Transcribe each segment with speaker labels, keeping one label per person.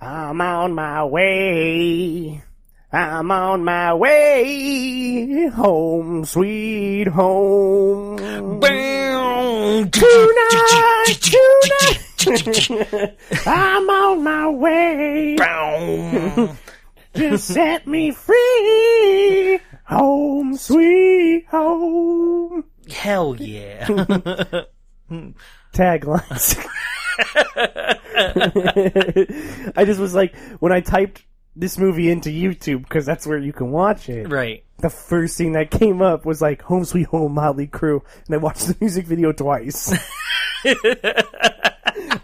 Speaker 1: I'm on my way. I'm on my way home, sweet home. Tonight, tonight. I'm on my way. Just set me free. Home, sweet home.
Speaker 2: Hell yeah.
Speaker 1: taglines. I just was like, when I typed this movie into YouTube, because that's where you can watch it,
Speaker 2: right.
Speaker 1: the first thing that came up was like, Home Sweet Home, Motley Crue. And I watched the music video twice.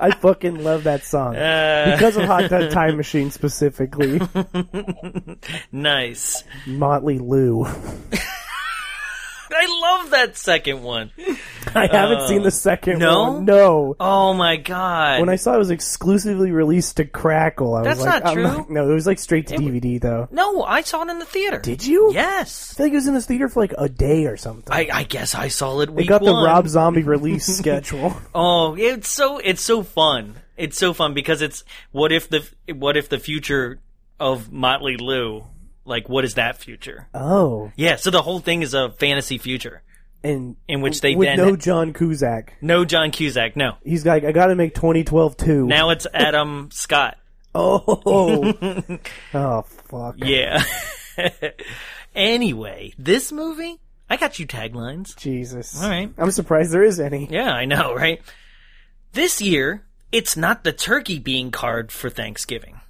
Speaker 1: I fucking love that song.
Speaker 2: Uh.
Speaker 1: because of Hot Tub Time Machine specifically.
Speaker 2: Nice.
Speaker 1: Motley Lou.
Speaker 2: I love that second one.
Speaker 1: I haven't seen the second
Speaker 2: no?
Speaker 1: one. No.
Speaker 2: Oh my god.
Speaker 1: When I saw it was exclusively released to Crackle, I
Speaker 2: That's
Speaker 1: was like,
Speaker 2: not
Speaker 1: I'm
Speaker 2: true.
Speaker 1: no, it was like straight to DVD though.
Speaker 2: no, I saw it in the theater.
Speaker 1: Did you? I
Speaker 2: Yes.
Speaker 1: feel like it was in this theater for like a day or something.
Speaker 2: I, I guess I saw it
Speaker 1: they
Speaker 2: week
Speaker 1: got the
Speaker 2: one.
Speaker 1: Rob Zombie release schedule.
Speaker 2: Oh, it's so it's so fun. It's so fun because it's what if the what if the future of Motley Lou like what is that future?
Speaker 1: Oh,
Speaker 2: Yeah, so the whole thing is a fantasy future
Speaker 1: and
Speaker 2: in which they
Speaker 1: with
Speaker 2: then
Speaker 1: no John Kuzak.
Speaker 2: no John Cusack, no.
Speaker 1: He's like, I got to make 2012 too.
Speaker 2: Now it's Adam Scott.
Speaker 1: oh, oh, fuck.
Speaker 2: Yeah. anyway, this movie, I got you taglines.
Speaker 1: Jesus.
Speaker 2: All right.
Speaker 1: I'm surprised there is any.
Speaker 2: Yeah, I know, right? This year, it's not the turkey being carved for Thanksgiving.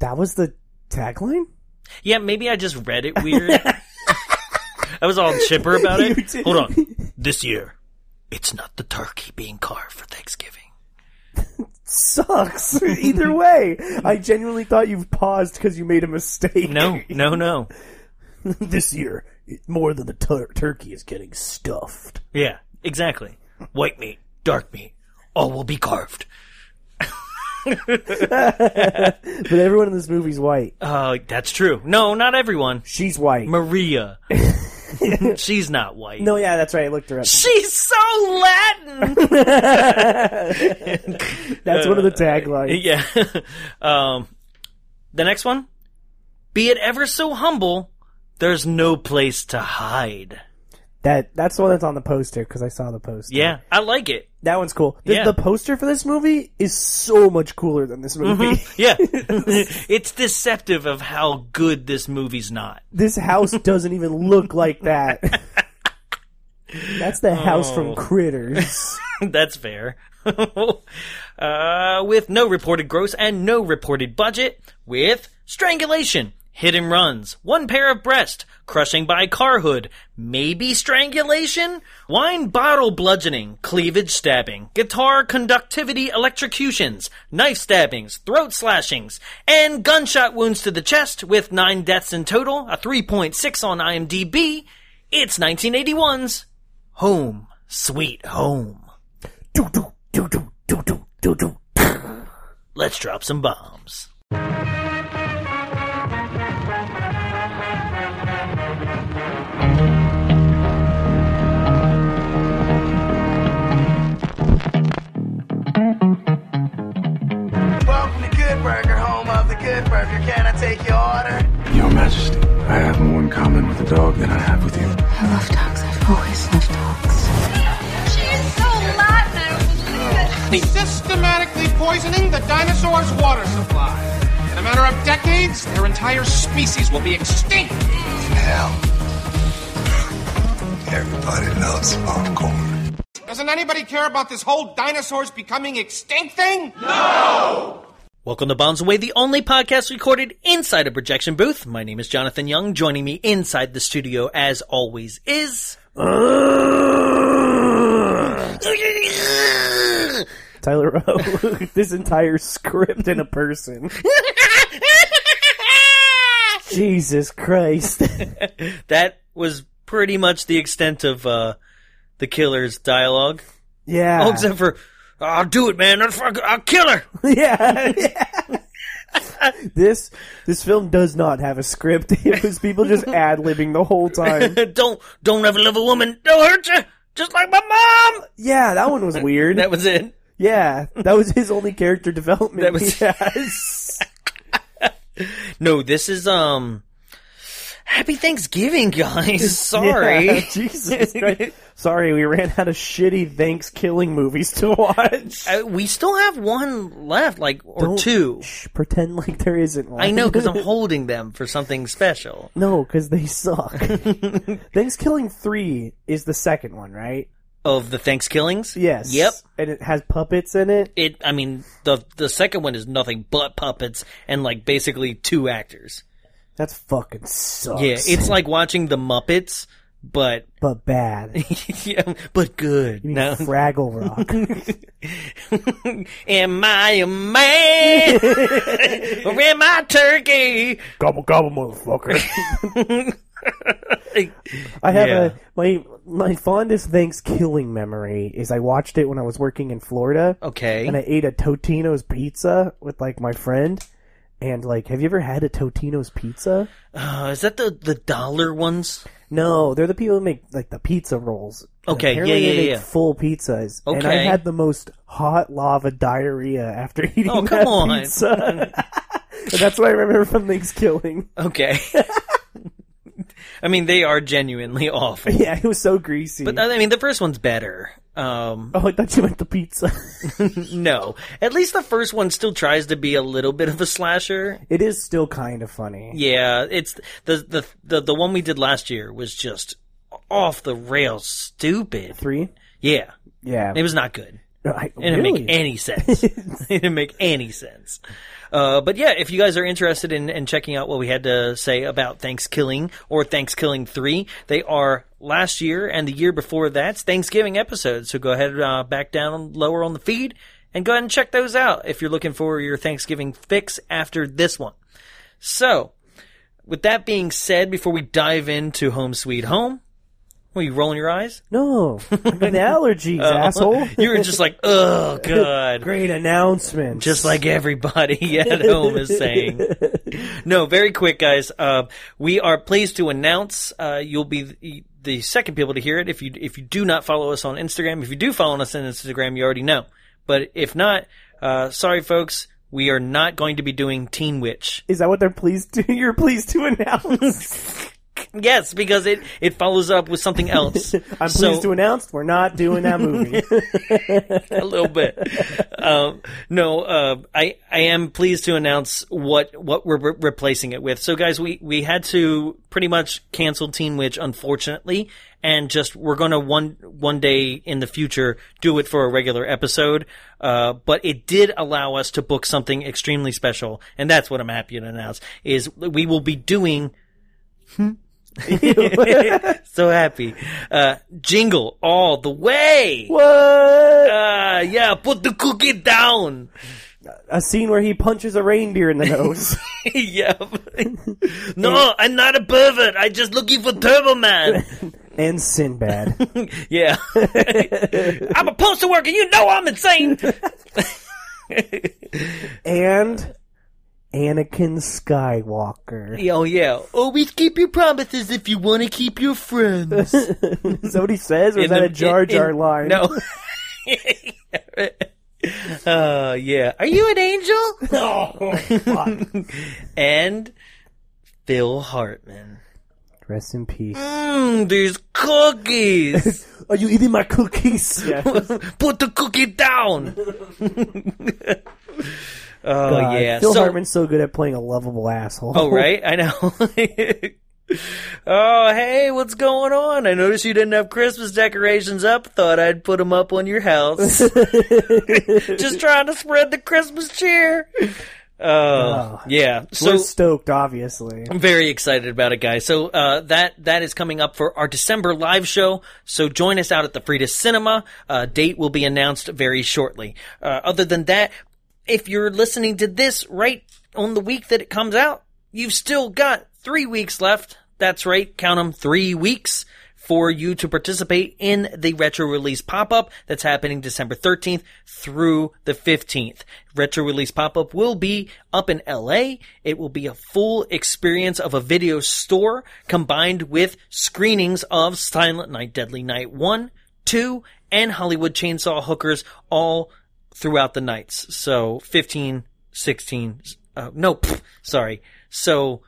Speaker 1: That was the tagline.
Speaker 2: Yeah, maybe I just read it weird. I was all chipper about
Speaker 1: You
Speaker 2: it.
Speaker 1: did-
Speaker 2: Hold on. This year, it's not the turkey being carved for Thanksgiving.
Speaker 1: Sucks. Either way, I genuinely thought you paused because you made a mistake.
Speaker 2: No, no, no.
Speaker 1: this year, more than the tur- turkey is getting stuffed.
Speaker 2: Yeah, exactly. White meat, dark meat, all will be carved.
Speaker 1: But everyone in this movie's white.
Speaker 2: Uh, that's true. No, not everyone.
Speaker 1: She's white.
Speaker 2: Maria. She's not white.
Speaker 1: no, yeah, that's right. I looked her up.
Speaker 2: She's so Latin.
Speaker 1: That's one of the taglines.
Speaker 2: uh, yeah. Um, the next one. Be it ever so humble, there's no place to hide.
Speaker 1: That that's the one that's on the poster because I saw the poster.
Speaker 2: Yeah, I like it.
Speaker 1: that one's cool. The,
Speaker 2: Yeah.
Speaker 1: the poster for this movie is so much cooler than this movie.
Speaker 2: Yeah. it's deceptive of how good this movie's not.
Speaker 1: this house doesn't even look like that. that's the house
Speaker 2: Oh.
Speaker 1: from Critters.
Speaker 2: That's fair. uh, with no reported gross and no reported budget, with strangulation, hit and runs, one pair of breast, crushing by car hood, maybe strangulation, wine bottle bludgeoning, cleavage stabbing, guitar conductivity electrocutions, knife stabbings, throat slashings, and gunshot wounds to the chest with nine deaths in total, a 3.6 on IMDb. It's 1981's Home Sweet Home.
Speaker 1: do, do, do, do, do, do, do, do.
Speaker 2: Let's drop some bombs.
Speaker 3: Welcome to Good Burger, home of the Good Burger. Can I take your order?
Speaker 4: Your Majesty, I have more in common with the dog than I have with you.
Speaker 5: I love dogs. I've always loved dogs.
Speaker 6: She's so Latin, I don't believe it.
Speaker 7: systematically poisoning the dinosaurs' water supply. In a matter of decades, their entire species will be extinct.
Speaker 4: Hell. Everybody loves popcorn.
Speaker 7: Doesn't anybody care about this whole dinosaurs becoming extinct thing?
Speaker 2: Welcome to Bombs Away, the only podcast recorded inside a projection booth. My name is Jonathan Young. Joining me inside the studio, as always, is.
Speaker 1: Tyler Rowe, this entire script in a person. Jesus Christ.
Speaker 2: That was pretty much the extent of uh, the killer's dialogue.
Speaker 1: yeah.
Speaker 2: Oh, except for, I'll do it, man. I'll, fuck- I'll kill her.
Speaker 1: yeah. this this film does not have a script. It was people just ad libbing the whole time.
Speaker 2: don't, don't ever love a woman. They'll hurt you. Just like my mom.
Speaker 1: Yeah, that one was weird.
Speaker 2: That was it.
Speaker 1: Yeah, that was his only character development.
Speaker 2: That was-
Speaker 1: yes.
Speaker 2: No, this is um. Happy Thanksgiving, guys. Sorry.
Speaker 1: Yeah, Jesus Christ. Sorry, we ran out of shitty Thanks-killing movies to watch.
Speaker 2: Uh, we still have one left, like or
Speaker 1: Don't
Speaker 2: two.
Speaker 1: Shh, pretend like there isn't one.
Speaker 2: I know because I'm holding them for something special.
Speaker 1: No, because they suck. Thanksgiving 3 is the second one, right?
Speaker 2: Of the Thankskillings.
Speaker 1: Yes.
Speaker 2: Yep.
Speaker 1: And it has puppets in it.
Speaker 2: It. I mean, the the second one is nothing but puppets and like basically two actors.
Speaker 1: That's fucking sucks.
Speaker 2: Yeah, it's like watching the Muppets, but
Speaker 1: But bad.
Speaker 2: yeah, but good.
Speaker 1: You mean
Speaker 2: No.
Speaker 1: Fraggle Rock.
Speaker 2: am I a man? or am I turkey?
Speaker 1: gobble gobble, motherfucker. I have
Speaker 2: Yeah.
Speaker 1: a my my fondest Thanksgiving memory is I watched it when I was working in Florida.
Speaker 2: Okay.
Speaker 1: and I ate a Totino's pizza with like my friend. And like, have you ever had a Totino's pizza?
Speaker 2: Uh, is that the the dollar ones?
Speaker 1: No, they're the people who make like the pizza rolls.
Speaker 2: Okay,
Speaker 1: Apparently
Speaker 2: yeah, yeah,
Speaker 1: they make
Speaker 2: yeah.
Speaker 1: Full pizzas. And I
Speaker 2: Okay.
Speaker 1: had the most hot lava diarrhea after eating
Speaker 2: Oh, come
Speaker 1: that
Speaker 2: on.
Speaker 1: pizza. And that's what I remember from Thanksgiving.
Speaker 2: Okay. I mean, they are genuinely awful.
Speaker 1: Yeah, it was so greasy.
Speaker 2: But I mean, the first one's better. Um,
Speaker 1: oh, I thought you meant the pizza.
Speaker 2: no, at least the first one still tries to be a little bit of a slasher.
Speaker 1: it is still kind of funny.
Speaker 2: Yeah, it's the the the, the one we did last year was just off the rails stupid.
Speaker 1: Three?
Speaker 2: Yeah,
Speaker 1: Yeah.
Speaker 2: it was not good.
Speaker 1: I-
Speaker 2: It didn't
Speaker 1: really?
Speaker 2: make any sense. it didn't make any sense. Uh, but yeah, if you guys are interested in, in checking out what we had to say about Thanksgiving or Thanksgiving 3, they are last year and the year before that's Thanksgiving episodes. So go ahead, uh, back down lower on the feed and go ahead and check those out if you're looking for your Thanksgiving fix after this one. So, with that being said, before we dive into Home Sweet Home, were you rolling your eyes?
Speaker 1: No. I got allergies, asshole.
Speaker 2: you were just like, oh, God.
Speaker 1: Great announcement.
Speaker 2: just like everybody at home is saying. No, very quick, guys. Uh, we are pleased to announce uh, you'll be the, the second people to hear it. If you if you do not follow us on Instagram, if you do follow us on Instagram, you already know. But if not, uh, sorry, folks, we are not going to be doing Teen Witch.
Speaker 1: Is that what they're pleased to? You're pleased to announce.
Speaker 2: Yes, because it it follows up with something else.
Speaker 1: I'm pleased to announce we're not doing that movie.
Speaker 2: a little bit. Um, no, uh, I I am pleased to announce what what we're re- replacing it with. So, guys, we we had to pretty much cancel Teen Witch, unfortunately, and just we're gonna one one day in the future do it for a regular episode. Uh, but it did allow us to book something extremely special, and that's what I'm happy to announce is we will be doing. so happy. Uh, jingle all the way.
Speaker 1: what?
Speaker 2: Uh, yeah, put the cookie down.
Speaker 1: A scene where he punches a reindeer in the nose.
Speaker 2: yep. no, I'm not a pervert. I'm just looking for Turbo Man.
Speaker 1: and Sinbad.
Speaker 2: yeah. I'm a postal worker. You know I'm insane.
Speaker 1: and Anakin Skywalker.
Speaker 2: oh, yeah. Always keep your promises if you want to keep your friends. Is
Speaker 1: Is that what he says? Or is that a Jar Jar line?
Speaker 2: No. Uh, yeah. Are you an angel?
Speaker 1: Oh, fuck.
Speaker 2: And Phil Hartman.
Speaker 1: Rest in peace.
Speaker 2: Mmm, these cookies.
Speaker 1: Are you eating my cookies? Yeah.
Speaker 2: Put the cookie down. oh
Speaker 1: God,
Speaker 2: yeah,
Speaker 1: Phil
Speaker 2: so
Speaker 1: Hartman's so good at playing a lovable asshole.
Speaker 2: oh right, I know. oh hey, what's going on? I noticed you didn't have Christmas decorations up. Thought I'd put them up on your house. Just trying to spread the Christmas cheer. Oh yeah, so
Speaker 1: We're stoked, obviously.
Speaker 2: I'm very excited about it, guys. So uh, that that is coming up for our December live show. So join us out at the Frida Cinema. Uh, date will be announced very shortly. Uh, other than that, if you're listening to this right on the week that it comes out, you've still got three weeks left. That's right, count them three weeks for you to participate in the retro release pop up that's happening December 13th through the 15th. Retro release pop up will be up in LA. It will be a full experience of a video store combined with screenings of Silent Night, Deadly Night 1, 2, and Hollywood Chainsaw Hookers all throughout the nights. So 15, 16, uh, no, pff, sorry. So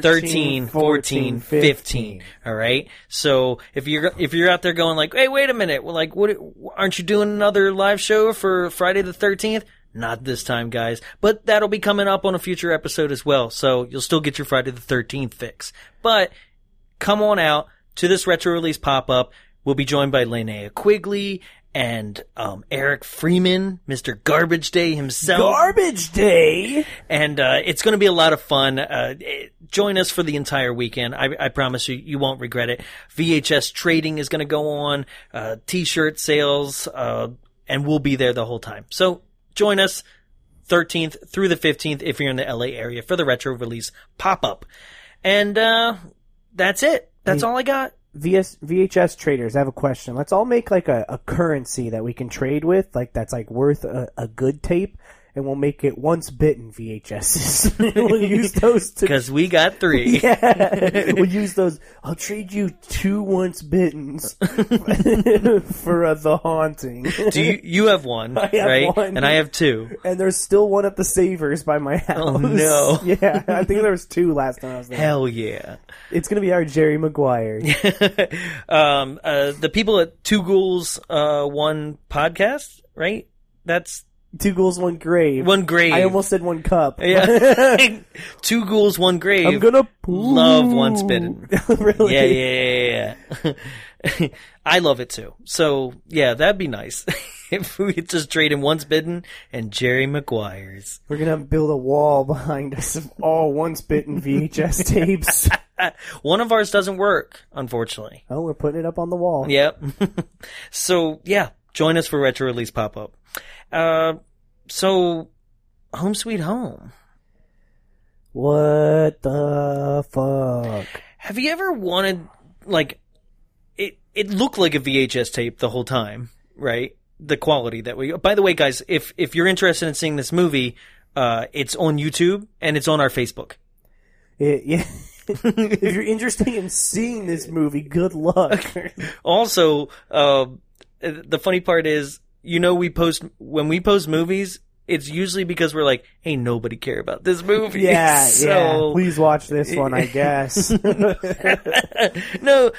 Speaker 2: 13, 14, 15. All right. So if you're, if you're out there going like, Hey, wait a minute. Well, like, what, aren't you doing another live show for Friday the 13th? Not this time, guys, but that'll be coming up on a future episode as well. So you'll still get your Friday the 13th fix, but come on out to this retro release pop up. We'll be joined by Linnea Quigley and um, Eric Freeman, Mr. Garbage Day himself.
Speaker 1: Garbage Day.
Speaker 2: and uh, it's going to be a lot of fun. Uh, eh, join us for the entire weekend. I, I promise you, you won't regret it. VHS trading is going to go on, uh, t shirt sales, uh, and we'll be there the whole time. So join us 13th through the 15th if you're in the LA area for the retro release pop up. And uh, that's it. That's all I got.
Speaker 1: VS, VHS traders, I have a question. Let's all make like a, a currency that we can trade with, like that's like worth a, a good tape, and we'll make it once bitten VHSs. we'll use those to.
Speaker 2: Because we got three.
Speaker 1: Yeah, we'll use those. I'll trade you two once bittens for uh, the haunting.
Speaker 2: Do you, you have one,
Speaker 1: have
Speaker 2: right?
Speaker 1: one.
Speaker 2: And I have two.
Speaker 1: And there's still one at the Savers by my house.
Speaker 2: Oh, no.
Speaker 1: Yeah, I think there was two last time I was there.
Speaker 2: Hell yeah.
Speaker 1: It's gonna be our Jerry Maguire.
Speaker 2: um, uh, the people at Two Ghouls, uh, One Podcast, right? That's
Speaker 1: Two ghouls, one grave.
Speaker 2: one grave.
Speaker 1: I almost said one cup.
Speaker 2: yeah. Two Ghouls, One Grave.
Speaker 1: I'm gonna poo.
Speaker 2: love Once Bitten.
Speaker 1: really?
Speaker 2: Yeah, yeah, yeah, yeah. I love it too. So yeah, that'd be nice if we could just trade in Once Bitten and Jerry Maguire's.
Speaker 1: We're gonna build a wall behind us of all once bitten VHS tapes.
Speaker 2: One of ours doesn't work, unfortunately.
Speaker 1: oh, we're putting it up on the wall.
Speaker 2: Yep. so yeah, join us for retro release pop up. Uh, so home sweet home.
Speaker 1: What the fuck?
Speaker 2: Have you ever wanted like it? It looked like a VHS tape the whole time, right? The quality that we. By the way, guys, if if you're interested in seeing this movie, uh, it's on YouTube and it's on our Facebook.
Speaker 1: It, yeah. if you're interested in seeing this movie, good luck.
Speaker 2: Also, uh, the funny part is, you know, we post when we post movies. It's usually because we're like, "Hey, nobody care about this movie."
Speaker 1: Yeah, yeah.
Speaker 2: so
Speaker 1: Please watch this one, I guess.
Speaker 2: no,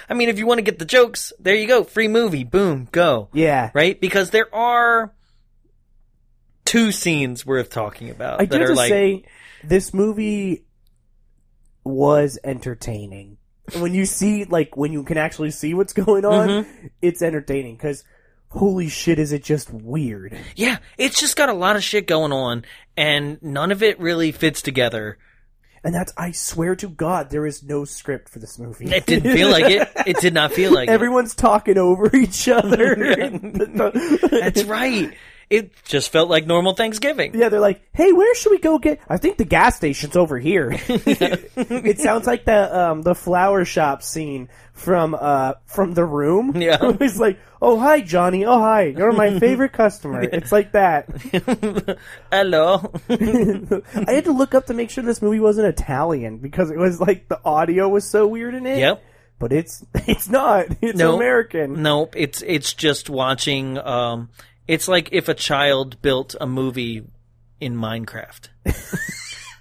Speaker 2: I mean, if you want to get the jokes, there you go. Free movie. Boom. Go.
Speaker 1: yeah.
Speaker 2: Right? Because there are two scenes worth talking about
Speaker 1: I do
Speaker 2: that
Speaker 1: have
Speaker 2: are
Speaker 1: to
Speaker 2: like,
Speaker 1: say, this movie was entertaining. When you see, like, when you can actually see what's going on,
Speaker 2: Mm-hmm.
Speaker 1: it's entertaining because holy shit, is it just weird?
Speaker 2: yeah, it's just got a lot of shit going on and none of it really fits together.
Speaker 1: And that's, I swear to God, there is no script for this movie.
Speaker 2: It didn't feel like it. It did not feel like it.
Speaker 1: Everyone's talking over each other.
Speaker 2: That's right. It just felt like normal Thanksgiving.
Speaker 1: Yeah, they're like, "Hey, where should we go get?" I think the gas station's over here. it sounds like the um, the flower shop scene from uh, from the room.
Speaker 2: Yeah.
Speaker 1: it's like, "Oh hi, Johnny. Oh hi, you're my favorite customer." It's like that.
Speaker 2: Hello.
Speaker 1: I had to look up to make sure this movie wasn't Italian because it was like the audio was so weird in it.
Speaker 2: yep.
Speaker 1: but it's it's not. It's
Speaker 2: No.
Speaker 1: American.
Speaker 2: Nope, it's it's just watching. Um, it's like if a child built a movie in Minecraft.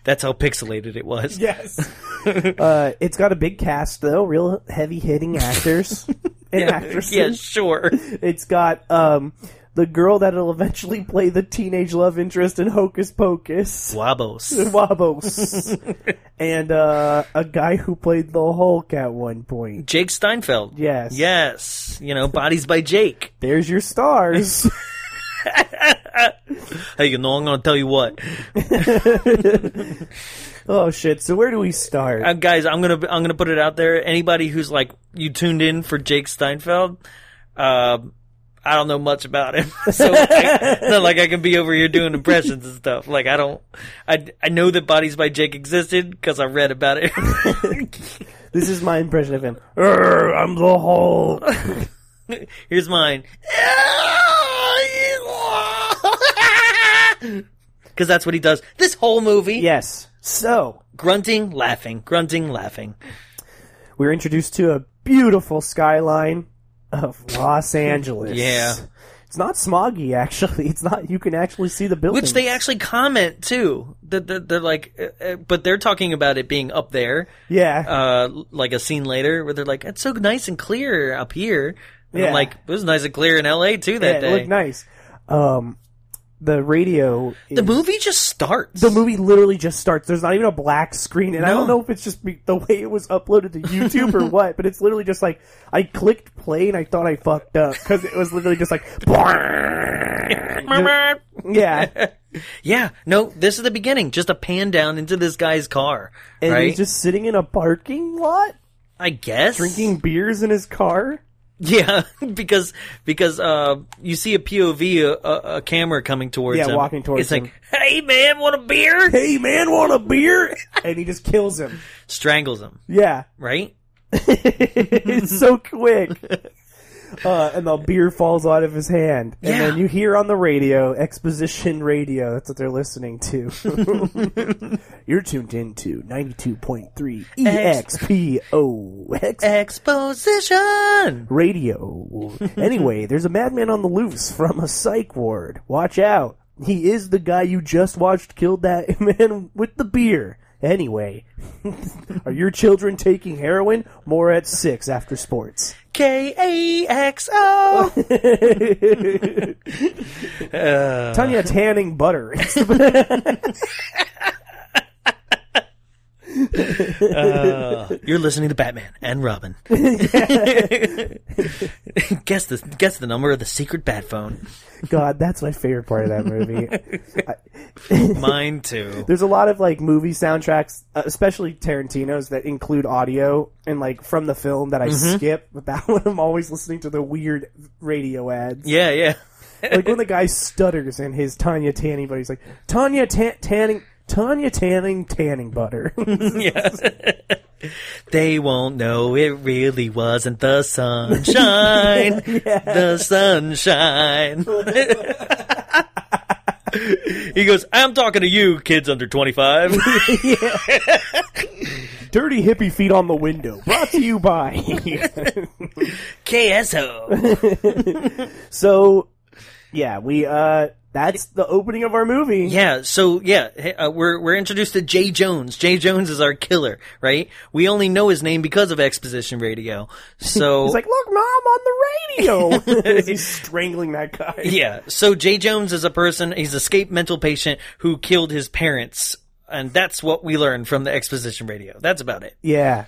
Speaker 2: That's how pixelated it was.
Speaker 1: Yes. uh, it's got a big cast though, real heavy hitting actors and actresses.
Speaker 2: Yeah, sure.
Speaker 1: It's got um the girl that'll eventually play the teenage love interest in Hocus Pocus.
Speaker 2: Wabos.
Speaker 1: Wabos. and uh, a guy who played the Hulk at one point.
Speaker 2: Jake Steinfeld.
Speaker 1: Yes.
Speaker 2: Yes. You know, Bodies by Jake.
Speaker 1: There's your stars.
Speaker 2: Hey, you know, I'm going to tell you what.
Speaker 1: oh shit. So where do we start?
Speaker 2: Uh, guys, I'm going to I'm gonna put it out there. Anybody who's like, you tuned in for Jake Steinfeld, uh, I don't know much about him. so I, it's not like I can be over here doing impressions and stuff. Like, I don't. I, I know that Bodies by Jake existed because I read about it.
Speaker 1: this is my impression of him. "Arr, I'm the Hulk.
Speaker 2: Here's mine. Because that's what he does. This whole movie.
Speaker 1: yes. So
Speaker 2: grunting, laughing, grunting, laughing.
Speaker 1: we were introduced to a beautiful skyline of Los Angeles.
Speaker 2: Yeah.
Speaker 1: It's not smoggy, actually. It's not. You can actually see the building.
Speaker 2: Which they actually comment too. That they're, they're like, uh, uh, but they're talking about it being up there,
Speaker 1: Yeah.
Speaker 2: uh, like a scene later where they're like, "It's so nice and clear up here." And
Speaker 1: Yeah.
Speaker 2: I'm like, "It was nice and clear in L.A. too that
Speaker 1: yeah, it
Speaker 2: day."
Speaker 1: looked nice. Um, the radio.
Speaker 2: The
Speaker 1: is-
Speaker 2: movie just starts.
Speaker 1: The movie literally just starts. There's not even a black screen, and I don't
Speaker 2: No.
Speaker 1: know if it's just be- the way it was uploaded to YouTube or what, but it's literally just like I clicked play and I thought I fucked up because it was literally just like, yeah,
Speaker 2: yeah, no, this is the beginning. Just a pan down into this guy's car,
Speaker 1: and
Speaker 2: right?
Speaker 1: he's just sitting in a parking lot
Speaker 2: I guess
Speaker 1: drinking beers in his car.
Speaker 2: Yeah, because because uh, you see a POV, a, a, a camera coming towards
Speaker 1: Yeah,
Speaker 2: him.
Speaker 1: walking towards
Speaker 2: it's
Speaker 1: him.
Speaker 2: like, hey man, want a beer?
Speaker 1: Hey man, want a beer? and he just kills him.
Speaker 2: Strangles him,
Speaker 1: Yeah,
Speaker 2: right?
Speaker 1: it's so quick. Uh, and the beer falls out of his hand. And then
Speaker 2: Yeah.
Speaker 1: you hear on the radio, exposition radio, that's what they're listening to. You're tuned into 92.3
Speaker 2: Ex-
Speaker 1: EXPO X
Speaker 2: Exposition.
Speaker 1: radio. Anyway, there's a madman on the loose from a psych ward. Watch out. He is the guy you just watched killed that man with the beer. Anyway, are your children taking heroin? More at 6 after sports.
Speaker 2: K A X O.
Speaker 1: Tanya tanning butter.
Speaker 2: You're listening to Batman and Robin. guess the guess the number of the secret bat phone.
Speaker 1: God, that's my favorite part of that movie.
Speaker 2: Mine too.
Speaker 1: There's a lot of like movie soundtracks, uh, especially Tarantino's, that include audio and like from the film that I skip. But that one, I'm always listening to the weird radio ads.
Speaker 2: Yeah, yeah.
Speaker 1: like when the guy stutters in his Tanya Tanning, but he's like Tanya ta- Tanning, Tanya Tanning, Tanning Butter.
Speaker 2: They won't know it really wasn't the sunshine. The sunshine. he goes, I'm talking to you, kids under 25.
Speaker 1: Dirty hippie feet on the window. Brought to you by.
Speaker 2: KSO.
Speaker 1: so, yeah, we uh, that's the opening of our movie.
Speaker 2: Yeah, so yeah, hey, uh, we're, we're introduced to Jay Jones. Jay Jones is our killer, right? We only know his name because of Exposition Radio. So.
Speaker 1: He's like, look, mom, on the radio. he's strangling that guy.
Speaker 2: Yeah. So Jay Jones is a person, he's an escaped mental patient who killed his parents. And that's what we learned from the exposition radio. That's about it.
Speaker 1: Yeah.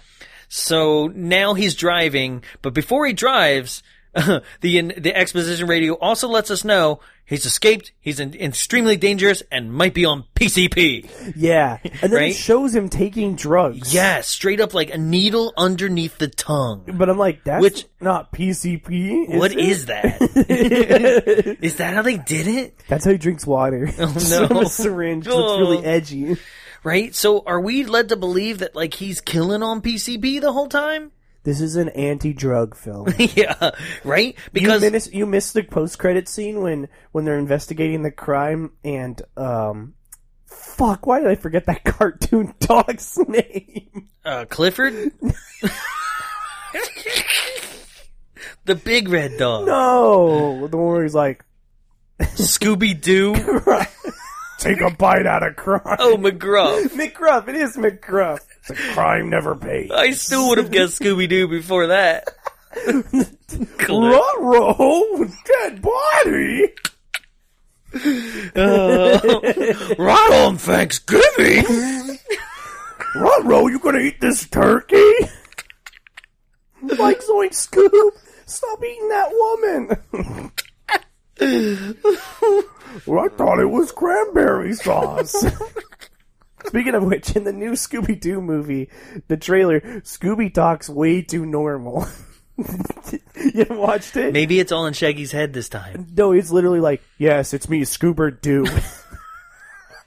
Speaker 2: So now he's driving, but before he drives, the the exposition radio also lets us know he's escaped, he's in, extremely dangerous, and might be on PCP.
Speaker 1: Yeah. And then it
Speaker 2: Right?
Speaker 1: shows him taking drugs.
Speaker 2: Yeah, straight up like a needle underneath the tongue.
Speaker 1: But I'm like, that's
Speaker 2: Which-
Speaker 1: not PCP. Is
Speaker 2: What
Speaker 1: it?
Speaker 2: is that? is that how they did it?
Speaker 1: That's how he drinks water. Just from
Speaker 2: Oh, no.
Speaker 1: a syringe. 'cause It's really
Speaker 2: Oh.
Speaker 1: edgy.
Speaker 2: Right? So are we led to believe that like he's killing on PCP the whole time?
Speaker 1: This is an anti-drug film.
Speaker 2: yeah, right?
Speaker 1: you,
Speaker 2: Because
Speaker 1: miss, you missed the post-credit scene when, when they're investigating the crime and, um... Fuck, why did I forget that cartoon dog's name?
Speaker 2: uh, Clifford, the big red dog,
Speaker 1: No! The one where he's like,
Speaker 2: Scooby Doo,
Speaker 1: take a bite out of crime.
Speaker 2: oh McGruff.
Speaker 1: McGruff. It is McGruff. It's a crime never paid.
Speaker 2: I still would have guessed Scooby Doo before that. Cliff.
Speaker 1: Ruh-roh, dead body.
Speaker 2: right on Thanksgiving.
Speaker 1: Ruh-roh, you gonna eat this turkey? Mike Zoink Scoop, stop eating that woman. well, I thought it was cranberry sauce. Speaking of which, in the new Scooby Doo movie, the trailer, Scooby talks way too normal. you watched it?
Speaker 2: Maybe it's all in Shaggy's head this time.
Speaker 1: No, it's literally like, yes, it's me, Scoober Doo.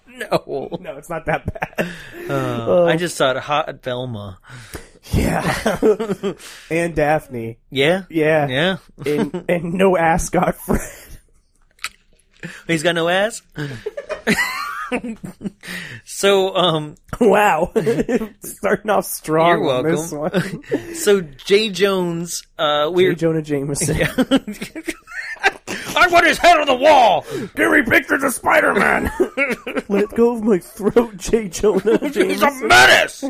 Speaker 2: No,
Speaker 1: no, it's not that bad.
Speaker 2: I just saw it hot at Velma.
Speaker 1: Yeah. and Daphne.
Speaker 2: Yeah,
Speaker 1: Yeah.
Speaker 2: yeah.
Speaker 1: And, and no ascot Fred.
Speaker 2: He's got no ass. so, um,
Speaker 1: Wow. Starting off strong
Speaker 2: You're
Speaker 1: on
Speaker 2: welcome.
Speaker 1: this one.
Speaker 2: so Jay Jones, uh,
Speaker 1: Hey,
Speaker 2: we're
Speaker 1: Jonah Jameson.
Speaker 2: I want his head on the wall.
Speaker 1: Give me pictures of Spider Man. Let go of my throat, J. Jonah.
Speaker 2: He's a
Speaker 1: Jameson.
Speaker 2: menace.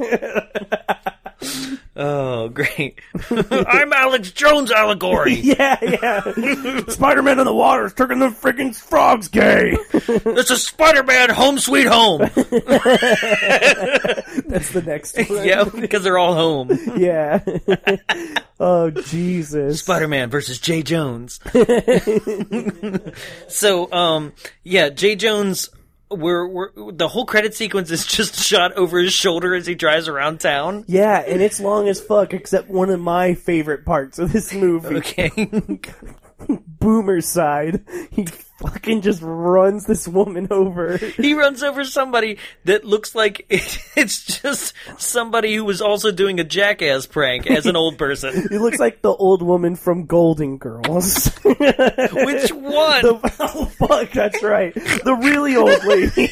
Speaker 2: oh, great. I'm Alex Jones allegory.
Speaker 1: Yeah, yeah. Spider Man in the water is turning the freaking frogs gay.
Speaker 2: This is Spider Man Home Sweet Home.
Speaker 1: That's the next one.
Speaker 2: yeah, because they're all home.
Speaker 1: Yeah. oh, Jesus.
Speaker 2: Spider Man versus Jay Jones. so, um, yeah, Jay Jones. We're, we're the whole credit sequence is just shot over his shoulder as he drives around town.
Speaker 1: yeah, and it's long as fuck, except one of my favorite parts of this movie.
Speaker 2: Okay.
Speaker 1: Boomer side. He fucking just runs this woman over.
Speaker 2: he runs over somebody that looks like it, it's just somebody who was also doing a jackass prank as an old person.
Speaker 1: He looks like the old woman from Golden Girls.
Speaker 2: Which one?
Speaker 1: The, oh fuck, that's right. The really old lady.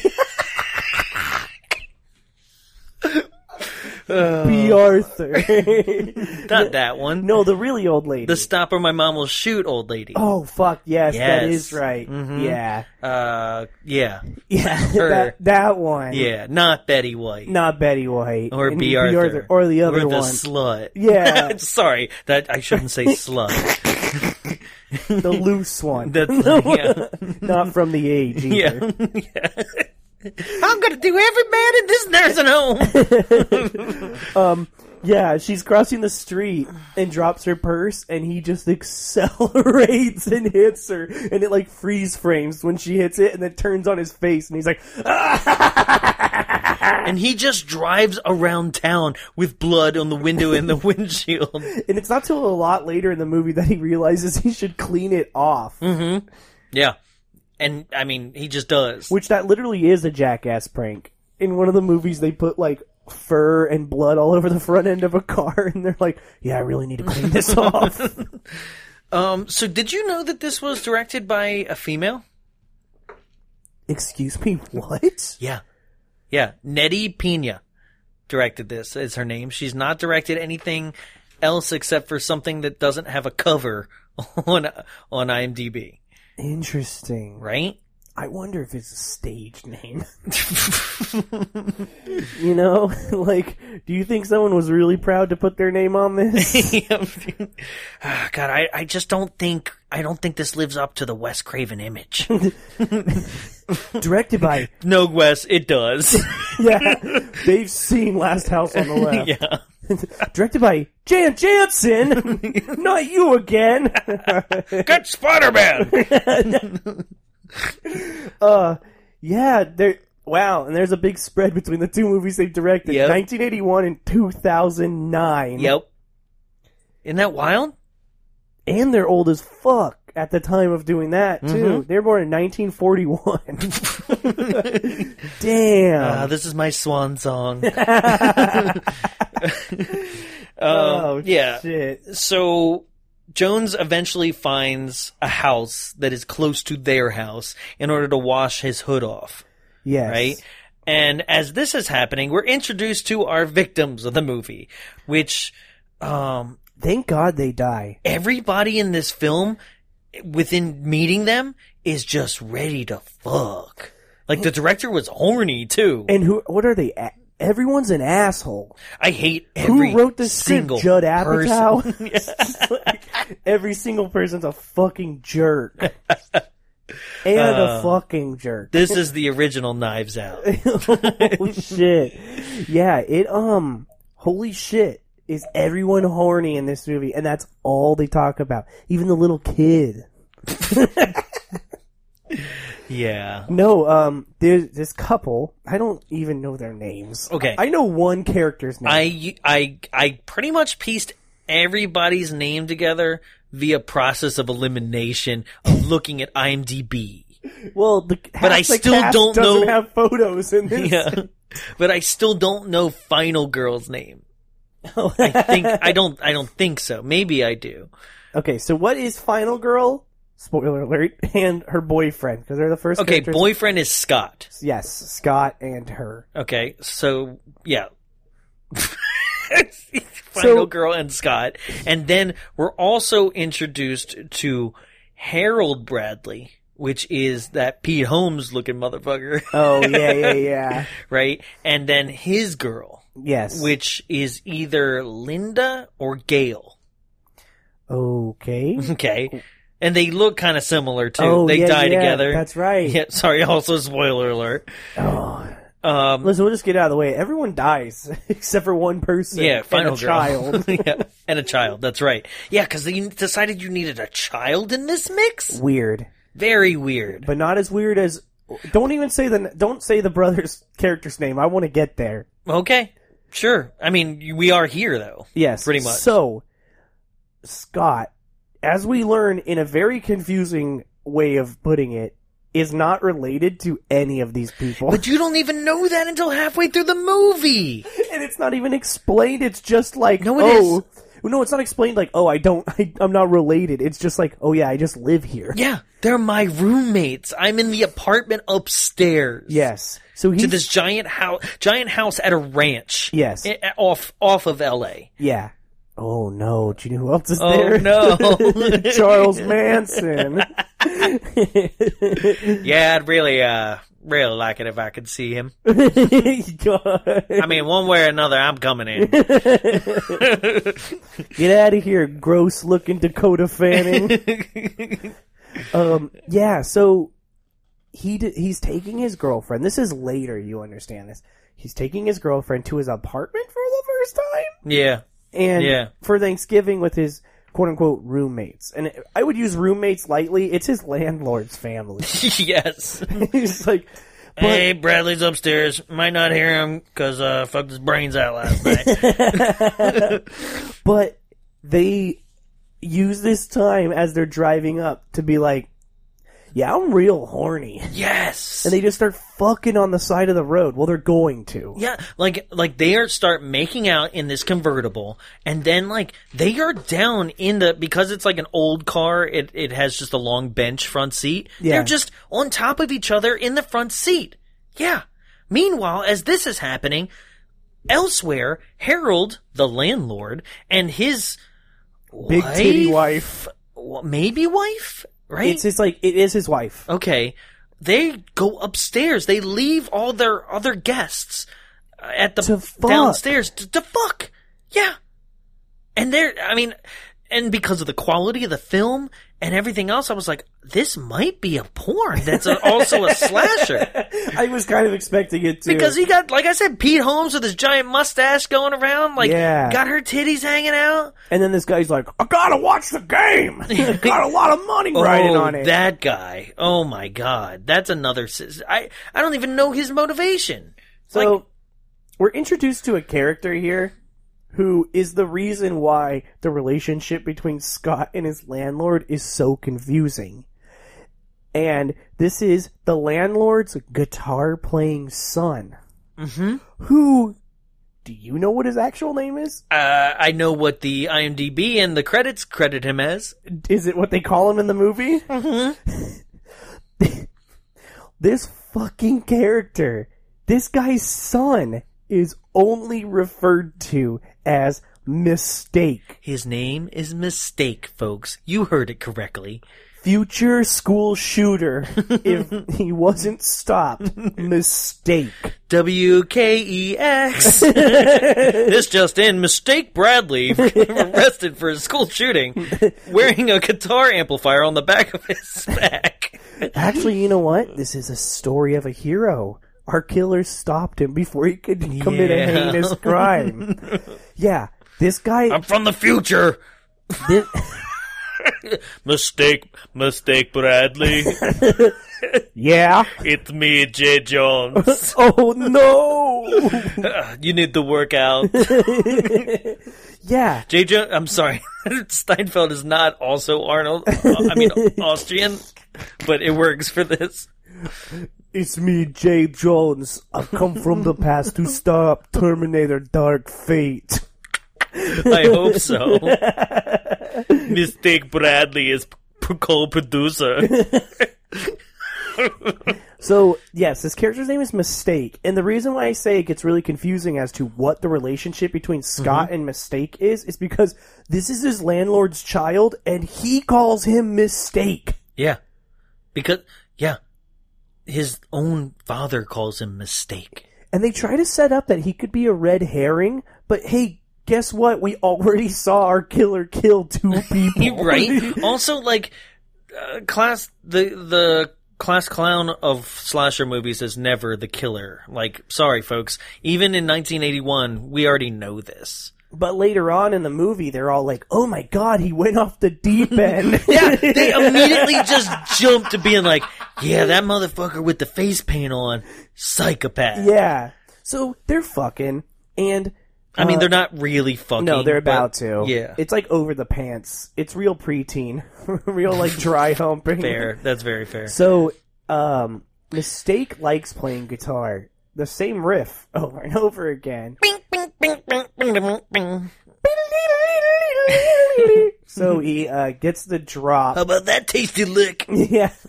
Speaker 2: Uh,
Speaker 1: B. Arthur.
Speaker 2: Not that one.
Speaker 1: no, the really old lady.
Speaker 2: The stop or my mom will shoot old lady.
Speaker 1: oh fuck, yes, that
Speaker 2: Yes.
Speaker 1: is right. Yeah,
Speaker 2: Uh, yeah.
Speaker 1: yeah,
Speaker 2: Her.
Speaker 1: that, that one.
Speaker 2: Yeah, not Betty White.
Speaker 1: not Betty White
Speaker 2: Or
Speaker 1: And
Speaker 2: B. Arthur.
Speaker 1: or the
Speaker 2: or
Speaker 1: other
Speaker 2: the
Speaker 1: one,
Speaker 2: slut.
Speaker 1: Yeah.
Speaker 2: Sorry, that I shouldn't say slut.
Speaker 1: the loose one.
Speaker 2: That's yeah.
Speaker 1: not from the age either.
Speaker 2: Yeah. yeah. I'm gonna do every man in this nursing home.
Speaker 1: Yeah, she's crossing the street and drops her purse, and he just accelerates and hits her, and it like freeze frames when she hits it, and then turns on his face, and he's like, "Ah!"
Speaker 2: and he just drives around town with blood on the window and the windshield.
Speaker 1: and it's not till a lot later in the movie that he realizes he should clean it off,
Speaker 2: Yeah. And I mean, he just does.
Speaker 1: which that literally is a jackass prank. In one of the movies, they put like fur and blood all over the front end of a car, and they're like, "Yeah, I really need to clean this off."
Speaker 2: Um, so did you know that this was directed by a female?
Speaker 1: Excuse me, what?
Speaker 2: Yeah. Yeah. Nettie Pena directed this, is her name. She's not directed anything else except for something that doesn't have a cover on on IMDb,
Speaker 1: Interesting.
Speaker 2: right?
Speaker 1: I wonder if it's a stage name. you know, like, do you think someone was really proud to put their name on this?
Speaker 2: Ah, God, I, I just don't think I don't think this lives up to the Wes Craven image.
Speaker 1: Directed by,
Speaker 2: no, Wes, it does.
Speaker 1: yeah, they've seen Last House on the Left.
Speaker 2: yeah.
Speaker 1: Directed by Jan Jansen, not you again.
Speaker 2: Get Spider Man.
Speaker 1: yeah, there. Wow, and there's a big spread between the two movies they've directed,
Speaker 2: Yep.
Speaker 1: 1981 and 2009.
Speaker 2: yep. Isn't that wild?
Speaker 1: and they're old as fuck at the time of doing that too.
Speaker 2: Mm-hmm.
Speaker 1: They were born in 1941. Damn.
Speaker 2: Ah, this is my swan song.
Speaker 1: oh
Speaker 2: yeah.
Speaker 1: shit.
Speaker 2: so Jones eventually finds a house that is close to their house in order to wash his hood off,
Speaker 1: Yes.
Speaker 2: right? And as this is happening, we're introduced to our victims of the movie, which um
Speaker 1: Thank God they die.
Speaker 2: everybody in this film within meeting them is just ready to fuck. Like the director was horny too.
Speaker 1: And who? What are they? A- Everyone's an asshole.
Speaker 2: I hate every
Speaker 1: who wrote this
Speaker 2: single
Speaker 1: script? Judd
Speaker 2: person.
Speaker 1: Apatow. It's like, every single person's a fucking jerk. And
Speaker 2: Uh,
Speaker 1: a fucking jerk.
Speaker 2: This is the original Knives Out.
Speaker 1: oh shit. Yeah, it um holy shit. Is everyone horny in this movie and that's all they talk about. Even the little kid.
Speaker 2: Yeah.
Speaker 1: No, um there's this couple, I don't even know their names.
Speaker 2: Okay.
Speaker 1: I know one character's name.
Speaker 2: I I I pretty much pieced everybody's name together via process of elimination of looking at IMDb.
Speaker 1: well, the half
Speaker 2: I
Speaker 1: the
Speaker 2: still
Speaker 1: cast
Speaker 2: don't
Speaker 1: doesn't
Speaker 2: know-
Speaker 1: have photos in this.
Speaker 2: Yeah. But I still don't know Final Girl's name. I think I don't I don't think so. Maybe I do.
Speaker 1: Okay, so what is Final Girl? Spoiler alert, and her boyfriend because they're the first
Speaker 2: Okay,
Speaker 1: characters.
Speaker 2: boyfriend is Scott.
Speaker 1: Yes, Scott and her.
Speaker 2: Okay, so yeah. Final
Speaker 1: So-
Speaker 2: Girl and Scott. And then we're also introduced to Harold Bradley, which is that Pete Holmes looking motherfucker,
Speaker 1: Oh yeah, yeah, yeah.
Speaker 2: right? And then his girl,
Speaker 1: yes.
Speaker 2: which is either Linda or Gail.
Speaker 1: okay.
Speaker 2: Okay. And they look kind of similar too.
Speaker 1: Oh,
Speaker 2: they
Speaker 1: yeah,
Speaker 2: die
Speaker 1: yeah,
Speaker 2: together.
Speaker 1: That's right. Oh.
Speaker 2: Yeah, sorry, also spoiler alert. Um,
Speaker 1: Listen, we'll just get out of the way. Everyone dies except for one person.
Speaker 2: yeah,
Speaker 1: and
Speaker 2: final
Speaker 1: a
Speaker 2: girl.
Speaker 1: child.
Speaker 2: yeah, and a child. That's right. Yeah, because they decided you needed a child in this mix.
Speaker 1: weird,
Speaker 2: Very weird.
Speaker 1: but not as weird as. Don't even say the don't say the brother's character's name. I want to get there.
Speaker 2: Okay, sure. I mean, you- we are here though.
Speaker 1: Yes,
Speaker 2: Pretty much.
Speaker 1: So, Scott, as we learn in a very confusing way of putting it, is not related to any of these people,
Speaker 2: But you don't even know that until halfway through the movie.
Speaker 1: and it's not even explained. It's just like
Speaker 2: No, it
Speaker 1: oh. No, it's not explained like, oh, I don't, I, I'm not related. It's just like, oh yeah, I just live here.
Speaker 2: Yeah, they're my roommates. I'm in the apartment upstairs.
Speaker 1: Yes. So he's
Speaker 2: To this giant house, giant house at a ranch.
Speaker 1: Yes.
Speaker 2: I- off off of L.A.
Speaker 1: Yeah. Oh no! Do you know who else is
Speaker 2: Oh,
Speaker 1: there?
Speaker 2: no.
Speaker 1: Charles Manson.
Speaker 2: Yeah, I'd really uh really like it if I could see him. I mean, one way or another, I'm coming in.
Speaker 1: Get out of here, gross-looking Dakota Fanning. um, yeah. So he d- he's taking his girlfriend. This is later. You understand this? He's taking his girlfriend to his apartment for the first time.
Speaker 2: yeah.
Speaker 1: and
Speaker 2: Yeah.
Speaker 1: for Thanksgiving with his quote unquote roommates. And I would use roommates lightly. It's his landlord's family.
Speaker 2: yes.
Speaker 1: He's like, but
Speaker 2: hey, Bradley's upstairs. Might not hear him because uh, fucked his brains out last night.
Speaker 1: but they use this time as they're driving up to be like, yeah, I'm real horny.
Speaker 2: yes.
Speaker 1: And they just start fucking on the side of the road. Well, they're going to.
Speaker 2: yeah, like like they are start making out in this convertible, and then like they are down in the because it's like an old car. It it has just a long bench front seat.
Speaker 1: Yeah.
Speaker 2: They're just on top of each other in the front seat. Yeah. Meanwhile, as this is happening, elsewhere, Harold, the landlord, and his
Speaker 1: Big titty wife.
Speaker 2: Well, maybe wife, right?
Speaker 1: It's his like it is his wife.
Speaker 2: okay. They go upstairs. They leave all their other guests uh, at the
Speaker 1: To fuck.
Speaker 2: downstairs to, to fuck. Yeah, and they're. I mean, and because of the quality of the film and everything else, I was like, this might be a porn. That's a, also a slasher
Speaker 1: I was kind of expecting it to
Speaker 2: because he got, like I said, Pete Holmes with his giant mustache going around, like
Speaker 1: Yeah.
Speaker 2: got her titties hanging out.
Speaker 1: and then this guy's like, I gotta watch the game. I got a lot of money riding
Speaker 2: oh,
Speaker 1: on it.
Speaker 2: That guy. Oh my god. That's another sis. I I don't even know his motivation.
Speaker 1: So
Speaker 2: Like-
Speaker 1: we're introduced to a character here who is the reason why the relationship between Scott and his landlord is so confusing. And this is the landlord's guitar playing son. Mm-hmm. Who do you know what his actual name is?
Speaker 2: Uh, I know what the IMDb and the credits credit him as.
Speaker 1: Is it what they call him in the movie? Mm-hmm. this fucking character, this guy's son, is only referred to as Mistake.
Speaker 2: His name is Mistake, folks. You heard it correctly.
Speaker 1: Future school shooter, if he wasn't stopped. Mistake.
Speaker 2: W K E X. This just in: Mistake Bradley arrested for a school shooting, wearing a guitar amplifier on the back of his back.
Speaker 1: Actually, you know what? This is a story of a hero. Our killer stopped him before he could commit a
Speaker 2: Yeah.
Speaker 1: heinous crime. yeah, this guy.
Speaker 2: I'm from the future.
Speaker 1: thi-
Speaker 2: Mistake, mistake, Bradley.
Speaker 1: yeah.
Speaker 2: It's me, Jay Jones.
Speaker 1: Oh no!
Speaker 2: you need to work out.
Speaker 1: yeah,
Speaker 2: Jay Jones, I'm sorry. Steinfeld is not also Arnold. uh, I mean, Austrian, but it works for this.
Speaker 1: it's me, Jay Jones. I've come from the past to stop Terminator Dark Fate.
Speaker 2: I hope so. Mistake Bradley is p- p- co-producer.
Speaker 1: So yes, this character's name is Mistake, and the reason why I say it gets really confusing as to what the relationship between Scott and Mistake is, is because this is his landlord's child, and he calls him Mistake.
Speaker 2: Yeah. Because, yeah. His own father calls him mistake.
Speaker 1: And they try to set up that he could be a red herring, but hey, guess what? We already saw our killer kill two people.
Speaker 2: right? also, like, uh, class, the, the class clown of slasher movies is never the killer. Like, sorry, folks. Even in 1981, we already know this.
Speaker 1: but later on in the movie, they're all like, "Oh my god, he went off the deep end."
Speaker 2: Yeah, they immediately just jumped to being like, yeah, that motherfucker with the face paint on, psychopath.
Speaker 1: yeah. So they're fucking, and
Speaker 2: I mean, they're not really fucking.
Speaker 1: Uh, No, they're about
Speaker 2: but-
Speaker 1: to.
Speaker 2: Yeah.
Speaker 1: It's like over the pants. It's real preteen. real like dry humping.
Speaker 2: fair. That's very fair.
Speaker 1: So, um, Mistake likes playing guitar. The same riff over and over again. so he uh, gets the drop.
Speaker 2: How about that tasty lick?
Speaker 1: yeah.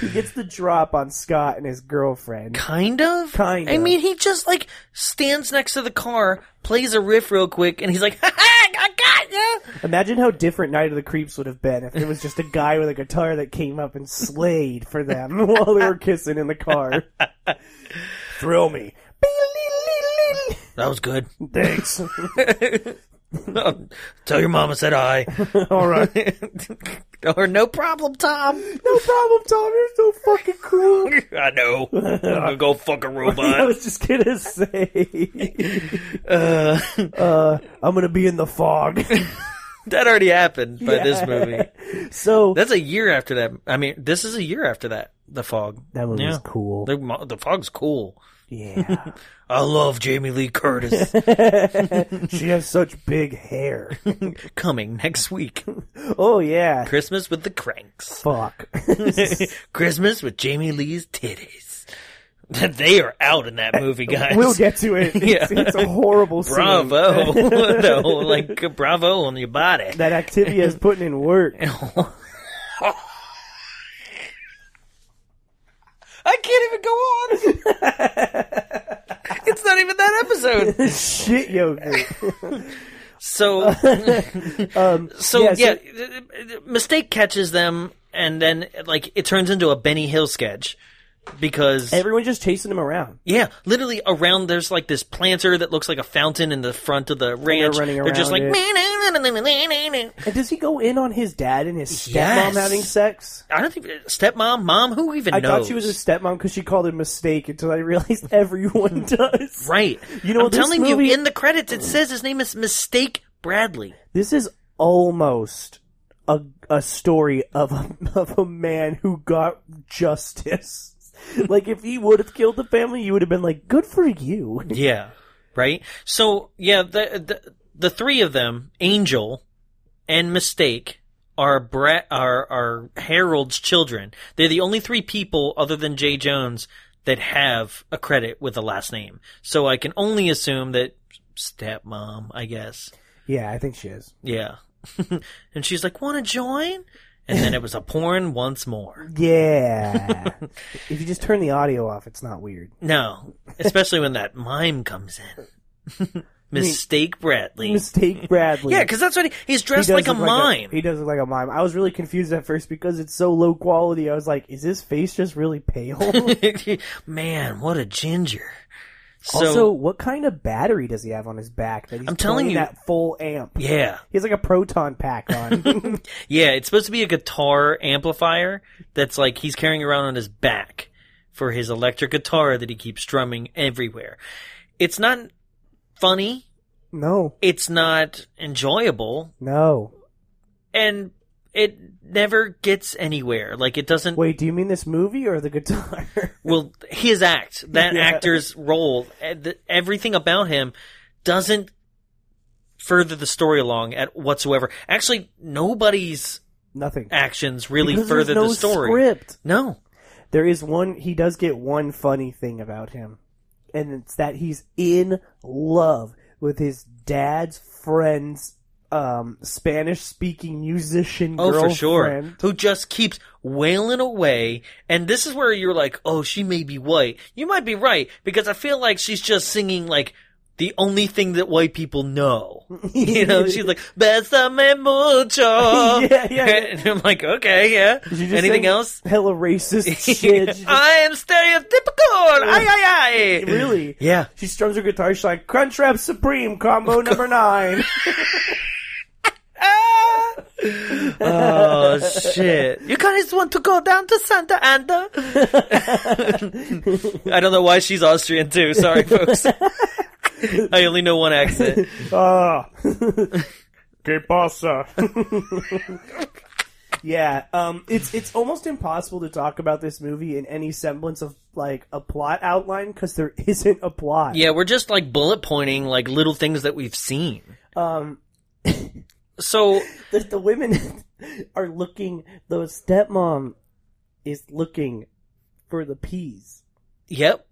Speaker 1: he gets the drop on Scott and his girlfriend.
Speaker 2: Kind of.
Speaker 1: Kind
Speaker 2: I
Speaker 1: of.
Speaker 2: mean, he just like stands next to the car, plays a riff real quick, and he's like, "Ha ha! I got you."
Speaker 1: Imagine how different Night of the Creeps would have been if it was just a guy with a guitar that came up and slayed for them while they were kissing in the car. Thrill me.
Speaker 2: That was good.
Speaker 1: Thanks.
Speaker 2: Tell your mom I said hi.
Speaker 1: All right.
Speaker 2: or no problem, Tom.
Speaker 1: No problem, Tom. You're so fucking cool.
Speaker 2: I know. I'm gonna go fuck a
Speaker 1: I
Speaker 2: robot.
Speaker 1: was just gonna say. Uh, I'm gonna be in the fog.
Speaker 2: that already happened by this movie.
Speaker 1: So
Speaker 2: That's a year after that. I mean, this is a year after that. The fog.
Speaker 1: that movie's
Speaker 2: Yeah.
Speaker 1: cool.
Speaker 2: The, mo- the fog's cool.
Speaker 1: Yeah,
Speaker 2: I love Jamie Lee Curtis.
Speaker 1: she has such big hair.
Speaker 2: Coming next week.
Speaker 1: Oh yeah.
Speaker 2: Christmas with the Cranks.
Speaker 1: Fuck.
Speaker 2: Christmas with Jamie Lee's titties. they are out in that movie, guys.
Speaker 1: we'll get to it. It's,
Speaker 2: Yeah.
Speaker 1: it's a horrible scene.
Speaker 2: bravo. no, like bravo on your body.
Speaker 1: That Activia is putting in work.
Speaker 2: I can't even go on. it's not even that episode.
Speaker 1: Shit yogurt.
Speaker 2: So, so
Speaker 1: Um, yeah,
Speaker 2: yeah,
Speaker 1: so-
Speaker 2: uh, uh, mistake catches them, and then like it turns into a Benny Hill sketch because
Speaker 1: Everyone just chasing him around.
Speaker 2: Yeah, literally around there's like this planter that looks like a fountain in the front of the ranch.
Speaker 1: running
Speaker 2: They're just like,
Speaker 1: around And does he go in on his dad and his stepmom
Speaker 2: Yes.
Speaker 1: having sex?
Speaker 2: I don't think stepmom, mom, who even
Speaker 1: I
Speaker 2: knows?
Speaker 1: thought she was his stepmom because she called it a mistake until I realized everyone does.
Speaker 2: right.
Speaker 1: You know,
Speaker 2: I'm
Speaker 1: this
Speaker 2: telling
Speaker 1: movie-
Speaker 2: you in the credits it says his name is Mistake Bradley.
Speaker 1: This is almost a, a story of a, of a man who got justice. like, if he would have killed the family, you would have been like, good for you.
Speaker 2: Yeah. Right. So yeah, the the, the three of them, Angel and Mistake, are Bra- are are Harold's children. They're the only three people other than Jay Jones that have a credit with a last name. So I can only assume that stepmom, I guess.
Speaker 1: Yeah, I think she is.
Speaker 2: Yeah. and she's like, "Want to join?" And then it was a porn once more.
Speaker 1: Yeah. if you just turn the audio off, it's not weird.
Speaker 2: No, especially when that mime comes in. Mistake Bradley.
Speaker 1: Mistake Bradley.
Speaker 2: Yeah, because that's what he, he's
Speaker 1: He
Speaker 2: dressed
Speaker 1: does
Speaker 2: like a
Speaker 1: look
Speaker 2: mime.
Speaker 1: he does look like a mime. I was really confused at first because it's so low quality. I was like, is his face just really pale?
Speaker 2: Man, what a ginger. So,
Speaker 1: also, what kind of battery does he have on his back that he's
Speaker 2: I'm telling
Speaker 1: playing
Speaker 2: you-
Speaker 1: that full amp?
Speaker 2: yeah.
Speaker 1: He has like a proton pack on.
Speaker 2: Yeah, it's supposed to be a guitar amplifier that's like he's carrying around on his back for his electric guitar that he keeps strumming everywhere. It's not funny.
Speaker 1: no,
Speaker 2: It's not enjoyable.
Speaker 1: no.
Speaker 2: And it never gets anywhere. Like, it doesn't.
Speaker 1: Wait, do you mean this movie or the guitar?
Speaker 2: Well, his act, that
Speaker 1: Yeah.
Speaker 2: actor's role, eh, th- everything about him doesn't further the story along at whatsoever. Actually, nobody's
Speaker 1: Nothing.
Speaker 2: actions really
Speaker 1: Because there's
Speaker 2: further
Speaker 1: no
Speaker 2: the story.
Speaker 1: Script.
Speaker 2: No.
Speaker 1: There is one. He does get one funny thing about him, and it's that he's in love with his dad's friend's um, Spanish speaking musician
Speaker 2: Oh,
Speaker 1: girlfriend.
Speaker 2: for sure. Who just keeps wailing away. And this is where you're like, oh, she may be white. You might be right, because I feel like she's just singing like the only thing that white people know. You know, she's like, Besame mucho.
Speaker 1: Yeah, yeah.
Speaker 2: And I'm like, okay, yeah.
Speaker 1: She just
Speaker 2: Anything
Speaker 1: sang
Speaker 2: else?
Speaker 1: Hella racist shit. She just-
Speaker 2: I am stereotypical. Ay, ay, ay.
Speaker 1: really?
Speaker 2: Yeah.
Speaker 1: She strums her guitar. She's like, Crunchwrap Supreme combo number nine.
Speaker 2: Oh shit! You guys want to go down to Santa Ana? I don't know why she's Austrian too. Sorry, folks. I only know one accent.
Speaker 1: Ah. Que pasa? yeah, um, it's it's almost impossible to talk about this movie in any semblance of like a plot outline because there isn't a plot.
Speaker 2: Yeah, we're just like bullet pointing like little things that we've seen.
Speaker 1: Um,
Speaker 2: So
Speaker 1: the, the women are looking. The stepmom is looking for the peas.
Speaker 2: yep.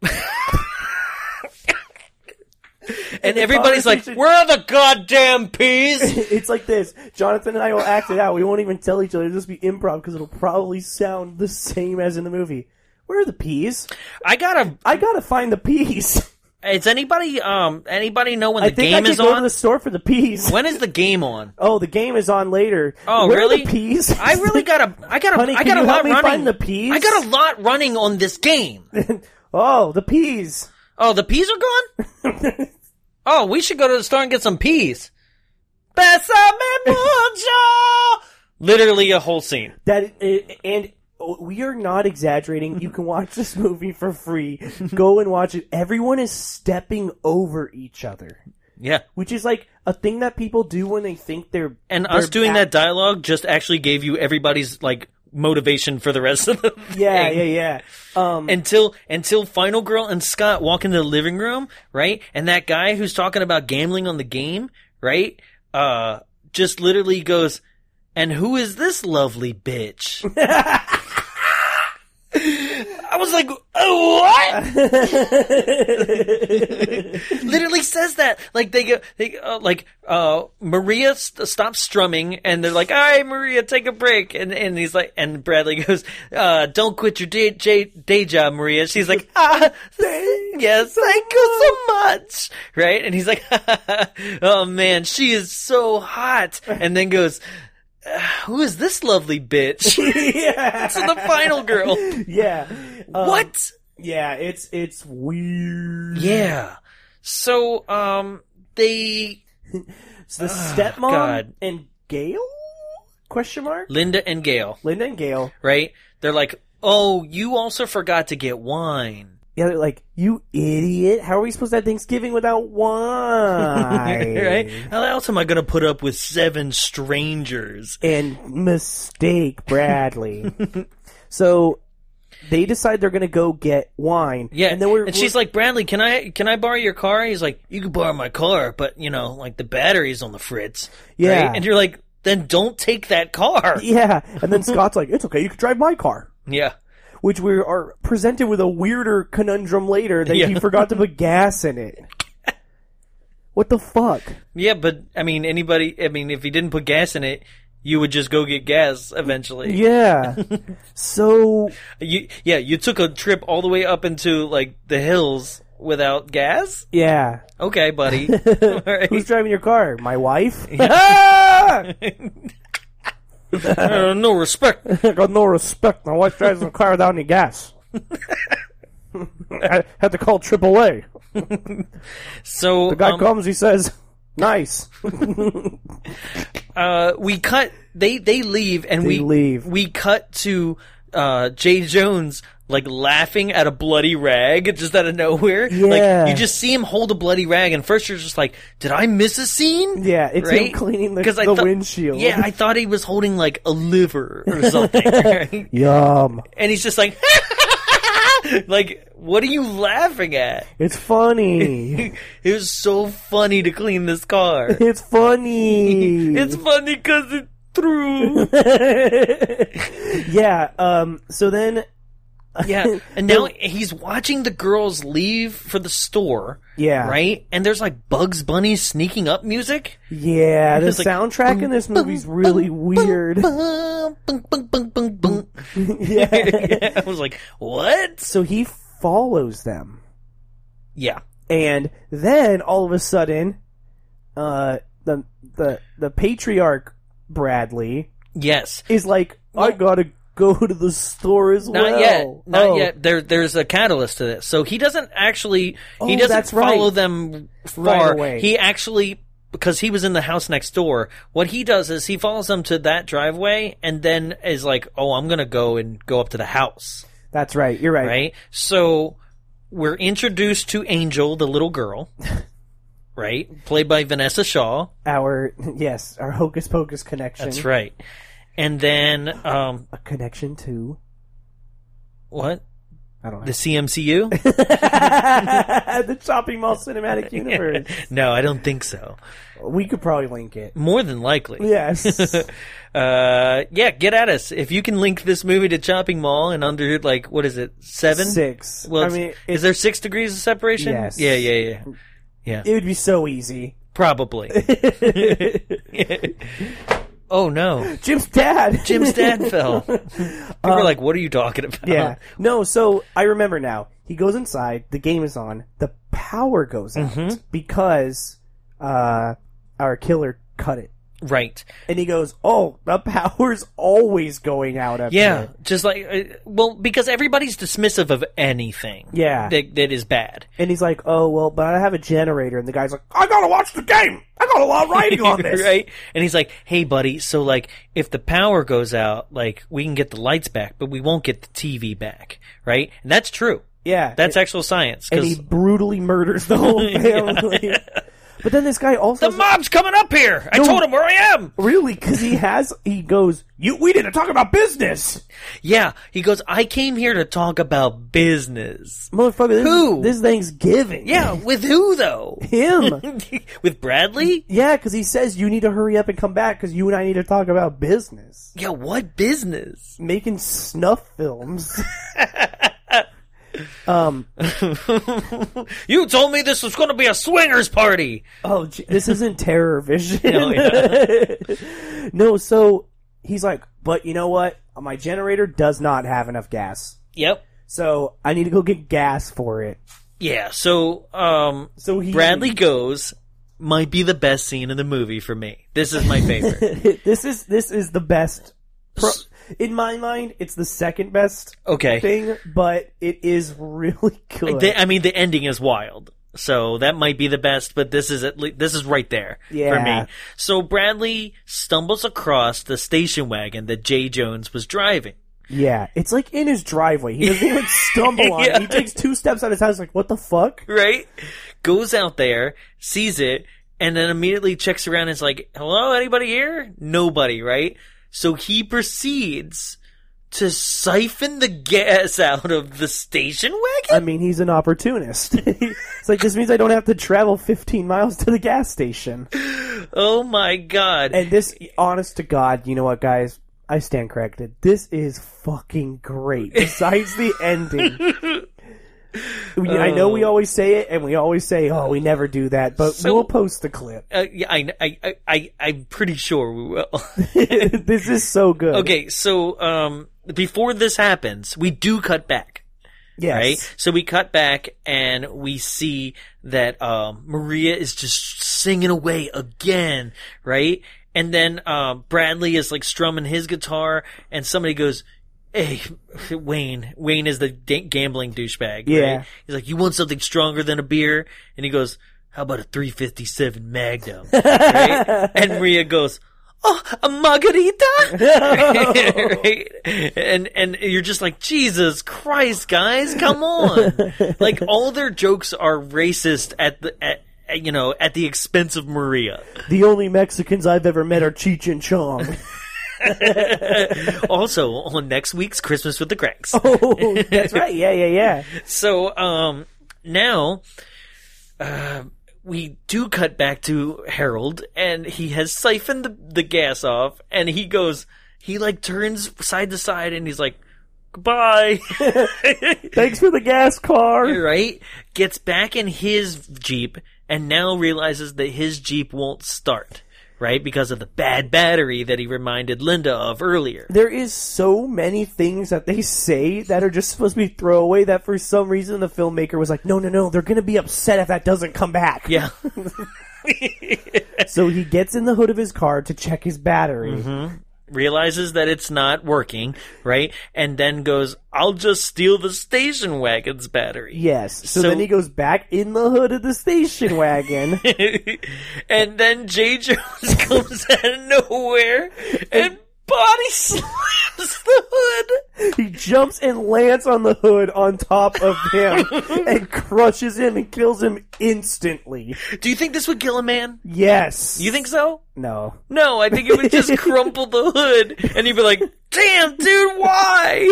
Speaker 2: and everybody's like,
Speaker 1: conversation-
Speaker 2: "Where are the goddamn peas?"
Speaker 1: It's like this. Jonathan and I will act it out. We won't even tell each other. It'll just be improv because it'll probably sound the same as in the movie. Where are the peas?
Speaker 2: I gotta.
Speaker 1: I gotta find the peas.
Speaker 2: Is anybody um anybody know when
Speaker 1: I
Speaker 2: the
Speaker 1: think
Speaker 2: game
Speaker 1: I could
Speaker 2: is
Speaker 1: go to
Speaker 2: on?
Speaker 1: the store for the peas.
Speaker 2: When is the game on?
Speaker 1: Oh, the game is on later.
Speaker 2: Oh,
Speaker 1: Where
Speaker 2: really?
Speaker 1: Are the peas?
Speaker 2: I really got a, I got a,
Speaker 1: Honey,
Speaker 2: I
Speaker 1: can
Speaker 2: got a
Speaker 1: you
Speaker 2: lot
Speaker 1: help me
Speaker 2: running.
Speaker 1: find the peas?
Speaker 2: I got a lot running on this game.
Speaker 1: Oh, the peas.
Speaker 2: Oh, the peas are gone. oh, we should go to the store and get some peas. Besame mucho. Literally a whole scene.
Speaker 1: That uh, and we are not exaggerating. You can watch this movie for free. Go and watch it. Everyone is stepping over each other,
Speaker 2: Yeah,
Speaker 1: which is like a thing that people do when they think they're
Speaker 2: and
Speaker 1: they're
Speaker 2: us doing
Speaker 1: act-
Speaker 2: that dialogue just actually gave you everybody's like motivation for the rest of the
Speaker 1: Yeah,
Speaker 2: thing.
Speaker 1: yeah, yeah. Um,
Speaker 2: until until Final Girl and Scott walk into the living room, right? And that guy who's talking about gambling on the game, right? Uh, just literally goes, "And who is this lovely bitch?" I was like, "Oh, what?" literally says that. Like they go, they uh, like uh, Maria st- stops strumming, and they're like, "All right, Maria, take a break." And and he's like, and Bradley goes, uh, "Don't quit your day, j- day job, Maria." She's like, "Ah, yes, thank you so much." Right? And he's like, "Oh man, she is so hot," and then goes. "Uh, Who is this lovely bitch?
Speaker 1: yeah,
Speaker 2: to the final girl.
Speaker 1: yeah. Um,
Speaker 2: What?
Speaker 1: Yeah, it's it's weird.
Speaker 2: Yeah. So, um, they,
Speaker 1: It's the stepmom
Speaker 2: Ah, God.
Speaker 1: and Gail? Question mark.
Speaker 2: Linda and Gail,
Speaker 1: Linda and Gail.
Speaker 2: right? They're like, oh, you also forgot to get wine.
Speaker 1: Yeah, they're like, you idiot. How are we supposed to have Thanksgiving without wine?
Speaker 2: right? How else am I going to put up with seven strangers?
Speaker 1: And mistake, Bradley. so they decide they're going to go get wine.
Speaker 2: Yeah,
Speaker 1: And then we're,
Speaker 2: she's like, Bradley, can I can I borrow your car? He's like, you can borrow my car, but you know, like the battery's on the fritz.
Speaker 1: Yeah.
Speaker 2: right? and you're like, then don't take that car.
Speaker 1: yeah. And then Scott's like, it's okay. You can drive my car.
Speaker 2: Yeah,
Speaker 1: Which we are presented with a weirder conundrum later that he
Speaker 2: Yeah.
Speaker 1: forgot to put gas in it. What the fuck?
Speaker 2: yeah, but I mean, anybody, I mean, if he didn't put gas in it, you would just go get gas eventually.
Speaker 1: Yeah. so
Speaker 2: You yeah, you took a trip all the way up into like the hills without gas.
Speaker 1: yeah,
Speaker 2: Okay, buddy. All
Speaker 1: who's
Speaker 2: right.
Speaker 1: driving your car? My wife.
Speaker 2: Uh, no respect.
Speaker 1: I got no respect. My wife drives a car without any gas. I had to call AAA.
Speaker 2: So
Speaker 1: The guy
Speaker 2: um,
Speaker 1: comes, he says, "Nice."
Speaker 2: uh, we cut. They they leave and we
Speaker 1: leave.
Speaker 2: We cut to uh, Jay Jones like laughing at a bloody rag just out of nowhere.
Speaker 1: Yeah.
Speaker 2: Like you just see him hold a bloody rag, and first you're just like, did I miss a scene?
Speaker 1: Yeah, it's him
Speaker 2: Right?
Speaker 1: cleaning the-
Speaker 2: 'Cause I
Speaker 1: the
Speaker 2: thought-
Speaker 1: windshield.
Speaker 2: Yeah, I thought he was holding like a liver or something. right?
Speaker 1: Yum.
Speaker 2: and he's just like, like, what are you laughing at?
Speaker 1: It's funny.
Speaker 2: It was so funny to clean this car.
Speaker 1: it's funny.
Speaker 2: it's funny because it's true.
Speaker 1: yeah. Um. So then
Speaker 2: Yeah. And now he's watching the girls leave for the store.
Speaker 1: Yeah.
Speaker 2: Right? And there's like Bugs Bunny sneaking up music.
Speaker 1: Yeah, the
Speaker 2: It's like,
Speaker 1: soundtrack in this movie's really weird.
Speaker 2: Bum, bum, bum, bum, bum, bum.
Speaker 1: yeah.
Speaker 2: I was like, what?
Speaker 1: So he follows them.
Speaker 2: Yeah.
Speaker 1: And then all of a sudden, uh, the the the patriarch Bradley
Speaker 2: Yes.
Speaker 1: is like, I gotta go to the store as
Speaker 2: Not
Speaker 1: well.
Speaker 2: yet. Not
Speaker 1: Oh,
Speaker 2: yet. There, there's a catalyst to this. So he doesn't actually. he
Speaker 1: Oh,
Speaker 2: doesn't
Speaker 1: that's right.
Speaker 2: follow them far.
Speaker 1: Right away.
Speaker 2: He actually because he was in the house next door. What he does is he follows them to that driveway and then is like, "Oh, I'm gonna go and go up to the house."
Speaker 1: That's right. You're right.
Speaker 2: Right. So we're introduced to Angel, the little girl, right, played by Vanessa Shaw.
Speaker 1: Our yes, our hocus pocus connection.
Speaker 2: That's right. And then um,
Speaker 1: A connection to
Speaker 2: what?
Speaker 1: I don't know
Speaker 2: The CMCU.
Speaker 1: the shopping mall cinematic universe.
Speaker 2: No, I don't think so.
Speaker 1: We could probably link it.
Speaker 2: More than likely.
Speaker 1: Yes.
Speaker 2: Uh, yeah, get at us. If you can link this movie to Chopping Mall and under, like, what is it, seven?
Speaker 1: Six.
Speaker 2: Well,
Speaker 1: I
Speaker 2: it's-
Speaker 1: mean,
Speaker 2: is
Speaker 1: it,
Speaker 2: there six degrees of separation?
Speaker 1: Yes.
Speaker 2: Yeah, yeah, yeah.
Speaker 1: it would be so easy.
Speaker 2: Probably. oh, no.
Speaker 1: Jim's dad.
Speaker 2: Jim's dad fell. People are like, what are you talking about?
Speaker 1: Um, Yeah. Uh-huh. No, so I remember now. He goes inside, the game is on, the power goes out
Speaker 2: Mm-hmm.
Speaker 1: because uh, our killer cut it.
Speaker 2: Right.
Speaker 1: And he goes, Oh, the power's always going out up
Speaker 2: Yeah,
Speaker 1: here."
Speaker 2: just like uh, well, because everybody's dismissive of anything.
Speaker 1: Yeah.
Speaker 2: that, that is bad.
Speaker 1: And he's like, Oh well, but I have a generator and the guy's like, I gotta watch the game. I got a lot of writing on this.
Speaker 2: right? And he's like, "Hey, buddy, so like, if the power goes out, like, we can get the lights back, but we won't get the TV back, right?" And that's true.
Speaker 1: Yeah.
Speaker 2: That's actual science.
Speaker 1: and he
Speaker 2: Because
Speaker 1: brutally murders the whole family. But then this guy also
Speaker 2: the mob's coming up here. I told him where I am.
Speaker 1: really because he has he goes, You we didn't talk about business.
Speaker 2: Yeah, he goes. I came here to talk about business.
Speaker 1: Motherfucker, this,
Speaker 2: Who?
Speaker 1: this Thanksgiving.
Speaker 2: Yeah, with who though?
Speaker 1: Him.
Speaker 2: with Bradley?
Speaker 1: yeah, because he says you need to hurry up and come back because you and I need to talk about business.
Speaker 2: Yeah, what business?
Speaker 1: Making snuff films.
Speaker 2: You told me this was going to be a swingers party.
Speaker 1: oh, gee, this isn't terror vision.
Speaker 2: Oh, yeah.
Speaker 1: no, so he's like, but you know what? My generator does not have enough gas.
Speaker 2: yep.
Speaker 1: So I need to go get gas for it.
Speaker 2: Yeah. So, um,
Speaker 1: So he
Speaker 2: Bradley goes might be the best scene in the movie for me. This is my favorite.
Speaker 1: this is this is the best. Pro- in my mind, it's the second best
Speaker 2: Okay.
Speaker 1: thing, but it is really good.
Speaker 2: The- I mean, the ending is wild. So that might be the best, but this is at least this is right there for
Speaker 1: Yeah.
Speaker 2: me. So Bradley stumbles across the station wagon that Jay Jones was driving.
Speaker 1: Yeah, it's like in his driveway. He doesn't even stumble on
Speaker 2: Yeah.
Speaker 1: it. He takes two steps out of his house, like, what the fuck?
Speaker 2: right? Goes out there, sees it, and then immediately checks around and is like, hello, anybody here? Nobody, right? So he proceeds to siphon the gas out of the station wagon?
Speaker 1: I mean, he's an opportunist. it's like, this means I don't have to travel 15 miles to the gas station.
Speaker 2: oh my god.
Speaker 1: And this, honest to God, you know what, guys? I stand corrected. This is fucking great. Besides the ending. We- I know we always say it, and we always say, oh, we never do that, but
Speaker 2: Oh. So-
Speaker 1: we'll post the clip.
Speaker 2: uh, yeah, I, I, I, I, I'm pretty sure we will.
Speaker 1: this is so good.
Speaker 2: okay, so, um, before this happens, we do cut back.
Speaker 1: Yes.
Speaker 2: right? So we cut back and we see that um, Maria is just singing away again, right? And then uh, Bradley is like strumming his guitar, and somebody goes, "Hey, Wayne! Wayne is the ga- gambling douchebag."
Speaker 1: Yeah.
Speaker 2: right? he's like, "You want something stronger than a beer?" And he goes, "How about a 357 Magnum?" right? And Maria goes. Oh, a margarita! right? And and you're just like Jesus Christ, guys, come on! like all their jokes are racist at the at, at, you know at the expense of Maria.
Speaker 1: The only Mexicans I've ever met are Cheech and Chong.
Speaker 2: Also on next week's Christmas with the Cranks.
Speaker 1: oh, that's right. Yeah, yeah, yeah.
Speaker 2: So um now uh, we do cut back to Harold and he has siphoned the, the gas off and he goes he like turns side to side and he's like Goodbye.
Speaker 1: Thanks for the gas car.
Speaker 2: right? Gets back in his Jeep and now realizes that his Jeep won't start, right? Because of the bad battery that he reminded Linda of earlier.
Speaker 1: There is so many things that they say that are just supposed to be throwaway that for some reason the filmmaker was like, no, no, no, they're going to be upset if that doesn't come back.
Speaker 2: Yeah.
Speaker 1: So he gets in the hood of his car to check his battery.
Speaker 2: Mm-hmm. Realizes that it's not working, right? And then goes, I'll just steal the station wagon's battery.
Speaker 1: Yes. So,
Speaker 2: So-
Speaker 1: then he goes back in the hood of the station wagon.
Speaker 2: and then Jay Jones comes out of nowhere and body slams the hood.
Speaker 1: he jumps and lands on the hood on top of him and crushes him and kills him instantly.
Speaker 2: Do you think this would kill a man?
Speaker 1: Yes.
Speaker 2: You think so?
Speaker 1: No.
Speaker 2: No, I think it would just crumple the hood, and you'd be like, "Damn, dude, why?"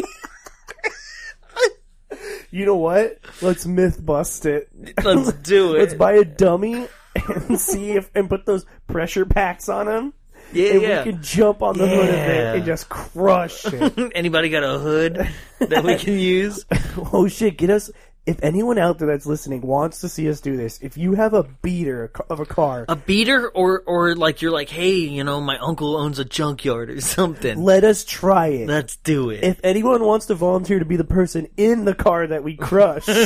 Speaker 1: You know what? Let's myth bust it.
Speaker 2: Let's do it.
Speaker 1: Let's buy a dummy and see if and put those pressure packs on him.
Speaker 2: yeah,
Speaker 1: And
Speaker 2: yeah.
Speaker 1: we can jump on the hood of
Speaker 2: Yeah.
Speaker 1: it and just crush it.
Speaker 2: Anybody got a hood that we can use?
Speaker 1: Oh shit, get us. If anyone out there that's listening wants to see us do this, if you have a beater of a car,
Speaker 2: A beater, or or like you're like, "Hey, you know, my uncle owns a junkyard or something."
Speaker 1: let us try it.
Speaker 2: Let's do it.
Speaker 1: if anyone wants to volunteer to be the person in the car that we crush,
Speaker 2: and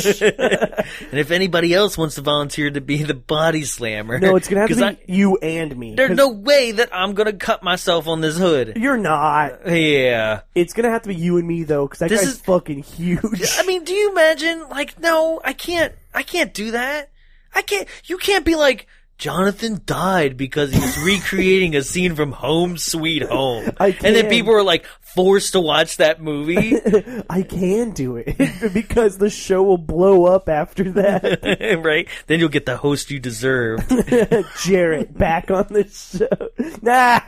Speaker 2: if anybody else wants to volunteer to be the body slammer,
Speaker 1: no, it's gonna have to
Speaker 2: 'cause
Speaker 1: be
Speaker 2: I-
Speaker 1: you and me.
Speaker 2: there's
Speaker 1: 'Cause
Speaker 2: no way that I'm gonna cut myself on this hood.
Speaker 1: you're not.
Speaker 2: Yeah.
Speaker 1: It's gonna have to be you and me though, because that
Speaker 2: This
Speaker 1: guy's
Speaker 2: is-
Speaker 1: fucking huge.
Speaker 2: I mean, do you imagine? Like, no, I can't. I can't do that. I can't. You can't be like Jonathan died because he was recreating a scene from Home Sweet Home,
Speaker 1: I
Speaker 2: and then
Speaker 1: can.
Speaker 2: people were like forced to watch that movie,
Speaker 1: I can do it because the show will blow up after that.
Speaker 2: right? Then you'll get the host you deserve.
Speaker 1: Jarrett back on the show. Nah,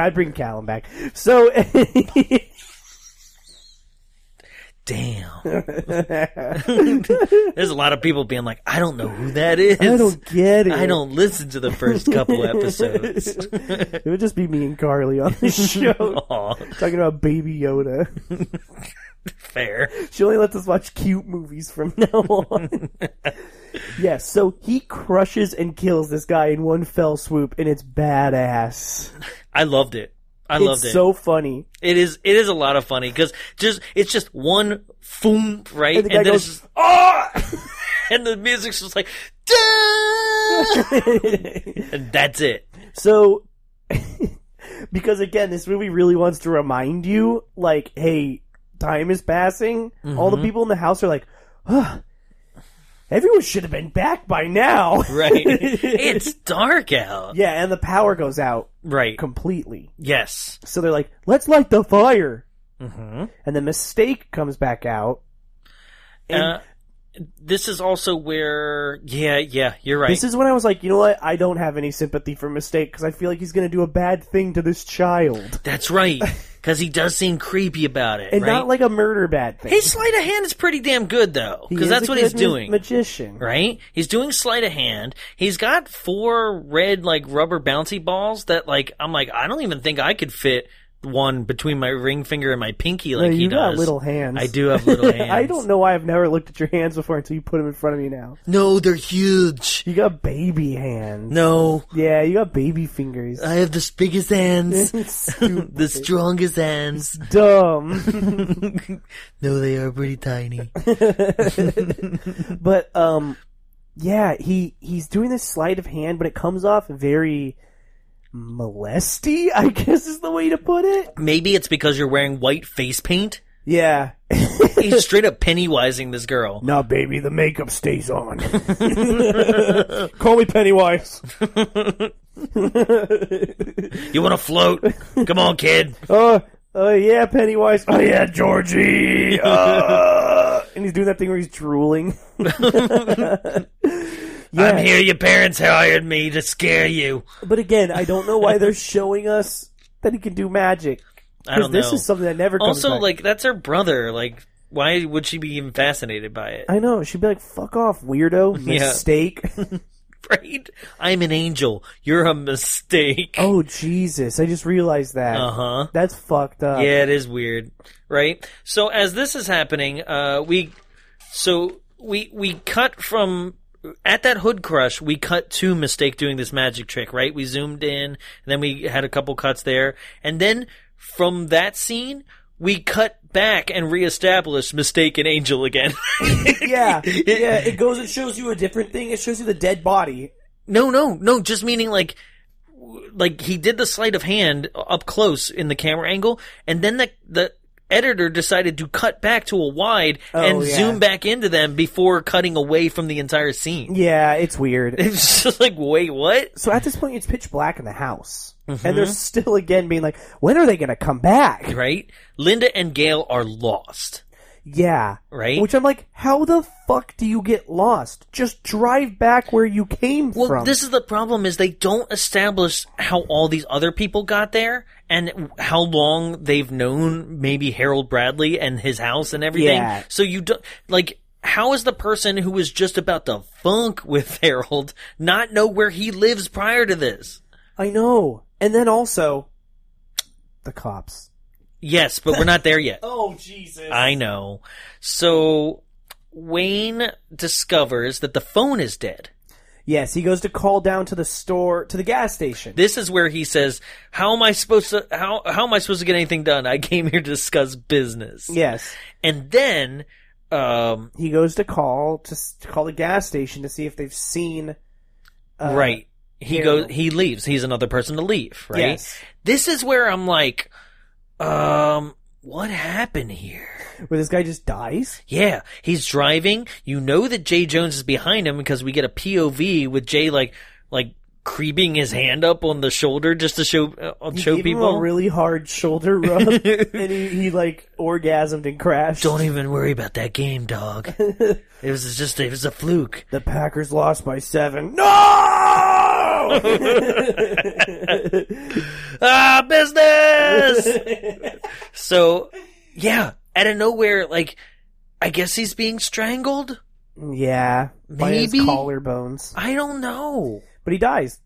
Speaker 1: I'd bring Callum back. So.
Speaker 2: Damn. There's a lot of people being like, I don't know who that is.
Speaker 1: I don't get it.
Speaker 2: I don't listen to the first couple episodes.
Speaker 1: It would just be me and Carly on the show
Speaker 2: Aw,
Speaker 1: talking about Baby Yoda.
Speaker 2: fair.
Speaker 1: She only lets us watch cute movies from now on. yes, so he crushes and kills this guy in one fell swoop, and it's badass.
Speaker 2: I loved it. I
Speaker 1: It's
Speaker 2: loved it.
Speaker 1: so funny.
Speaker 2: It is. It is a lot of funny because just it's just one boom right,
Speaker 1: And the guy
Speaker 2: then
Speaker 1: goes,
Speaker 2: it's just, "Ah!" and the music's just like, "Duh!" and that's it.
Speaker 1: So, because again, this movie really wants to remind you, like, hey, time is passing. All
Speaker 2: Mm-hmm.
Speaker 1: the people in the house are like, "Ugh, everyone should have been back by now.
Speaker 2: Right? it's dark out.
Speaker 1: yeah, and the power goes out
Speaker 2: Right.
Speaker 1: completely.
Speaker 2: Yes.
Speaker 1: So they're like, let's light the fire.
Speaker 2: Mm-hmm.
Speaker 1: And the mistake comes back out. And
Speaker 2: Uh, this is also where. Yeah. Yeah. You're right.
Speaker 1: this is when I was like, you know what? I don't have any sympathy for mistake because I feel like he's going to do a bad thing to this child.
Speaker 2: that's right. Because he does seem creepy about it.
Speaker 1: And
Speaker 2: right?
Speaker 1: not like a murder bad thing.
Speaker 2: his sleight of hand is pretty damn good though.
Speaker 1: He
Speaker 2: Because
Speaker 1: is
Speaker 2: that's
Speaker 1: a
Speaker 2: what he's
Speaker 1: good ma-
Speaker 2: doing.
Speaker 1: Magician.
Speaker 2: right? He's doing sleight of hand. He's got four red like rubber bouncy balls that like I'm like I don't even think I could fit one between my ring finger and my pinky like
Speaker 1: Yeah,
Speaker 2: he
Speaker 1: you
Speaker 2: does.
Speaker 1: got little hands.
Speaker 2: I do have little hands.
Speaker 1: I don't know why I've never looked at your hands before until you put them in front of me now.
Speaker 2: No, they're huge.
Speaker 1: You got baby hands.
Speaker 2: No, Uh,
Speaker 1: Yeah, you got baby fingers.
Speaker 2: I have the biggest hands.
Speaker 1: Stupid.
Speaker 2: The strongest hands.
Speaker 1: Dumb.
Speaker 2: No, they are pretty tiny.
Speaker 1: But um yeah, he he's doing this sleight of hand, but it comes off very molesty, I guess is the way to put it.
Speaker 2: Maybe it's because you're wearing white face paint.
Speaker 1: Yeah.
Speaker 2: He's straight up pennywising this girl.
Speaker 1: Nah, baby, the makeup stays on. Call me Pennywise.
Speaker 2: You want to float? Come on, kid.
Speaker 1: Oh, oh yeah, Pennywise. Oh yeah, Georgie. Uh, and he's doing that thing where he's drooling.
Speaker 2: I'm here. Your parents hired me to scare you.
Speaker 1: But again, I don't know why they're showing us that he can do magic.
Speaker 2: I don't
Speaker 1: this
Speaker 2: know.
Speaker 1: is something that never comes
Speaker 2: also
Speaker 1: back.
Speaker 2: like that's her brother like why would she be even fascinated by it
Speaker 1: I know she'd be like, "Fuck off, weirdo,
Speaker 2: Yeah.
Speaker 1: mistake."
Speaker 2: afraid. I'm an angel. You're a mistake.
Speaker 1: Oh Jesus! I just realized that.
Speaker 2: Uh huh.
Speaker 1: That's fucked up.
Speaker 2: Yeah, it is weird, right? So as this is happening, uh, we so we we cut from at that hood crush. We cut to mistake doing this magic trick, right? We zoomed in, and then we had a couple cuts there, and then from that scene. We cut back and reestablish Mistake and Angel again.
Speaker 1: yeah, yeah. It goes and shows you a different thing. It shows you the dead body.
Speaker 2: No, no, no. Just meaning like, like he did the sleight of hand up close in the camera angle, and then the the editor decided to cut back to a wide and
Speaker 1: Oh, yeah.
Speaker 2: zoom back into them before cutting away from the entire scene.
Speaker 1: Yeah, it's weird.
Speaker 2: It's just like, wait, what?
Speaker 1: so at this point, it's pitch black in the house,
Speaker 2: Mm-hmm.
Speaker 1: and they're still again being like, "When are they going to come back?"
Speaker 2: Right? Linda and Gail are lost.
Speaker 1: Yeah,
Speaker 2: Right.
Speaker 1: Which I'm like, how the fuck do you get lost? Just drive back where you came
Speaker 2: Well,
Speaker 1: from.
Speaker 2: this is the problem: is they don't establish how all these other people got there and how long they've known maybe Harold Bradley and his house and everything.
Speaker 1: Yeah.
Speaker 2: So you don't like. How is the person who was just about to funk with Harold not know where he lives prior to this?
Speaker 1: I know. And then also, the cops.
Speaker 2: Yes, but we're not there yet.
Speaker 1: Oh Jesus!
Speaker 2: I know. So Wayne discovers that the phone is dead.
Speaker 1: yes, he goes to call down to the store to the gas station.
Speaker 2: This is where he says, "How am I supposed to how how am I supposed to get anything done? I came here to discuss business."
Speaker 1: yes,
Speaker 2: And then um
Speaker 1: he goes to call to, s- to call the gas station to see if they've seen. Uh,
Speaker 2: right, he
Speaker 1: yeah.
Speaker 2: goes he leaves. He's another person to leave, right?
Speaker 1: Yes.
Speaker 2: This is where I'm like um what happened here?
Speaker 1: Where this guy just dies.
Speaker 2: Yeah, he's driving. You know that Jay Jones is behind him because we get a POV with Jay like like creeping his hand up on the shoulder just to show uh,
Speaker 1: He
Speaker 2: show
Speaker 1: gave
Speaker 2: people
Speaker 1: him a really hard shoulder rub, and he, he like orgasmed and crashed.
Speaker 2: Don't e- even worry about that game, dog. it was just it was a fluke.
Speaker 1: The Packers lost by seven. No.
Speaker 2: Ah, business. so, yeah, out of nowhere, like I guess he's being strangled.
Speaker 1: yeah, by his
Speaker 2: Maybe?
Speaker 1: collarbones,
Speaker 2: I don't know.
Speaker 1: but he dies,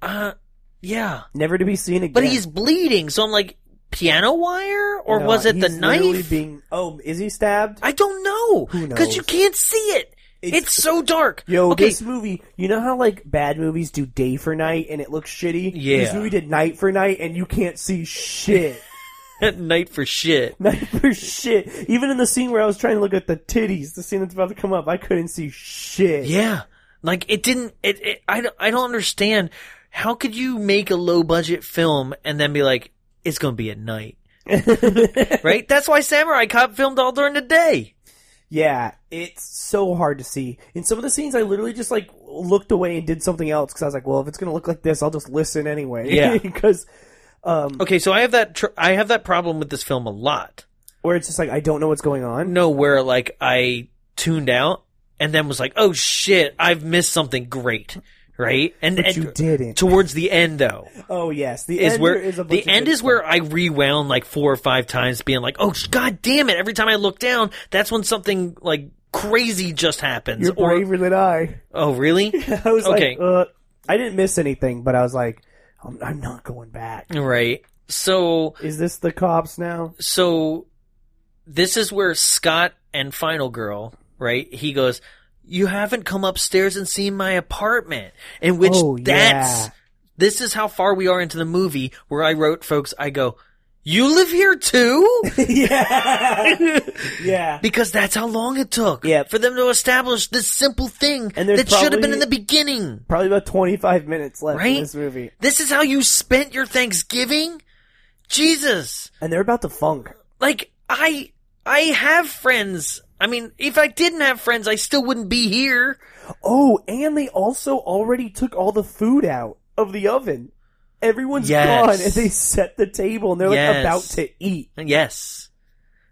Speaker 2: Uh, yeah,
Speaker 1: never to be seen again.
Speaker 2: but he's bleeding, so I'm like, piano wire, or
Speaker 1: No,
Speaker 2: was it the
Speaker 1: he's literally
Speaker 2: knife?
Speaker 1: Being oh, is he stabbed?
Speaker 2: I don't know
Speaker 1: Who
Speaker 2: because you
Speaker 1: knows?
Speaker 2: can't see it. It's,
Speaker 1: It's-
Speaker 2: so dark.
Speaker 1: Yo,
Speaker 2: okay,
Speaker 1: this movie, you know how like bad movies do day for night and it looks shitty?
Speaker 2: Yeah.
Speaker 1: This movie did night for night and you can't see shit.
Speaker 2: night for shit.
Speaker 1: night for shit. Even in the scene where I was trying to look at the titties, the scene that's about to come up, I couldn't see shit.
Speaker 2: Yeah. Like it didn't it, it I don't I don't understand how could you make a low budget film and then be like it's going to be at night. right? That's why Samurai Cop filmed all during the day.
Speaker 1: Yeah, it's so hard to see. In some of the scenes, I literally just like looked away and did something else because I was like, well, if it's gonna look like this, I'll just listen anyway.
Speaker 2: Yeah.
Speaker 1: because
Speaker 2: Okay, so I have that tr- I have that problem with this film a lot.
Speaker 1: where it's just like I don't know what's going on.
Speaker 2: No where like I tuned out and then was like, "Oh shit, I've missed something great." Right? And
Speaker 1: But
Speaker 2: and
Speaker 1: you didn't.
Speaker 2: towards the end though.
Speaker 1: Oh yes, the
Speaker 2: is
Speaker 1: end
Speaker 2: where
Speaker 1: is a bunch
Speaker 2: the
Speaker 1: of
Speaker 2: end
Speaker 1: good
Speaker 2: is where I rewound like four or five times, being like, "Oh god damn it!" Every time I look down, that's when something like crazy just happens.
Speaker 1: stuff. you're
Speaker 2: or
Speaker 1: braver than I.
Speaker 2: oh really?
Speaker 1: I was
Speaker 2: Okay.
Speaker 1: like, uh, I didn't miss anything, but I was like, I'm, I'm not going back.
Speaker 2: right. So
Speaker 1: Is this the cops now?
Speaker 2: so this is where Scott and Final Girl, right? He goes, "You haven't come upstairs and seen my apartment," in which
Speaker 1: Oh,
Speaker 2: that's
Speaker 1: yeah.
Speaker 2: this is how far we are into the movie where I wrote, folks. I go. You live here too?
Speaker 1: yeah, yeah.
Speaker 2: Because that's how long it took
Speaker 1: Yeah.
Speaker 2: for them to establish this simple thing
Speaker 1: And there's
Speaker 2: that should have been
Speaker 1: probably-
Speaker 2: in the beginning.
Speaker 1: Probably about 25 minutes left
Speaker 2: Right?
Speaker 1: in this movie,
Speaker 2: This is how you spent your Thanksgiving? Jesus.
Speaker 1: and they're about to funk.
Speaker 2: Like I I have friends. I mean, if I didn't have friends, I still wouldn't be here.
Speaker 1: Oh, and they also already took all the food out of the oven. Everyone's
Speaker 2: Yes.
Speaker 1: gone, and they set the table, and they're
Speaker 2: Yes.
Speaker 1: like about to eat.
Speaker 2: Yes.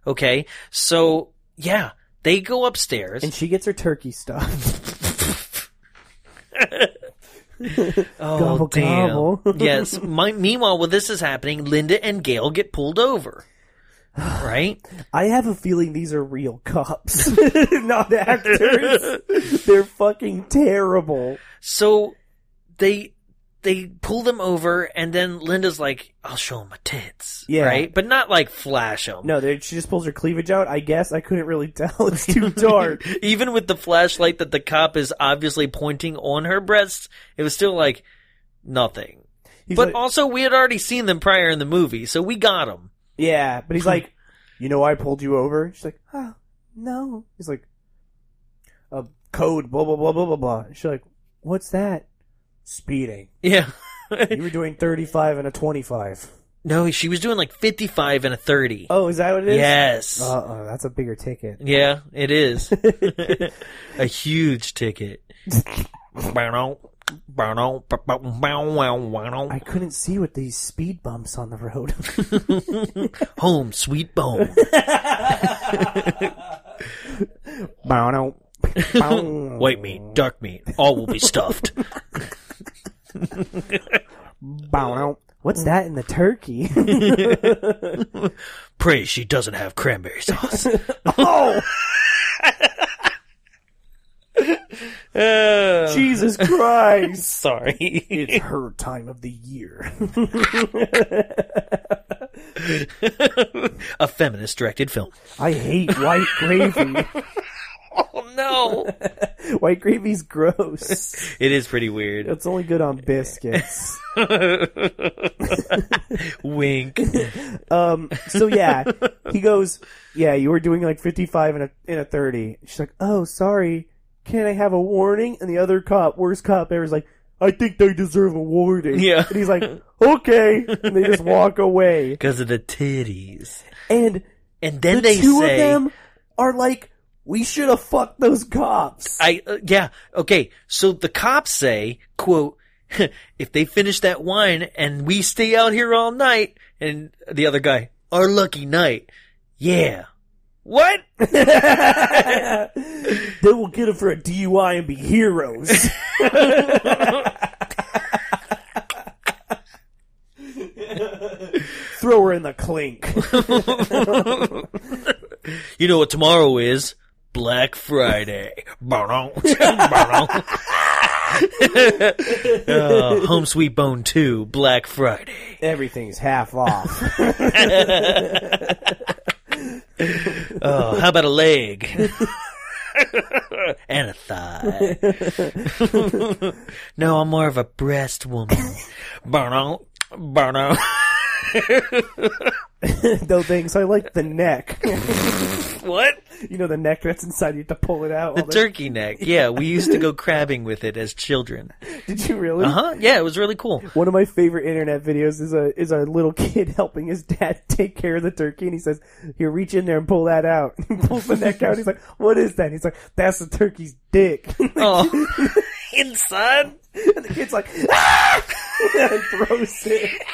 Speaker 2: Okay. So, yeah, they go upstairs.
Speaker 1: And she gets her turkey stuff.
Speaker 2: oh,
Speaker 1: Gobble,
Speaker 2: damn.
Speaker 1: gobble.
Speaker 2: yes. My, meanwhile, while this is happening, Linda and Gail get pulled over. right?
Speaker 1: I have a feeling these are real cops, not actors. They're fucking terrible.
Speaker 2: So they they pull them over, and then Linda's like, "I'll show him my tits,"
Speaker 1: Yeah.
Speaker 2: right? But not like flash them.
Speaker 1: No, they- she just pulls her cleavage out. I guess I couldn't really tell. It's too dark.
Speaker 2: Even with the flashlight that the cop is obviously pointing on her breasts, it was still like nothing.
Speaker 1: He's
Speaker 2: but
Speaker 1: like-
Speaker 2: also, we had already seen them prior in the movie, so we got them.
Speaker 1: yeah, but he's like, you know, why I pulled you over. She's like, oh, no. He's like, a code, blah blah blah blah blah blah. She's like, what's that? Speeding.
Speaker 2: Yeah.
Speaker 1: You were doing thirty-five and a twenty-five.
Speaker 2: no, she was doing like 55 and a 30.
Speaker 1: Oh, is that what it is?
Speaker 2: yes.
Speaker 1: Uh oh, that's a bigger ticket.
Speaker 2: yeah, it is. a huge ticket.
Speaker 1: I couldn't see with these speed bumps on the road.
Speaker 2: Home, sweet home.
Speaker 1: Bow, bow,
Speaker 2: White meat, dark meat, all will be stuffed.
Speaker 1: bow. What's that in the turkey?
Speaker 2: Pray she doesn't have cranberry sauce.
Speaker 1: oh, Jesus Christ!
Speaker 2: Sorry.
Speaker 1: It's her time of the year.
Speaker 2: a feminist directed film.
Speaker 1: I hate white gravy.
Speaker 2: Oh no.
Speaker 1: White gravy's gross.
Speaker 2: it is pretty weird.
Speaker 1: It's only good on biscuits.
Speaker 2: Wink.
Speaker 1: Um. So yeah, he goes. Yeah, you were doing like fifty-five and a and a thirty. She's like, oh, sorry. Can I have a warning? And the other cop, worst cop ever, is like, I think they deserve a warning.
Speaker 2: Yeah.
Speaker 1: And he's like, okay. And they just walk away.
Speaker 2: Because of the titties.
Speaker 1: And
Speaker 2: And then
Speaker 1: the
Speaker 2: they
Speaker 1: two
Speaker 2: say
Speaker 1: of them are like, we should have fucked those cops.
Speaker 2: I uh, yeah okay. So the cops say, "quote If they finish that wine and we stay out here all night," and the other guy, "Our lucky night." Yeah. What?
Speaker 1: they will get him for a DUI and be heroes. Throw her in the clink.
Speaker 2: You know what tomorrow is? Black Friday. Bono. Bono. Uh, Home Sweet Bone 2, Black Friday.
Speaker 1: Everything's half off.
Speaker 2: Oh, how about a leg? and a thigh. no, I'm more of a breast woman. Bono. Bono.
Speaker 1: no thanks. I like the neck.
Speaker 2: what?
Speaker 1: you know the neck that's inside. You have to pull it out.
Speaker 2: The
Speaker 1: All that-
Speaker 2: turkey neck. Yeah, we used to go crabbing with it as children.
Speaker 1: Did you really?
Speaker 2: Uh huh. Yeah, it was really cool.
Speaker 1: One of my favorite internet videos is a is a little kid helping his dad take care of the turkey, and he says, "Here, reach in there and pull that out." He pulls the neck out. He's like, "What is that?" And he's like, "That's the turkey's dick." and
Speaker 2: Oh. Inside?
Speaker 1: the kid's like, "Ah!" and throws it.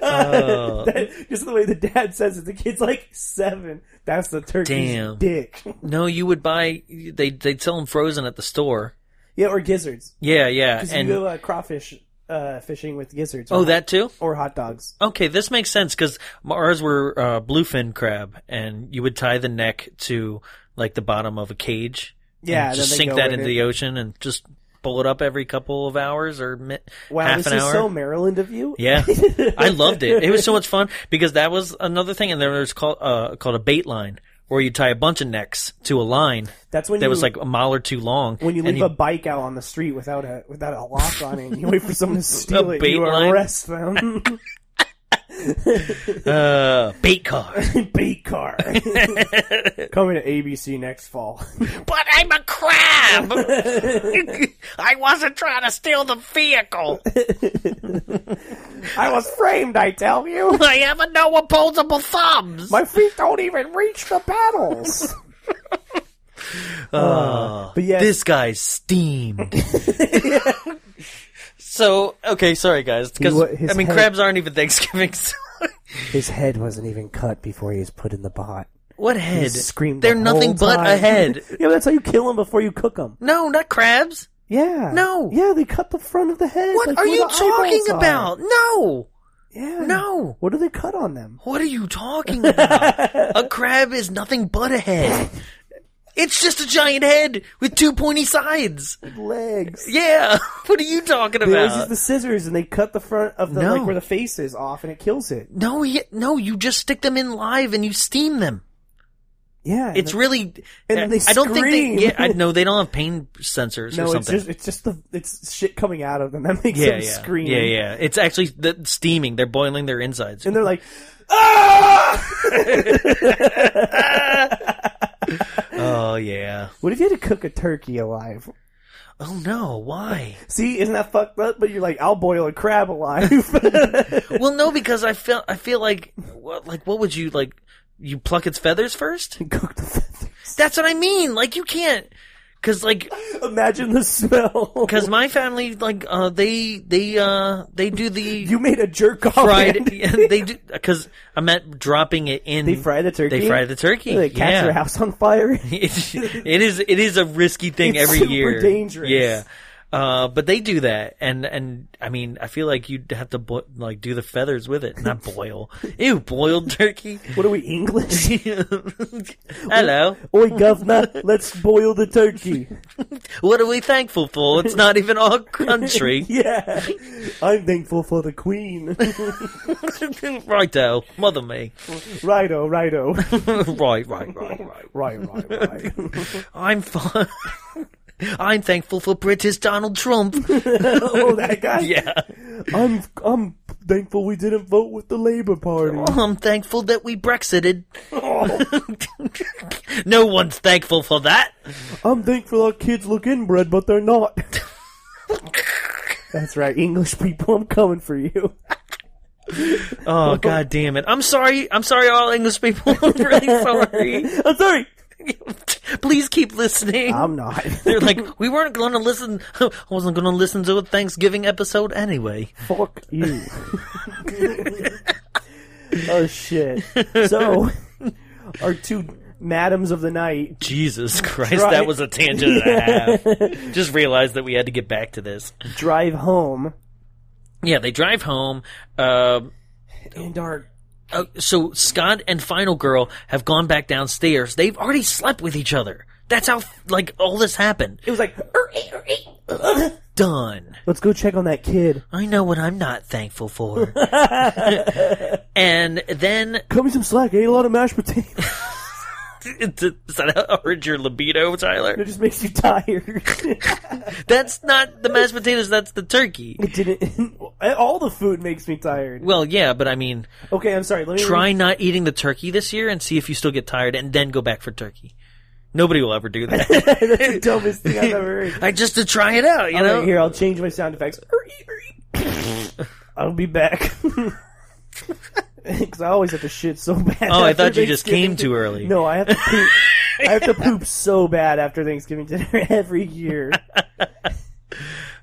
Speaker 2: Uh,
Speaker 1: That- just the way the dad says it, the kid's like seven. That's the turkey's
Speaker 2: Damn.
Speaker 1: dick.
Speaker 2: No, you would buy. They they sell them frozen at the store.
Speaker 1: Yeah, or gizzards.
Speaker 2: Yeah, yeah,
Speaker 1: 'Cause
Speaker 2: and
Speaker 1: you go uh, crawfish uh, fishing with gizzards. or
Speaker 2: oh,
Speaker 1: hot-
Speaker 2: that too.
Speaker 1: or hot dogs.
Speaker 2: Okay, this makes sense because ours were uh, bluefin crab, and you would tie the neck to like the bottom of a cage. and
Speaker 1: Yeah, then
Speaker 2: just
Speaker 1: they
Speaker 2: sink
Speaker 1: go
Speaker 2: that
Speaker 1: in
Speaker 2: into
Speaker 1: it.
Speaker 2: the ocean and just pull it up every couple of hours or mi-
Speaker 1: Wow,
Speaker 2: half
Speaker 1: this
Speaker 2: an
Speaker 1: is
Speaker 2: hour.
Speaker 1: so Maryland of you.
Speaker 2: Yeah, I loved it. It was so much fun because that was another thing, and there was called uh, called a bait line, where you tie a bunch of necks to a line
Speaker 1: That's when
Speaker 2: that
Speaker 1: you,
Speaker 2: was like a mile or two long.
Speaker 1: when you
Speaker 2: and
Speaker 1: leave a bike out on the street without a without a lock on it, and you wait for someone to
Speaker 2: A
Speaker 1: steal it,
Speaker 2: bait
Speaker 1: you
Speaker 2: line?
Speaker 1: arrest them.
Speaker 2: uh, bait car.
Speaker 1: Bait car coming to ABC next fall.
Speaker 2: But I'm a crab! I wasn't trying to steal the vehicle!
Speaker 1: I was framed, I tell you.
Speaker 2: I have a no opposable thumbs!
Speaker 1: My feet don't even reach the pedals. Uh, but yeah,
Speaker 2: This guy's steamed. so, okay, sorry guys. 'cause,
Speaker 1: He wa- his
Speaker 2: I mean,
Speaker 1: head-
Speaker 2: crabs aren't even Thanksgiving. So
Speaker 1: his head wasn't even cut before he was put in the pot.
Speaker 2: what head?
Speaker 1: Screamed.
Speaker 2: They're
Speaker 1: the
Speaker 2: nothing
Speaker 1: whole
Speaker 2: but a
Speaker 1: time.
Speaker 2: head.
Speaker 1: yeah, but that's how you kill them before you cook them.
Speaker 2: No, not crabs.
Speaker 1: Yeah.
Speaker 2: No.
Speaker 1: Yeah, they cut the front of the head.
Speaker 2: What
Speaker 1: like
Speaker 2: are
Speaker 1: where
Speaker 2: you
Speaker 1: the eyeballs
Speaker 2: talking
Speaker 1: are.
Speaker 2: about? No!
Speaker 1: Yeah.
Speaker 2: No.
Speaker 1: What do they cut on them?
Speaker 2: What are you talking about? a crab is nothing but a head. It's just a giant head with two pointy sides.
Speaker 1: Legs.
Speaker 2: Yeah. What are you talking
Speaker 1: They always use
Speaker 2: about?
Speaker 1: the scissors and they cut the front of the
Speaker 2: No.
Speaker 1: like where the face is off and it kills it.
Speaker 2: No, you, no, you just stick them in live and you steam them.
Speaker 1: Yeah. and
Speaker 2: It's
Speaker 1: the-
Speaker 2: really.
Speaker 1: and they
Speaker 2: I don't
Speaker 1: scream.
Speaker 2: think they. Yeah, I, no, they don't have pain sensors
Speaker 1: no,
Speaker 2: or
Speaker 1: it's
Speaker 2: something.
Speaker 1: just it's just the it's shit coming out of them that makes
Speaker 2: yeah,
Speaker 1: them
Speaker 2: yeah,
Speaker 1: scream.
Speaker 2: yeah, yeah. It's actually the steaming. They're boiling their insides.
Speaker 1: And they're like, ah!
Speaker 2: oh yeah.
Speaker 1: what if you had to cook a turkey alive?
Speaker 2: Oh no. Why?
Speaker 1: See, isn't that fucked up? But you're like, I'll boil a crab alive.
Speaker 2: well, no, because I feel. I feel like. What, like, what would you like? You pluck its feathers first.
Speaker 1: cook the feathers.
Speaker 2: That's what I mean. Like, you can't. Cause like,
Speaker 1: Imagine the smell.
Speaker 2: cause my family, like, uh, they, they, uh, they do the
Speaker 1: you made a jerk off.
Speaker 2: fried,
Speaker 1: Andy.
Speaker 2: yeah, they do, cause I meant dropping it in.
Speaker 1: They fry the turkey.
Speaker 2: They fry the turkey.
Speaker 1: They catch
Speaker 2: yeah.
Speaker 1: their house on fire.
Speaker 2: It's- it is it is a risky thing
Speaker 1: It's
Speaker 2: every
Speaker 1: super
Speaker 2: year.
Speaker 1: dangerous.
Speaker 2: Yeah. Uh, but they do that, and and I mean, I feel like you'd have to bo- like do the feathers with it, not boil. Ew, boiled turkey.
Speaker 1: what are we English?
Speaker 2: Hello.
Speaker 1: Oi, governor, let's boil the turkey.
Speaker 2: What are we thankful for? It's not even our country.
Speaker 1: Yeah, I'm thankful for the queen.
Speaker 2: Righto, mother me.
Speaker 1: righto, righto,
Speaker 2: right, right, right,
Speaker 1: right,
Speaker 2: right.
Speaker 1: right, right.
Speaker 2: I'm fine. I'm thankful for British Donald Trump.
Speaker 1: oh, that guy.
Speaker 2: Yeah.
Speaker 1: I'm I'm thankful we didn't vote with the Labour Party.
Speaker 2: Oh, I'm thankful that we Brexited. Oh. no one's thankful for that.
Speaker 1: I'm thankful our kids look inbred, but they're not. That's right, English people. I'm coming for you.
Speaker 2: Oh god damn it. I'm sorry. I'm sorry all English people. I'm really sorry.
Speaker 1: I'm sorry.
Speaker 2: Please keep listening.
Speaker 1: I'm not.
Speaker 2: They're like, we weren't going to listen. I wasn't going to listen to a Thanksgiving episode anyway.
Speaker 1: Fuck you. oh shit. So, our two madams of the night.
Speaker 2: Jesus Christ,
Speaker 1: Right.
Speaker 2: that was a tangent and a half. Just realized that we had to get back to this.
Speaker 1: drive home
Speaker 2: Yeah, they drive home. Um,
Speaker 1: and our
Speaker 2: Uh, so Scott and Final Girl have gone back downstairs. They've already slept with each other. That's how like all this happened.
Speaker 1: it was like "Er, eh, er, eh."
Speaker 2: Done.
Speaker 1: let's go check on that kid
Speaker 2: I know what I'm not thankful for. and then
Speaker 1: cut me some slack i ate a lot of mashed potatoes
Speaker 2: is that how I heard your libido,
Speaker 1: it
Speaker 2: Tyler?
Speaker 1: just makes you tired
Speaker 2: That's not the mashed potatoes. That's the turkey.
Speaker 1: it didn't all the food makes me tired
Speaker 2: Well, yeah, but I mean,
Speaker 1: okay i'm sorry let me
Speaker 2: try not eating the turkey this year and see if you still get tired, and then go back for turkey. Nobody will ever do that.
Speaker 1: that's the dumbest thing i've ever heard
Speaker 2: I just to try it out, you
Speaker 1: All
Speaker 2: know.
Speaker 1: right, Oh, here i'll change my sound effects Er, eh, er, eh. i'll be back because i always have to shit so bad
Speaker 2: Oh, I
Speaker 1: after
Speaker 2: thought you just
Speaker 1: Thanksgiving.
Speaker 2: came too early.
Speaker 1: no i have to poop i have to poop so bad after thanksgiving dinner every year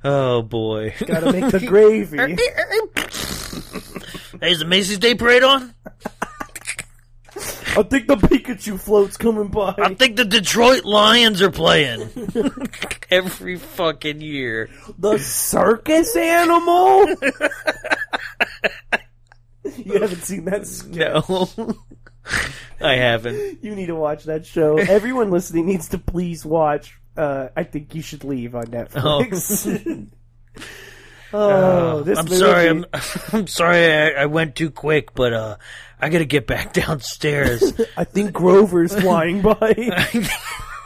Speaker 2: Oh boy.
Speaker 1: gotta make the gravy
Speaker 2: Hey, is the Macy's Day Parade on?
Speaker 1: I think the Pikachu float's coming by.
Speaker 2: I think the Detroit Lions are playing every fucking year.
Speaker 1: the circus animal? you haven't seen that. s-
Speaker 2: No, I haven't.
Speaker 1: You need to watch that show. Everyone listening needs to please watch. Uh, I think you should leave on Netflix. Oh, this
Speaker 2: Uh, I'm
Speaker 1: movie.
Speaker 2: sorry. I'm, I'm sorry. I, I went too quick, but uh, I gotta get back downstairs.
Speaker 1: I think Grover's flying by.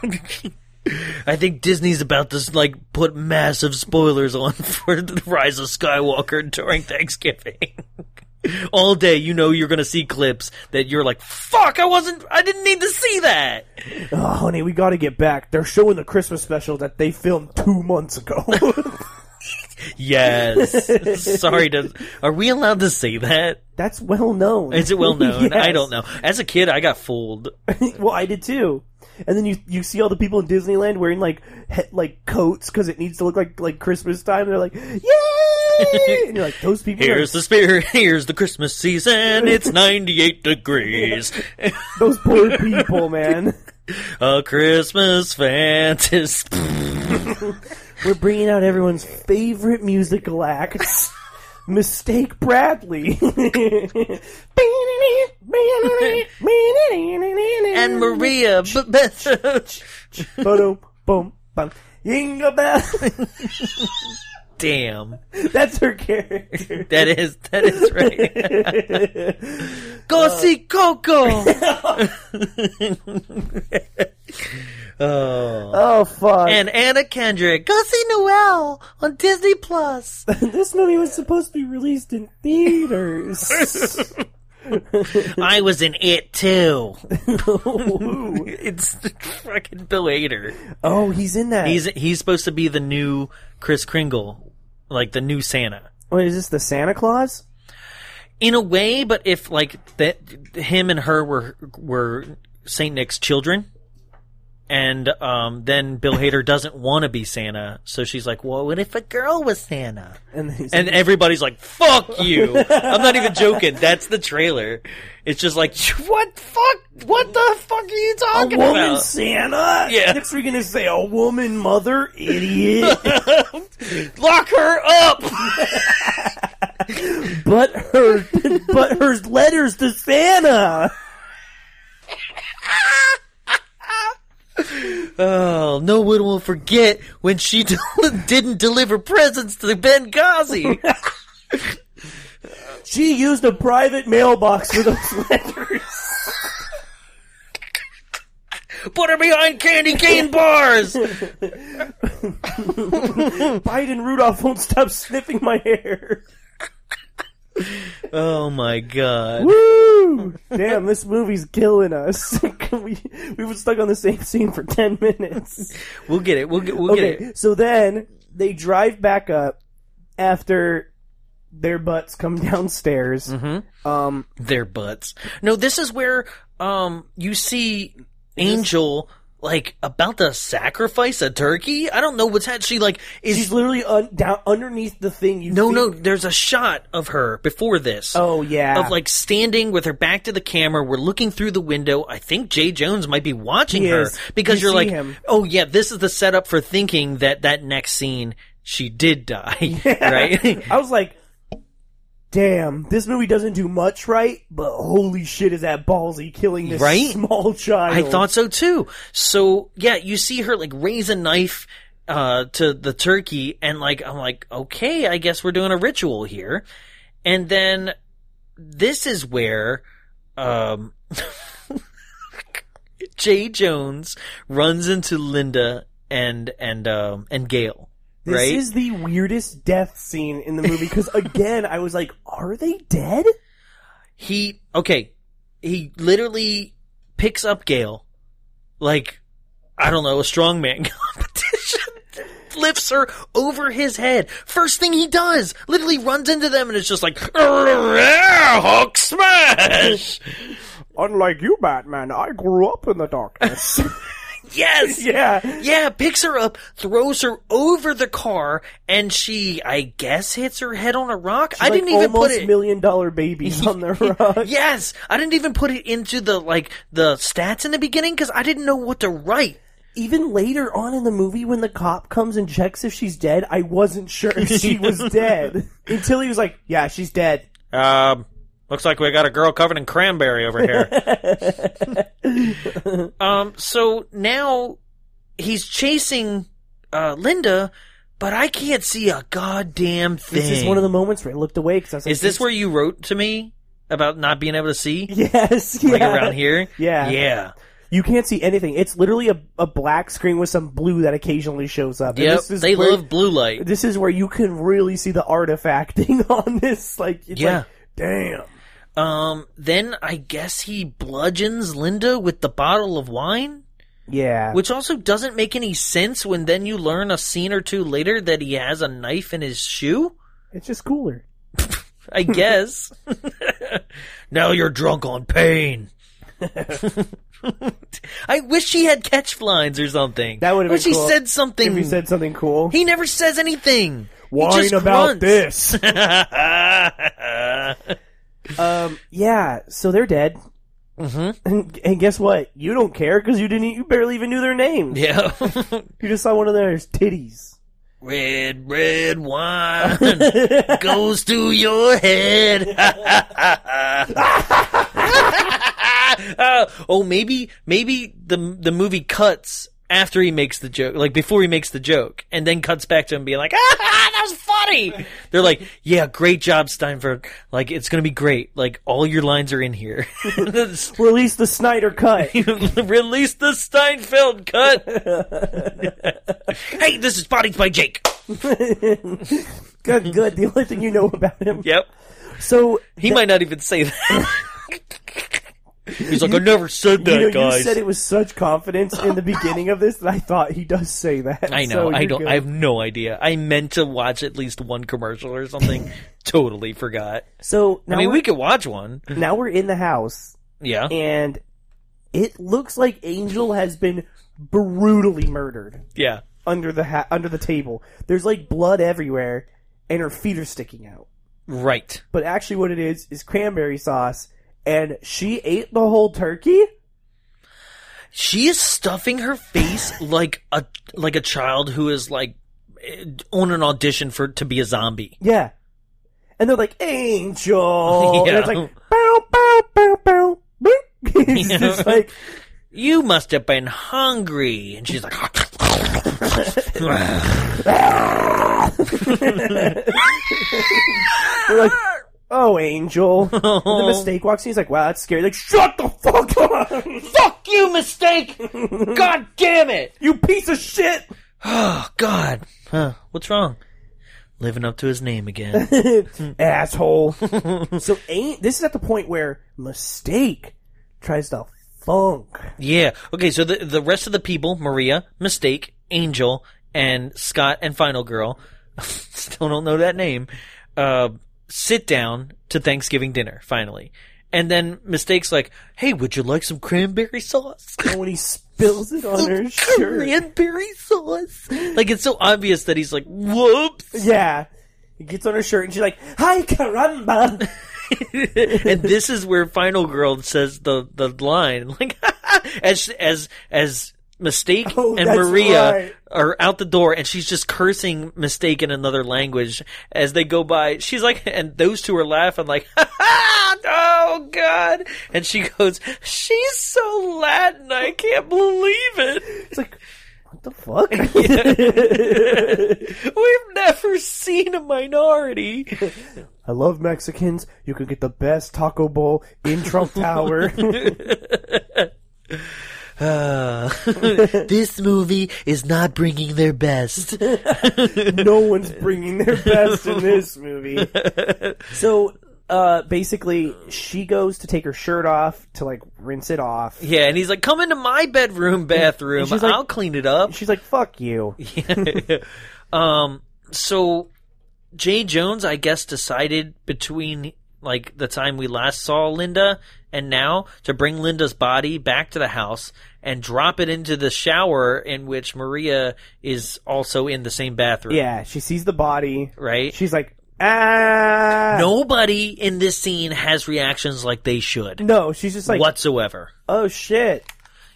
Speaker 2: I think Disney's about to like put massive spoilers on for the Rise of Skywalker during Thanksgiving. All day, you know, you're gonna see clips that you're like, "Fuck, I wasn't, I didn't need to see that."
Speaker 1: oh, honey, we got to get back. They're showing the Christmas special that they filmed two months ago.
Speaker 2: Yes, sorry. To, are we allowed to say that?
Speaker 1: That's well known.
Speaker 2: Is it well known? I
Speaker 1: Yes.
Speaker 2: don't know. As a kid, I got fooled.
Speaker 1: well, I did too. And then you you see all the people in Disneyland wearing like he, like coats because it needs to look like like Christmas time. And they're like, yay! and you're like, those people, are,
Speaker 2: Here's the spirit. Here's the Christmas season. It's 98 degrees.
Speaker 1: those poor people, man.
Speaker 2: A Christmas fantasy.
Speaker 1: We're bringing out everyone's favorite musical acts. Mistake Bradley. and
Speaker 2: and Maria B- Beth.
Speaker 1: Boom, boom, boom. Yingle bell.
Speaker 2: Damn,
Speaker 1: That's her character.
Speaker 2: that is that is right. Go see Coco.
Speaker 1: Oh fuck!
Speaker 2: and Anna Kendrick. Go see Noel on Disney Plus.
Speaker 1: this movie was supposed to be released in theaters.
Speaker 2: I was in it too.
Speaker 1: Ooh.
Speaker 2: It's fucking Bill Hader.
Speaker 1: oh, he's in that.
Speaker 2: He's he's supposed to be the new Chris Kringle, like the new Santa.
Speaker 1: Wait, is this the Santa Claus?
Speaker 2: in a way, but if like that, him and her were were Saint Nick's children, and um, then Bill Hader doesn't want to be Santa, so she's like, "Well, what if a girl was Santa?"
Speaker 1: And he's
Speaker 2: And everybody's like, "Fuck you!" I'm not even joking. That's the trailer. It's just like, "What fuck? What the fuck are you
Speaker 1: a
Speaker 2: talking
Speaker 1: woman
Speaker 2: about?"
Speaker 1: Santa.
Speaker 2: Yeah.
Speaker 1: Next we're gonna say a woman mother idiot.
Speaker 2: Lock her up.
Speaker 1: but her, but her letters to Santa.
Speaker 2: oh, no one will forget when she del- didn't deliver presents to Benghazi.
Speaker 1: She used a private mailbox for those letters.
Speaker 2: Put her behind candy cane bars.
Speaker 1: Biden Rudolph won't stop sniffing my hair.
Speaker 2: Oh my god.
Speaker 1: Woo! Damn, this movie's killing us. we we were stuck on the same scene for ten minutes.
Speaker 2: We'll get it. We'll get we'll get
Speaker 1: Okay,
Speaker 2: it.
Speaker 1: so then they drive back up after their butts come downstairs.
Speaker 2: Mm-hmm.
Speaker 1: Um,
Speaker 2: Their butts. No, this is where um you see Angel like about to sacrifice a turkey. I don't know what's had she like is
Speaker 1: she's literally un- down underneath the thing. You
Speaker 2: No,
Speaker 1: think-
Speaker 2: no, there's a shot of her before this.
Speaker 1: Oh yeah,
Speaker 2: Of like standing with her back to the camera, we're looking through the window. I think Jay Jones might be watching
Speaker 1: He
Speaker 2: her
Speaker 1: is.
Speaker 2: because
Speaker 1: You
Speaker 2: are
Speaker 1: see
Speaker 2: like,
Speaker 1: him.
Speaker 2: oh yeah, this is the setup for thinking that that next scene she did die, right?
Speaker 1: I was like, damn, this movie doesn't do much right, but holy shit, is that ballsy killing this
Speaker 2: Right?
Speaker 1: small child?
Speaker 2: I thought so too. So yeah, you see her like raise a knife uh, to the turkey, and like I'm like, okay, I guess we're doing a ritual here. And then this is where um, Jay Jones runs into Linda and and um, and Gail.
Speaker 1: This
Speaker 2: right?
Speaker 1: is the weirdest death scene in the movie because again, I was like, "Are they dead?"
Speaker 2: he okay he literally picks up gail like i don't know a strongman competition lifts her over his head first thing he does literally runs into them and it's just like hook smash
Speaker 1: Unlike you, Batman, I grew up in the darkness.
Speaker 2: yes
Speaker 1: yeah,
Speaker 2: Yeah, picks her up, throws her over the car, and she, I guess, hits her head on a rock. I didn't
Speaker 1: Like
Speaker 2: even put
Speaker 1: almost
Speaker 2: it.
Speaker 1: million dollar babies on the rock.
Speaker 2: Yes, I didn't even put it into the like the stats in the beginning because I didn't know what to write.
Speaker 1: Even later on in the movie, when the cop comes and checks if she's dead, I wasn't sure if she was dead until he was like, "Yeah, she's dead."
Speaker 2: Um, looks like we got a girl covered in cranberry over here. um, so now he's chasing uh, Linda, but I can't see a goddamn thing.
Speaker 1: This is one of the moments where I looked away because I was like,
Speaker 2: Is this where you wrote to me about not being able to see?
Speaker 1: Yes, yeah.
Speaker 2: Like around here?
Speaker 1: Yeah.
Speaker 2: Yeah.
Speaker 1: You can't see anything. It's literally a, a black screen with some blue that occasionally shows up. And
Speaker 2: Yep.
Speaker 1: this is
Speaker 2: They
Speaker 1: where-
Speaker 2: love blue light.
Speaker 1: This is where you can really see the artifacting on this. Like, it's
Speaker 2: Yeah.
Speaker 1: like, damn.
Speaker 2: Um, then I guess he bludgeons Linda with the bottle of wine?
Speaker 1: Yeah.
Speaker 2: Which also doesn't make any sense when then you learn a scene or two later that he has a knife in his shoe?
Speaker 1: it's just cooler.
Speaker 2: I guess. now you're drunk on pain. I wish he had catch lines or something.
Speaker 1: That would've
Speaker 2: I wish
Speaker 1: been
Speaker 2: he
Speaker 1: cool.
Speaker 2: said something.
Speaker 1: If he said something cool.
Speaker 2: He never says anything.
Speaker 1: Whine
Speaker 2: he just
Speaker 1: about
Speaker 2: grunts.
Speaker 1: this. um, yeah, so they're dead. Mm-hmm. And, and guess what? You e, don't care because you didn't. You barely even knew their names.
Speaker 2: yeah.
Speaker 1: You just saw one of their titties.
Speaker 2: Red, red wine goes to your head. Uh, oh, maybe, maybe the the movie cuts after he makes the joke, like before he makes the joke, and then cuts back to him being like, "Ah, that was funny." They're like, "Yeah, great job, Steinberg. Like, it's gonna be great. Like, all your lines are in here."
Speaker 1: Release the Snyder cut.
Speaker 2: Release the Steinfeld cut. hey, this is Bodies by Jake.
Speaker 1: good, good. The only thing you know about him.
Speaker 2: Yep.
Speaker 1: So
Speaker 2: He might not even say that. He's like, I never said that,
Speaker 1: you, know,
Speaker 2: guys.
Speaker 1: you said it with such confidence in the beginning of this that I thought he does say that.
Speaker 2: I
Speaker 1: So
Speaker 2: know. I
Speaker 1: you're
Speaker 2: don't.
Speaker 1: good.
Speaker 2: I have no idea. I meant to watch at least one commercial or something. totally forgot.
Speaker 1: So now
Speaker 2: I mean,
Speaker 1: we're,
Speaker 2: we could watch one.
Speaker 1: now we're in the house
Speaker 2: Yeah.
Speaker 1: and it looks like Angel has been brutally murdered
Speaker 2: Yeah.
Speaker 1: under the ha- under the table. There's like blood everywhere and her feet are sticking out.
Speaker 2: Right.
Speaker 1: But actually what it is is cranberry sauce and she ate the whole turkey?
Speaker 2: She is stuffing her face like a like a child who is like eh, on an audition for to be a zombie.
Speaker 1: Yeah. And they're like, Angel. And it's
Speaker 2: Yeah.
Speaker 1: like, bow, bow, bow, bow, boop. It's
Speaker 2: Yeah.
Speaker 1: just like,
Speaker 2: You must have been hungry, and she's like.
Speaker 1: they're like, oh, Angel. And the mistake walks in. He's like, wow, that's scary. Like, shut the fuck up.
Speaker 2: Fuck you, mistake! God damn it!
Speaker 1: you piece of shit.
Speaker 2: Oh God! Huh? What's wrong? Living up to his name again.
Speaker 1: Asshole. so, ain't, this is at the point where mistake tries to funk.
Speaker 2: yeah. Okay. So the the rest of the people: Maria, Mistake, Angel, and Scott, and Final Girl. Still don't know that name. Uh, sit down to Thanksgiving dinner finally, and then Mistake's like, "Hey, would you like some cranberry sauce?"
Speaker 1: And when he spills it on her shirt.
Speaker 2: Cranberry sauce. Like it's so obvious that he's like, "Whoops."
Speaker 1: Yeah. He gets on her shirt and she's like, hi, caramba.
Speaker 2: and this is where Final Girl says the the line like as as as Mistake
Speaker 1: Oh,
Speaker 2: and
Speaker 1: that's
Speaker 2: Maria
Speaker 1: right.
Speaker 2: are out the door, and she's just cursing Mistake in another language as they go by. She's like, and those two are laughing like, oh god! And she goes, she's so Latin, I can't believe it.
Speaker 1: It's like, what the fuck?
Speaker 2: We've never seen a minority.
Speaker 1: I love Mexicans. You can get the best taco bowl in Trump Tower.
Speaker 2: this movie is not bringing their best.
Speaker 1: no one's bringing their best in this movie. So, uh, basically, she goes to take her shirt off to like rinse it off.
Speaker 2: Yeah, and he's like, "Come into my bedroom, bathroom.
Speaker 1: And she's like-
Speaker 2: I'll clean it up."
Speaker 1: She's like, fuck you.
Speaker 2: um, so Jay Jones, I guess, decided between like the time we last saw Linda and now to bring Linda's body back to the house and drop it into the shower in which Maria is also in the same bathroom.
Speaker 1: Yeah, she sees the body.
Speaker 2: right.
Speaker 1: She's like, ah.
Speaker 2: Nobody in this scene has reactions like they should
Speaker 1: No, she's just like,
Speaker 2: whatsoever.
Speaker 1: oh shit.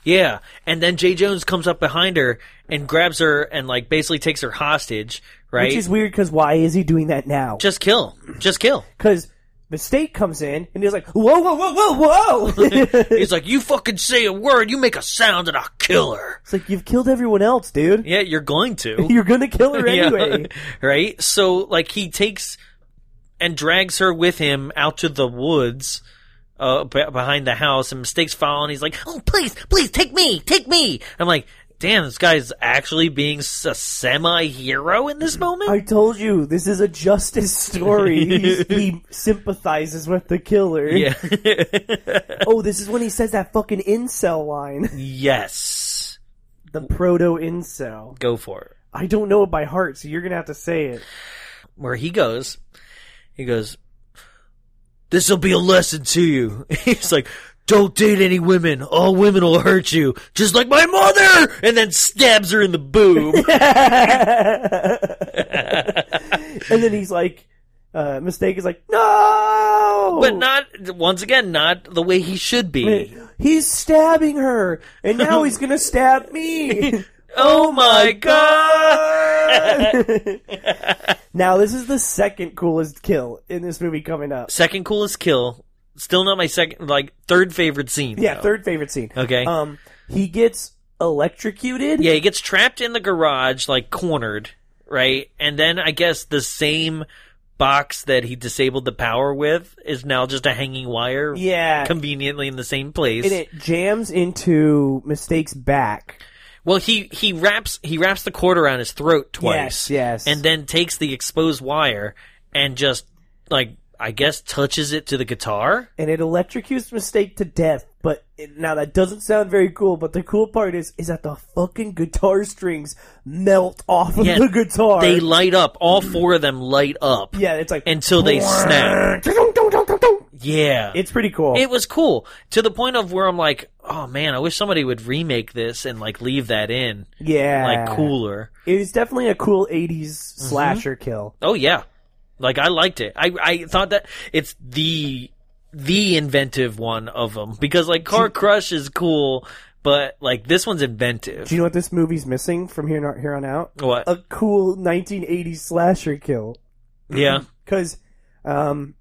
Speaker 2: Yeah, and then Jay Jones comes up behind her and grabs her and like basically takes her hostage, right?
Speaker 1: Which is weird because why is he doing that now?
Speaker 2: just kill, just kill.
Speaker 1: Because Mistake comes in and he's like, whoa, whoa, whoa, whoa, whoa.
Speaker 2: He's like, you fucking say a word, you make a sound, and I'll kill her.
Speaker 1: It's like you've killed everyone else, dude.
Speaker 2: Yeah, you're going to.
Speaker 1: You're gonna kill her anyway.
Speaker 2: Yeah. right? So like he takes and drags her with him out to the woods. Uh, b- behind the house, and mistakes following. He's like, "Oh, please, please take me, take me." I'm like, "Damn, this guy's actually being s- a semi-hero in this moment."
Speaker 1: I told you this is a justice story. He's, he sympathizes with the killer.
Speaker 2: yeah.
Speaker 1: Oh, this is when he says that fucking incel line.
Speaker 2: Yes.
Speaker 1: The proto incel.
Speaker 2: Go for it.
Speaker 1: I don't know it by heart, so you're gonna have to say it.
Speaker 2: Where he goes, he goes, This'll be a lesson to you. He's like, Don't date any women. All women will hurt you. Just like my mother! And then stabs her in the boob.
Speaker 1: And then he's like, uh, mistake is like, no!
Speaker 2: but not, once again, not the way he should be.
Speaker 1: He's stabbing her, and now he's gonna stab me!
Speaker 2: oh my god!
Speaker 1: now this is the second coolest kill in this movie coming up.
Speaker 2: Second coolest kill. Still not my second, like third favorite scene.
Speaker 1: Yeah,
Speaker 2: though.
Speaker 1: third favorite scene.
Speaker 2: Okay.
Speaker 1: Um, he gets electrocuted.
Speaker 2: Yeah, he gets trapped in the garage, like cornered, right? And then I guess the same box that he disabled the power with is now just a hanging wire,
Speaker 1: Yeah.
Speaker 2: conveniently in the same place.
Speaker 1: and it jams into Mistake's back.
Speaker 2: Well, he he wraps he wraps the cord around his throat twice,
Speaker 1: Yes, yes.
Speaker 2: and then takes the exposed wire and just like I guess touches it to the guitar.
Speaker 1: and it electrocutes Mistake to death. But it, now that doesn't sound very cool. But the cool part is, is that the fucking guitar strings melt off of
Speaker 2: Yeah,
Speaker 1: the guitar.
Speaker 2: They light up. All four of them light up
Speaker 1: yeah, it's like
Speaker 2: until they snap. Yeah,
Speaker 1: It's pretty cool.
Speaker 2: It was cool to the point of where I'm like, oh man, I wish somebody would remake this and like leave that in,
Speaker 1: yeah,
Speaker 2: like Mm-hmm. cooler.
Speaker 1: It is definitely a cool '80s slasher kill.
Speaker 2: Oh yeah, like I liked it. I I thought that it's the the inventive one of them because like Car Crush is cool, but like this one's inventive.
Speaker 1: Do you know what this movie's missing from here on, here on out?
Speaker 2: What?
Speaker 1: A cool 1980s slasher kill.
Speaker 2: yeah.
Speaker 1: Because, um,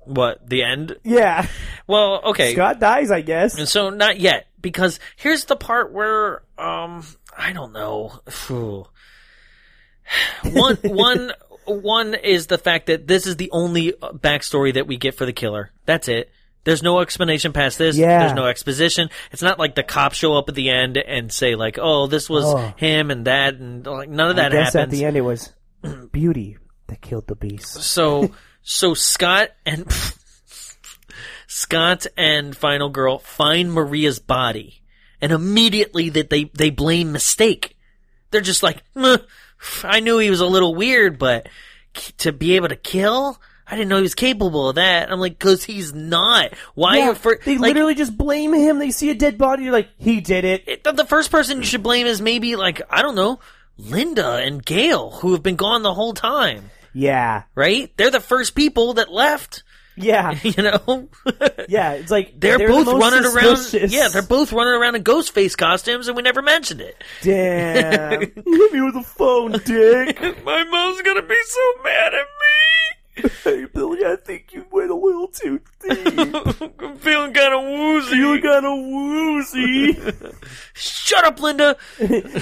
Speaker 2: What? The end?
Speaker 1: yeah,
Speaker 2: Well, okay.
Speaker 1: Scott dies, I guess.
Speaker 2: And so not yet, because here's the part where um I don't know. Phew. one one one is the fact that this is the only uh, backstory that we get for the killer. That's it. There's no explanation past this.
Speaker 1: Yeah.
Speaker 2: There's no exposition. It's not like the cops show up at the end and say like, "Oh, this was
Speaker 1: Oh.
Speaker 2: him and that," and like none of that
Speaker 1: I guess
Speaker 2: happens.
Speaker 1: at the end it was beauty that killed the beast.
Speaker 2: So so Scott and Scott and Final Girl find Maria's body, and immediately that they they blame mistake. They're just like, "Meh, I knew he was a little weird, but k- to be able to kill. I didn't know he was capable of that. I'm like, cause he's not. Why?
Speaker 1: Yeah,
Speaker 2: are fir-
Speaker 1: they
Speaker 2: like,
Speaker 1: literally just blame him. They see a dead body, they're like, he did it.
Speaker 2: it- the, the first person you should blame is maybe like I don't know, Linda and Gail, who have been gone the whole time.
Speaker 1: Yeah,
Speaker 2: Right? They're the first people that left.
Speaker 1: yeah,
Speaker 2: You know.
Speaker 1: yeah. It's like
Speaker 2: They're,
Speaker 1: the
Speaker 2: both
Speaker 1: most
Speaker 2: running around.
Speaker 1: suspicious.
Speaker 2: Yeah, they're both running around in ghost face costumes, and we never mentioned it.
Speaker 1: damn. Hit me with a phone, dick.
Speaker 2: My mom's gonna be so mad at
Speaker 1: hey, Billy, I think you went a little too deep.
Speaker 2: me. I'm feeling kind of woozy.
Speaker 1: you got a woozy.
Speaker 2: Shut up, Linda.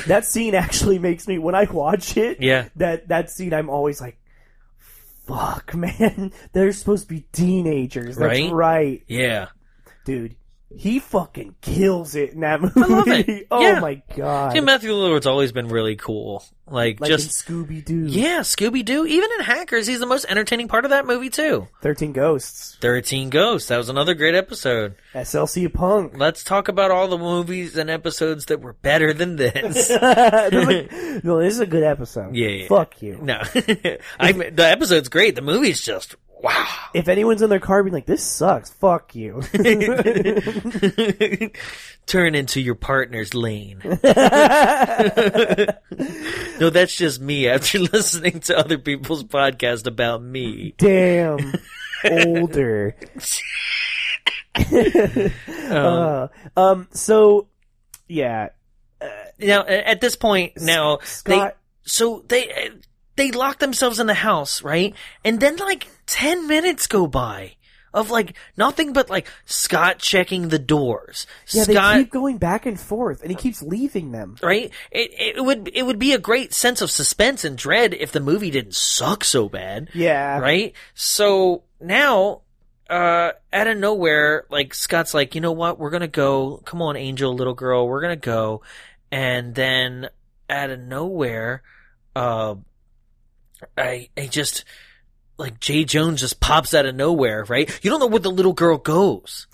Speaker 1: that scene actually makes me when I watch it.
Speaker 2: Yeah.
Speaker 1: That that scene, I'm always like, "Fuck, man! They're supposed to be teenagers." That's
Speaker 2: Right?
Speaker 1: right,
Speaker 2: Yeah,
Speaker 1: dude. He fucking kills it in that movie.
Speaker 2: love it.
Speaker 1: oh
Speaker 2: Yeah.
Speaker 1: my god!
Speaker 2: Tim Matthew Lillard's always been really cool. Like,
Speaker 1: like
Speaker 2: just
Speaker 1: in Scooby Doo.
Speaker 2: yeah, Scooby Doo. Even in Hackers, he's the most entertaining part of that movie too.
Speaker 1: Thirteen Ghosts,
Speaker 2: Thirteen Ghosts. That was another great episode.
Speaker 1: SLC Punk.
Speaker 2: Let's talk about all the movies and episodes that were better than this.
Speaker 1: They're like, no, this is a good episode.
Speaker 2: Yeah, yeah.
Speaker 1: Fuck you.
Speaker 2: no, I mean, the episode's great. The movie's just wow.
Speaker 1: If anyone's in their car being like, "This sucks," fuck you.
Speaker 2: Turn into your partner's lane. no, that's just me after listening to other people's podcast about me.
Speaker 1: Damn. Older. Uh, um. So, yeah.
Speaker 2: Now, a- at this point, now
Speaker 1: Scott-
Speaker 2: they so they they lock themselves in the house, right? And then like 10 minutes go by of like nothing but like Scott checking the doors.
Speaker 1: Yeah,
Speaker 2: Scott
Speaker 1: they keep going back and forth, and he keeps leaving them.
Speaker 2: right? It, it would it would be a great sense of suspense and dread if the movie didn't suck so bad,
Speaker 1: Yeah.
Speaker 2: right? So now, uh, out of nowhere, like Scott's like, you know what? We're gonna go. Come on, Angel, little girl, we're gonna go. And then out of nowhere, uh, I I just like Jay Jones just pops out of nowhere, right? You don't know where the little girl goes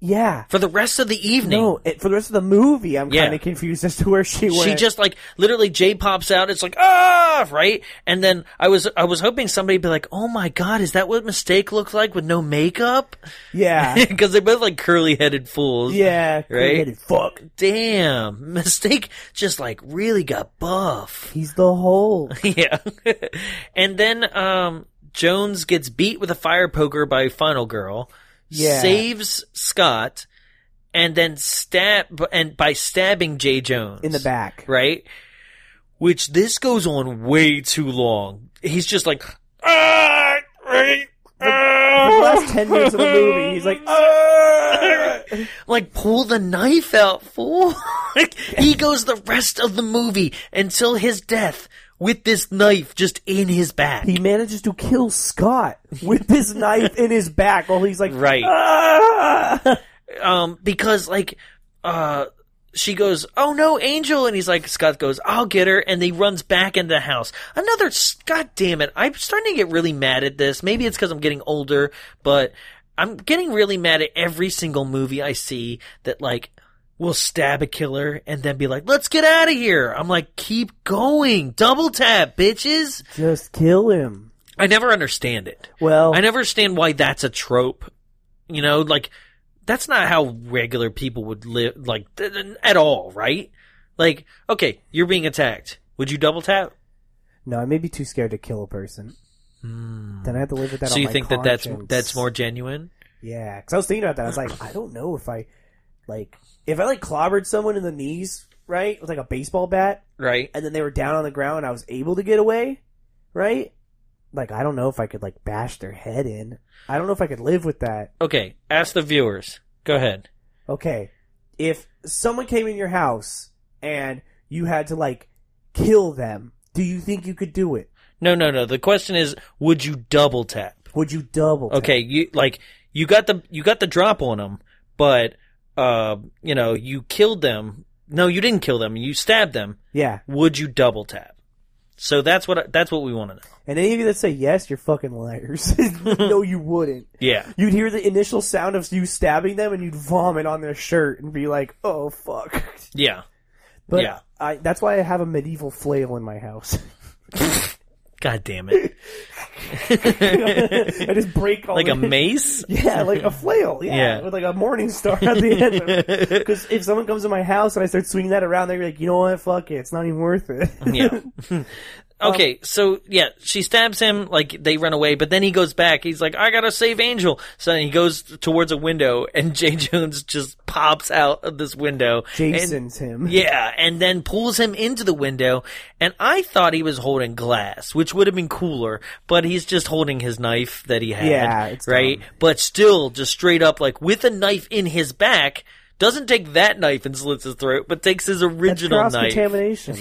Speaker 1: Yeah.
Speaker 2: for the rest of the evening.
Speaker 1: No, it, for the rest of the movie, I'm
Speaker 2: Yeah.
Speaker 1: kind of confused as to where she went.
Speaker 2: She just like literally Jay pops out. It's like ah, right. And then I was I was hoping somebody would be like, oh my god, is that what Mistake looked like with no makeup?
Speaker 1: yeah,
Speaker 2: Because they're both like curly headed fools.
Speaker 1: yeah, created. Fuck,
Speaker 2: Damn, Mistake just like really got buff.
Speaker 1: he's the whole.
Speaker 2: yeah. and then um, Jones gets beat with a fire poker by Final Girl.
Speaker 1: Yeah.
Speaker 2: Saves Scott. And then stab and by stabbing Jay Jones
Speaker 1: in the back.
Speaker 2: right? which this goes on way too long. He's just like, ah, right, uh."
Speaker 1: The last ten minutes of the movie, he's like, oh,
Speaker 2: like pull the knife out, fool. like he goes the rest of the movie until his death with this knife just in his back.
Speaker 1: he manages to kill Scott with this knife in his back while he's like,
Speaker 2: right.
Speaker 1: "Ah."
Speaker 2: um, because like, uh, she goes, "Oh no, Angel," and he's like, Scott goes, "I'll get her," and he runs back into the house. Another, s- God damn it! I'm starting to get really mad at this. Maybe it's because I'm getting older, but I'm getting really mad at every single movie I see that like will stab a killer and then be like, "Let's get out of here." I'm like, keep going, double tap, bitches.
Speaker 1: Just kill him.
Speaker 2: I never understand it.
Speaker 1: Well,
Speaker 2: I never understand why that's a trope. You know, like that's not how regular people would live, like th- th- at all, right? Like, okay, you're being attacked. Would you double tap?
Speaker 1: no, I may be too scared to kill a person. Then I have to live with that.
Speaker 2: Hmm. So
Speaker 1: on
Speaker 2: you
Speaker 1: my
Speaker 2: think that
Speaker 1: conscience.
Speaker 2: that's that's more genuine?
Speaker 1: Yeah, because I was thinking about that. I was like, I don't know if I like if I like clobbered someone in the knees, right, with like a baseball bat,
Speaker 2: Right.
Speaker 1: and then they were down on the ground and I was able to get away, right? Like I don't know if I could like bash their head in. I don't know if I could live with that.
Speaker 2: Okay, ask the viewers. Go ahead.
Speaker 1: Okay. If someone came in your house and you had to like kill them, do you think you could do it?
Speaker 2: No, no, no. The question is, would you double tap?
Speaker 1: Would you double? tap?
Speaker 2: okay you like you got the you got the drop on them but uh you know you killed them no you didn't kill them you stabbed them
Speaker 1: Yeah.
Speaker 2: would you double tap so that's what I- that's what we want to know
Speaker 1: And any of you that say yes, you're fucking liars. no, you wouldn't.
Speaker 2: yeah
Speaker 1: You'd hear the initial sound of you stabbing them, and you'd vomit on their shirt and be like, "Oh fuck!"
Speaker 2: yeah
Speaker 1: But
Speaker 2: Yeah.
Speaker 1: I, that's why I have a medieval flail in my house.
Speaker 2: god damn it
Speaker 1: I just break all
Speaker 2: like
Speaker 1: the,
Speaker 2: a mace
Speaker 1: yeah, like a flail, yeah,
Speaker 2: Yeah.
Speaker 1: with like a morning star at the end. Because if someone comes to my house and I start swinging that around, they're like, "You know what? Fuck it, it's not even worth it."
Speaker 2: yeah okay so yeah she stabs him like they run away but then he goes back he's like i gotta save angel so he goes towards a window and jay jones just pops out of this window and
Speaker 1: Jason's him.
Speaker 2: Yeah, and then pulls him into the window, and I thought he was holding glass, which would have been cooler, but he's just holding his knife that he had.
Speaker 1: Yeah, it's
Speaker 2: right?
Speaker 1: dumb.
Speaker 2: But still, just straight up, like with a knife in his back, doesn't take that knife and slits his throat, but takes his
Speaker 1: That's
Speaker 2: original
Speaker 1: cross
Speaker 2: knife.
Speaker 1: contamination.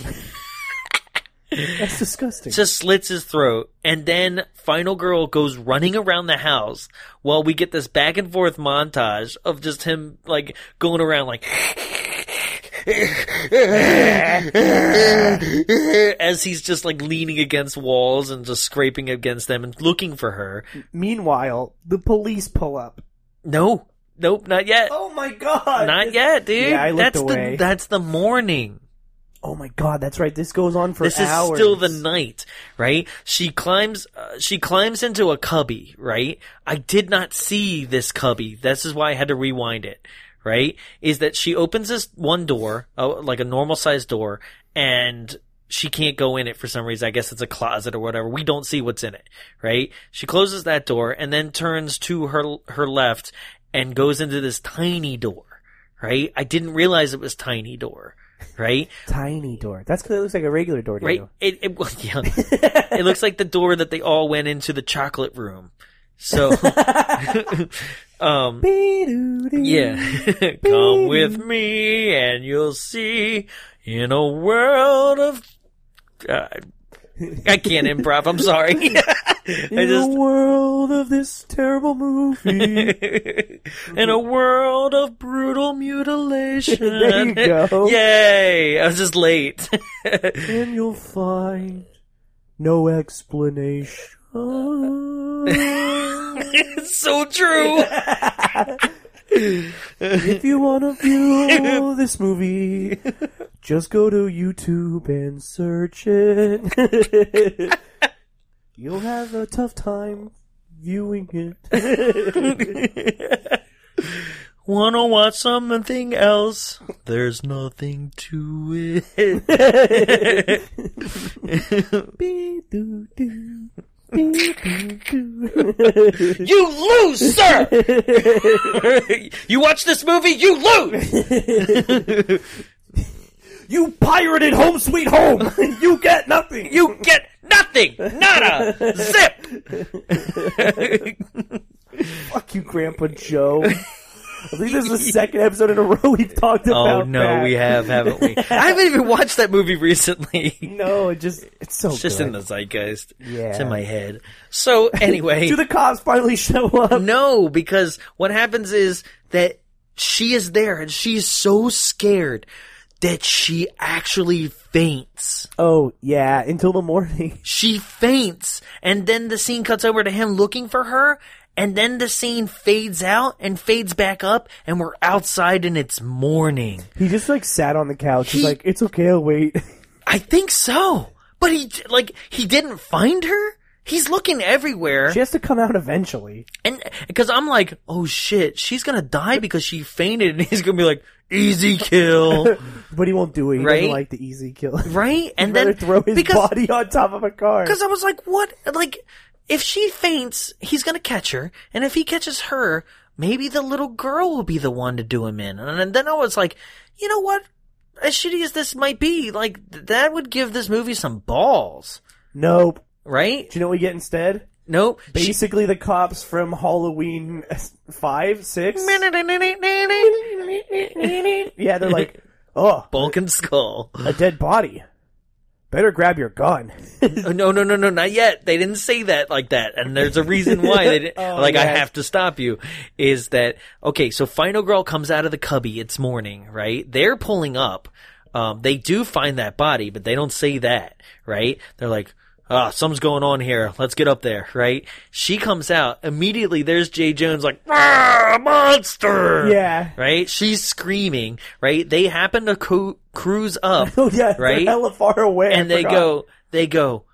Speaker 1: That's disgusting.
Speaker 2: just slits his throat, and then Final Girl goes running around the house while we get this back and forth montage of just him like going around like as he's just like leaning against walls and just scraping against them and looking for her.
Speaker 1: Meanwhile, the police pull up.
Speaker 2: No, nope, not yet,
Speaker 1: Oh my god!
Speaker 2: not
Speaker 1: This-
Speaker 2: yet, dude.
Speaker 1: Yeah, I looked
Speaker 2: that's
Speaker 1: away.
Speaker 2: the that's the morning.
Speaker 1: Oh my god, that's right. This goes on for
Speaker 2: this
Speaker 1: hours.
Speaker 2: is still the night right she climbs uh, she climbs into a cubby right i did not see this cubby this is why i had to rewind it right is that she opens this one door uh, like a normal sized door and she can't go in it for some reason. I guess it's a closet or whatever. We don't see what's in it, right? She closes that door and then turns to her her left and goes into this tiny door, right? I didn't realize it was tiny door, right?
Speaker 1: tiny door. That's because it looks like a regular door.
Speaker 2: Right?
Speaker 1: Daniel.
Speaker 2: It, it, well, yeah. it looks like the door that they all went into the chocolate room. So, um,
Speaker 1: Be-do-do.
Speaker 2: yeah. Come with me and you'll see in a world of. Uh, I can't improv. I'm sorry. I
Speaker 1: In
Speaker 2: just.
Speaker 1: the world of this terrible movie.
Speaker 2: In a world of brutal mutilation.
Speaker 1: There you go.
Speaker 2: Yay! I was just late.
Speaker 1: and you'll find no explanation.
Speaker 2: it's so true.
Speaker 1: if you want to view this movie, just go to YouTube and search it. You'll have a tough time viewing it.
Speaker 2: Wanna watch something else? There's nothing to it.
Speaker 1: Be-do-do. Be-do-do.
Speaker 2: You lose, sir! you watch this movie, you lose!
Speaker 1: You pirated Home Sweet Home! you get nothing!
Speaker 2: You get nothing. Nada. Zip.
Speaker 1: Fuck you, Grandpa Joe. I think this is the second episode in a row we've talked about
Speaker 2: Oh no,
Speaker 1: that.
Speaker 2: we have, haven't we? I haven't even watched that movie recently.
Speaker 1: No, it just, it's so
Speaker 2: It's just
Speaker 1: good.
Speaker 2: in the zeitgeist.
Speaker 1: Yeah.
Speaker 2: It's in my head. So anyway,
Speaker 1: Do the cops finally show up?
Speaker 2: No, because what happens is that she is there and she's so scared that she actually faints.
Speaker 1: Oh, yeah, until the morning.
Speaker 2: She faints and then the scene cuts over to him looking for her and then the scene fades out and fades back up and we're outside and it's morning.
Speaker 1: He just, like, sat on the couch. He's
Speaker 2: He-
Speaker 1: like, it's okay, I'll wait.
Speaker 2: I think so. But he, like, he didn't find her? He's looking everywhere.
Speaker 1: She has to come out eventually.
Speaker 2: And because I'm like, oh shit, she's gonna die because she fainted, and he's gonna be like, easy kill,
Speaker 1: But he won't do it. He
Speaker 2: Right?
Speaker 1: doesn't like the easy kill.
Speaker 2: right? And
Speaker 1: Rather
Speaker 2: then
Speaker 1: throw his
Speaker 2: because
Speaker 1: body on top of a car.
Speaker 2: because I was like, what? Like, if she faints, he's gonna catch her, and if he catches her, maybe the little girl will be the one to do him in. And then I was like, you know what? As shitty as this might be, like th- that would give this movie some balls,
Speaker 1: Nope.
Speaker 2: right?
Speaker 1: Do you know what we get instead?
Speaker 2: Nope. She-
Speaker 1: Basically, the cops from Halloween five, six. Yeah, they're like, oh,
Speaker 2: Balkan skull.
Speaker 1: a dead body. Better grab your gun.
Speaker 2: Oh, no, no, no, no, not yet. They didn't say that like that, and there's a reason why they didn't.
Speaker 1: Oh,
Speaker 2: like, I
Speaker 1: yeah.
Speaker 2: have to stop you. Is that okay? So, Final Girl comes out of the cubby. It's morning, right? They're pulling up. Um, they do find that body, but they don't say that, right? They're like, "Ah, something's going on here. Let's get up there, right?" She comes out immediately. There's Jay Jones, like, "Ah, monster!"
Speaker 1: Yeah.
Speaker 2: right. She's screaming, right? They happen to co- cruise up.
Speaker 1: Oh yeah, they're
Speaker 2: Right?
Speaker 1: Hella far away. I
Speaker 2: and they
Speaker 1: forgot.
Speaker 2: go, they go,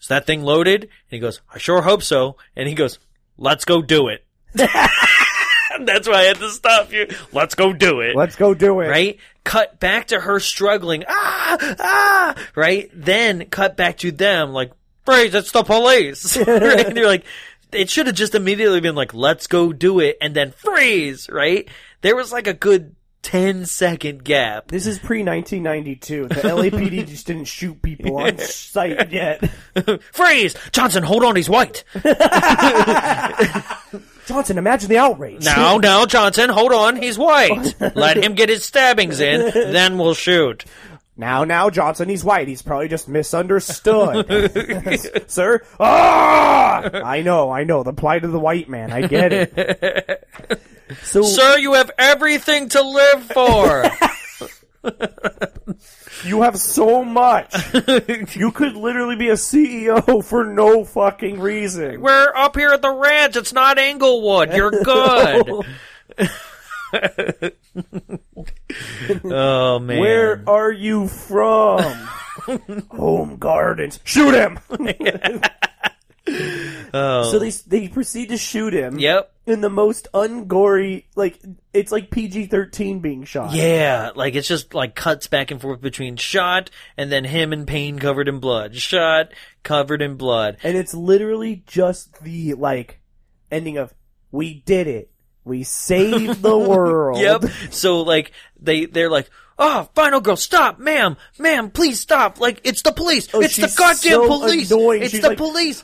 Speaker 2: is that thing loaded? And he goes, I sure hope so. And he goes, let's go do it. That's why I had to stop you. Let's go do it.
Speaker 1: Let's go do it.
Speaker 2: Right? Cut back to her struggling. Ah, ah, right? Then cut back to them like, freeze, it's the police. right? And you're like, it should have just immediately been like, let's go do it. And then freeze, right? There was like a good 10 second gap.
Speaker 1: This is pre 1992. The LAPD just didn't shoot people on sight yet.
Speaker 2: Freeze! Johnson, hold on, he's white.
Speaker 1: Johnson, imagine the outrage.
Speaker 2: Now, now, Johnson, hold on. He's white. Let him get his stabbings in, then we'll shoot.
Speaker 1: Now, now, Johnson, he's white. He's probably just misunderstood. Sir? Ah! I know, I know. The plight of the white man. I get it. So,
Speaker 2: Sir, you have everything to live for.
Speaker 1: you have so much. you could literally be a CEO for no fucking reason.
Speaker 2: We're up here at the ranch. It's not Englewood. You're good. oh man.
Speaker 1: Where um, are you from? Home Gardens. Shoot him. So they they proceed to shoot him.
Speaker 2: Oh. Yep.
Speaker 1: In the most ungory, like it's like PG thirteen being shot.
Speaker 2: Yeah, like it's just like cuts back and forth between shot and then him and Payne covered in blood. Shot covered in blood.
Speaker 1: and it's literally just the like ending of "We did it, we saved the world."
Speaker 2: Yep. So like they they're like, oh, final girl, stop, ma'am, ma'am, please stop. Like it's the police.
Speaker 1: Oh,
Speaker 2: it's the
Speaker 1: she's
Speaker 2: goddamn
Speaker 1: so
Speaker 2: police.
Speaker 1: annoying.
Speaker 2: It's
Speaker 1: She's
Speaker 2: the
Speaker 1: like- "Ah!"
Speaker 2: police.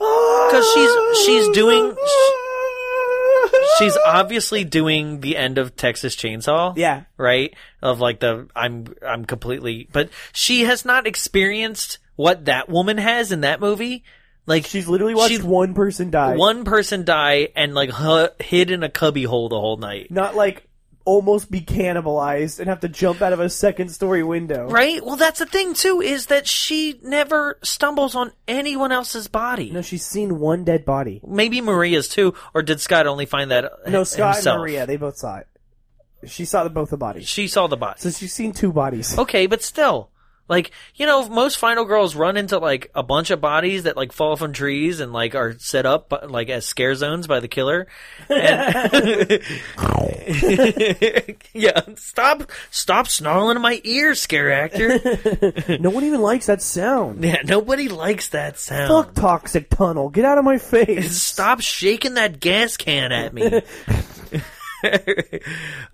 Speaker 1: Because
Speaker 2: she's- she's doing-
Speaker 1: Ah!
Speaker 2: She's obviously doing the end of Texas Chainsaw.
Speaker 1: Yeah.
Speaker 2: Right? Of like the I'm I'm completely but she has not experienced what that woman has in that movie. Like
Speaker 1: She's literally watched
Speaker 2: she-
Speaker 1: one person die.
Speaker 2: one person die and like hu- hid in a cubby hole the whole night.
Speaker 1: not like almost be cannibalized and have to jump out of a second story window.
Speaker 2: Right? Well, that's the thing too is that she never stumbles on anyone else's body.
Speaker 1: No, she's seen one dead body.
Speaker 2: Maybe Maria's too, or did Scott only find that h-
Speaker 1: No, Scott
Speaker 2: himself?
Speaker 1: and Maria, they both saw it. She saw the, both the bodies.
Speaker 2: She saw the body.
Speaker 1: So she's seen two bodies.
Speaker 2: Okay, but still, like you know, most final girls run into like a bunch of bodies that like fall from trees and like are set up bu- like as scare zones by the killer. And- yeah, stop, stop snarling in my ear, scare actor.
Speaker 1: No one even likes that sound.
Speaker 2: Yeah, nobody likes that sound.
Speaker 1: Fuck toxic tunnel. Get out of my face.
Speaker 2: Stop shaking that gas can at me.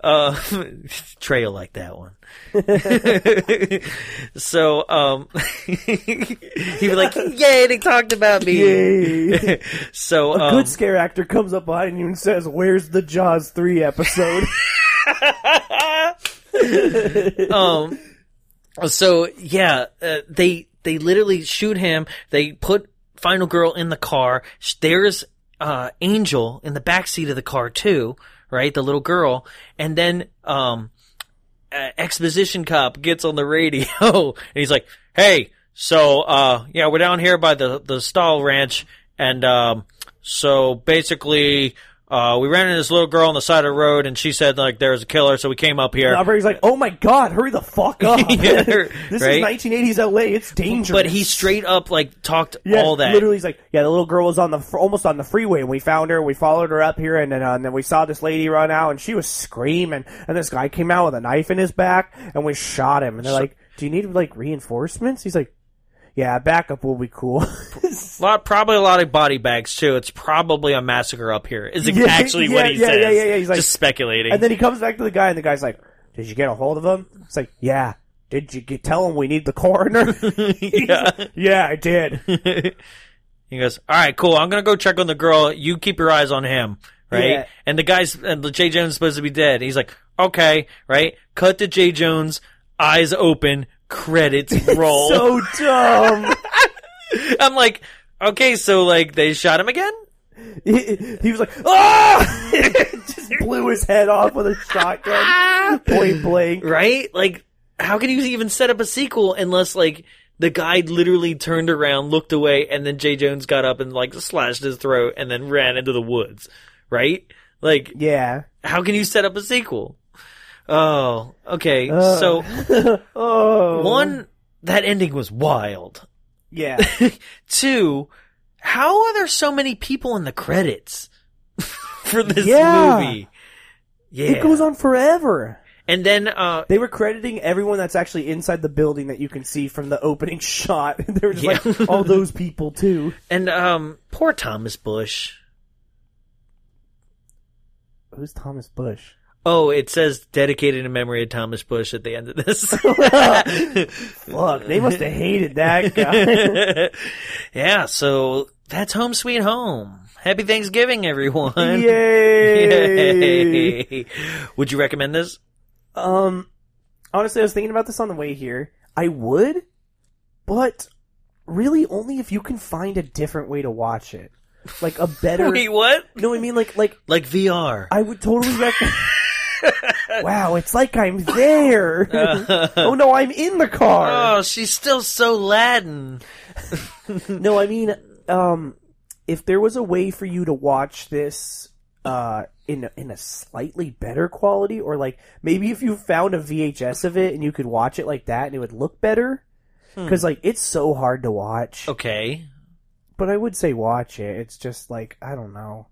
Speaker 2: uh, trail like that one. so um, he was like, "Yay, they talked about me."
Speaker 1: Yay.
Speaker 2: So um,
Speaker 1: Good scare actor comes up behind you and says, "Where's the Jaws three episode?"
Speaker 2: um so yeah uh, they they literally shoot him they put final girl in the car Sh- there's uh angel in the back seat of the car too right the little girl and then um uh, exposition cop gets on the radio and he's like hey so uh yeah we're down here by the the stall ranch and um so basically uh, we ran into this little girl on the side of the road, and she said like there was a killer, so we came up here.
Speaker 1: And Operator's like, "Oh my god, hurry the fuck up!
Speaker 2: Yeah,
Speaker 1: this
Speaker 2: right?
Speaker 1: is 1980s LA. It's dangerous."
Speaker 2: But he straight up like talked
Speaker 1: Yeah,
Speaker 2: all that.
Speaker 1: Literally, he's like, "Yeah, the little girl was on the fr- almost on the freeway, and we found her. and We followed her up here, and then uh, and then we saw this lady run out, and she was screaming. And this guy came out with a knife in his back, and we shot him. And they're like, "Do you need like reinforcements?" He's like, "Yeah, backup will be cool."
Speaker 2: lot, probably a lot of body bags too. It's probably a massacre up here. Is
Speaker 1: Yeah,
Speaker 2: actually what
Speaker 1: yeah,
Speaker 2: he
Speaker 1: yeah,
Speaker 2: says.
Speaker 1: yeah, yeah, yeah. He's like-
Speaker 2: just speculating.
Speaker 1: and then he comes back to the guy, and the guy's like, "Did you get a hold of him?" It's like, "Yeah." Did you get, tell him we need the coroner?
Speaker 2: yeah.
Speaker 1: yeah, I did.
Speaker 2: He goes, "All right, cool. I'm gonna go check on the girl. You keep your eyes on him, right?"
Speaker 1: Yeah.
Speaker 2: And the guy's and the Jay Jones is supposed to be dead. He's like, "Okay, right." Cut to Jay Jones, eyes open, credits roll.
Speaker 1: So dumb.
Speaker 2: I'm like, "Okay, so like they shot him again."
Speaker 1: he, he was like, ah! just blew his head off with a shotgun, point blank.
Speaker 2: right? Like, how can you even set up a sequel unless like the guy literally turned around, looked away, and then Jay Jones got up and like slashed his throat and then ran into the woods, right? Like,
Speaker 1: Yeah.
Speaker 2: how can you set up a sequel? Oh, okay. So
Speaker 1: Uh, Oh.
Speaker 2: one, that ending was wild.
Speaker 1: Yeah.
Speaker 2: Two, how are there so many people in the credits for this
Speaker 1: Yeah.
Speaker 2: movie? Yeah,
Speaker 1: It goes on forever.
Speaker 2: and then uh,
Speaker 1: They were crediting everyone that's actually inside the building that you can see from the opening shot. they were just
Speaker 2: Yeah.
Speaker 1: like, all those people too.
Speaker 2: and um, poor Thomas Bush.
Speaker 1: Who's Thomas Bush?
Speaker 2: Oh, it says dedicated in memory of Thomas Bush at the end of this.
Speaker 1: Fuck, they must have hated that guy.
Speaker 2: yeah, so that's home sweet home. Happy Thanksgiving, everyone.
Speaker 1: Yay!
Speaker 2: Yay. Would you recommend this?
Speaker 1: Um, honestly, I was thinking about this on the way here. I would, but really only if you can find a different way to watch it, like a better.
Speaker 2: Wait, what?
Speaker 1: no, I mean like like
Speaker 2: Like VR.
Speaker 1: I would totally. Rec- wow, it's like I'm there. oh no, I'm in the car.
Speaker 2: Oh, she's still so Latin.
Speaker 1: no, I mean, um, if there was a way for you to watch this, uh, in a, in a slightly better quality, or like maybe if you found a VHS of it and you could watch it like that and it would look better,
Speaker 2: Hmm.
Speaker 1: because like it's so hard to
Speaker 2: Oh.
Speaker 1: watch.
Speaker 2: Okay.
Speaker 1: But I would say watch it. It's just like I don't know,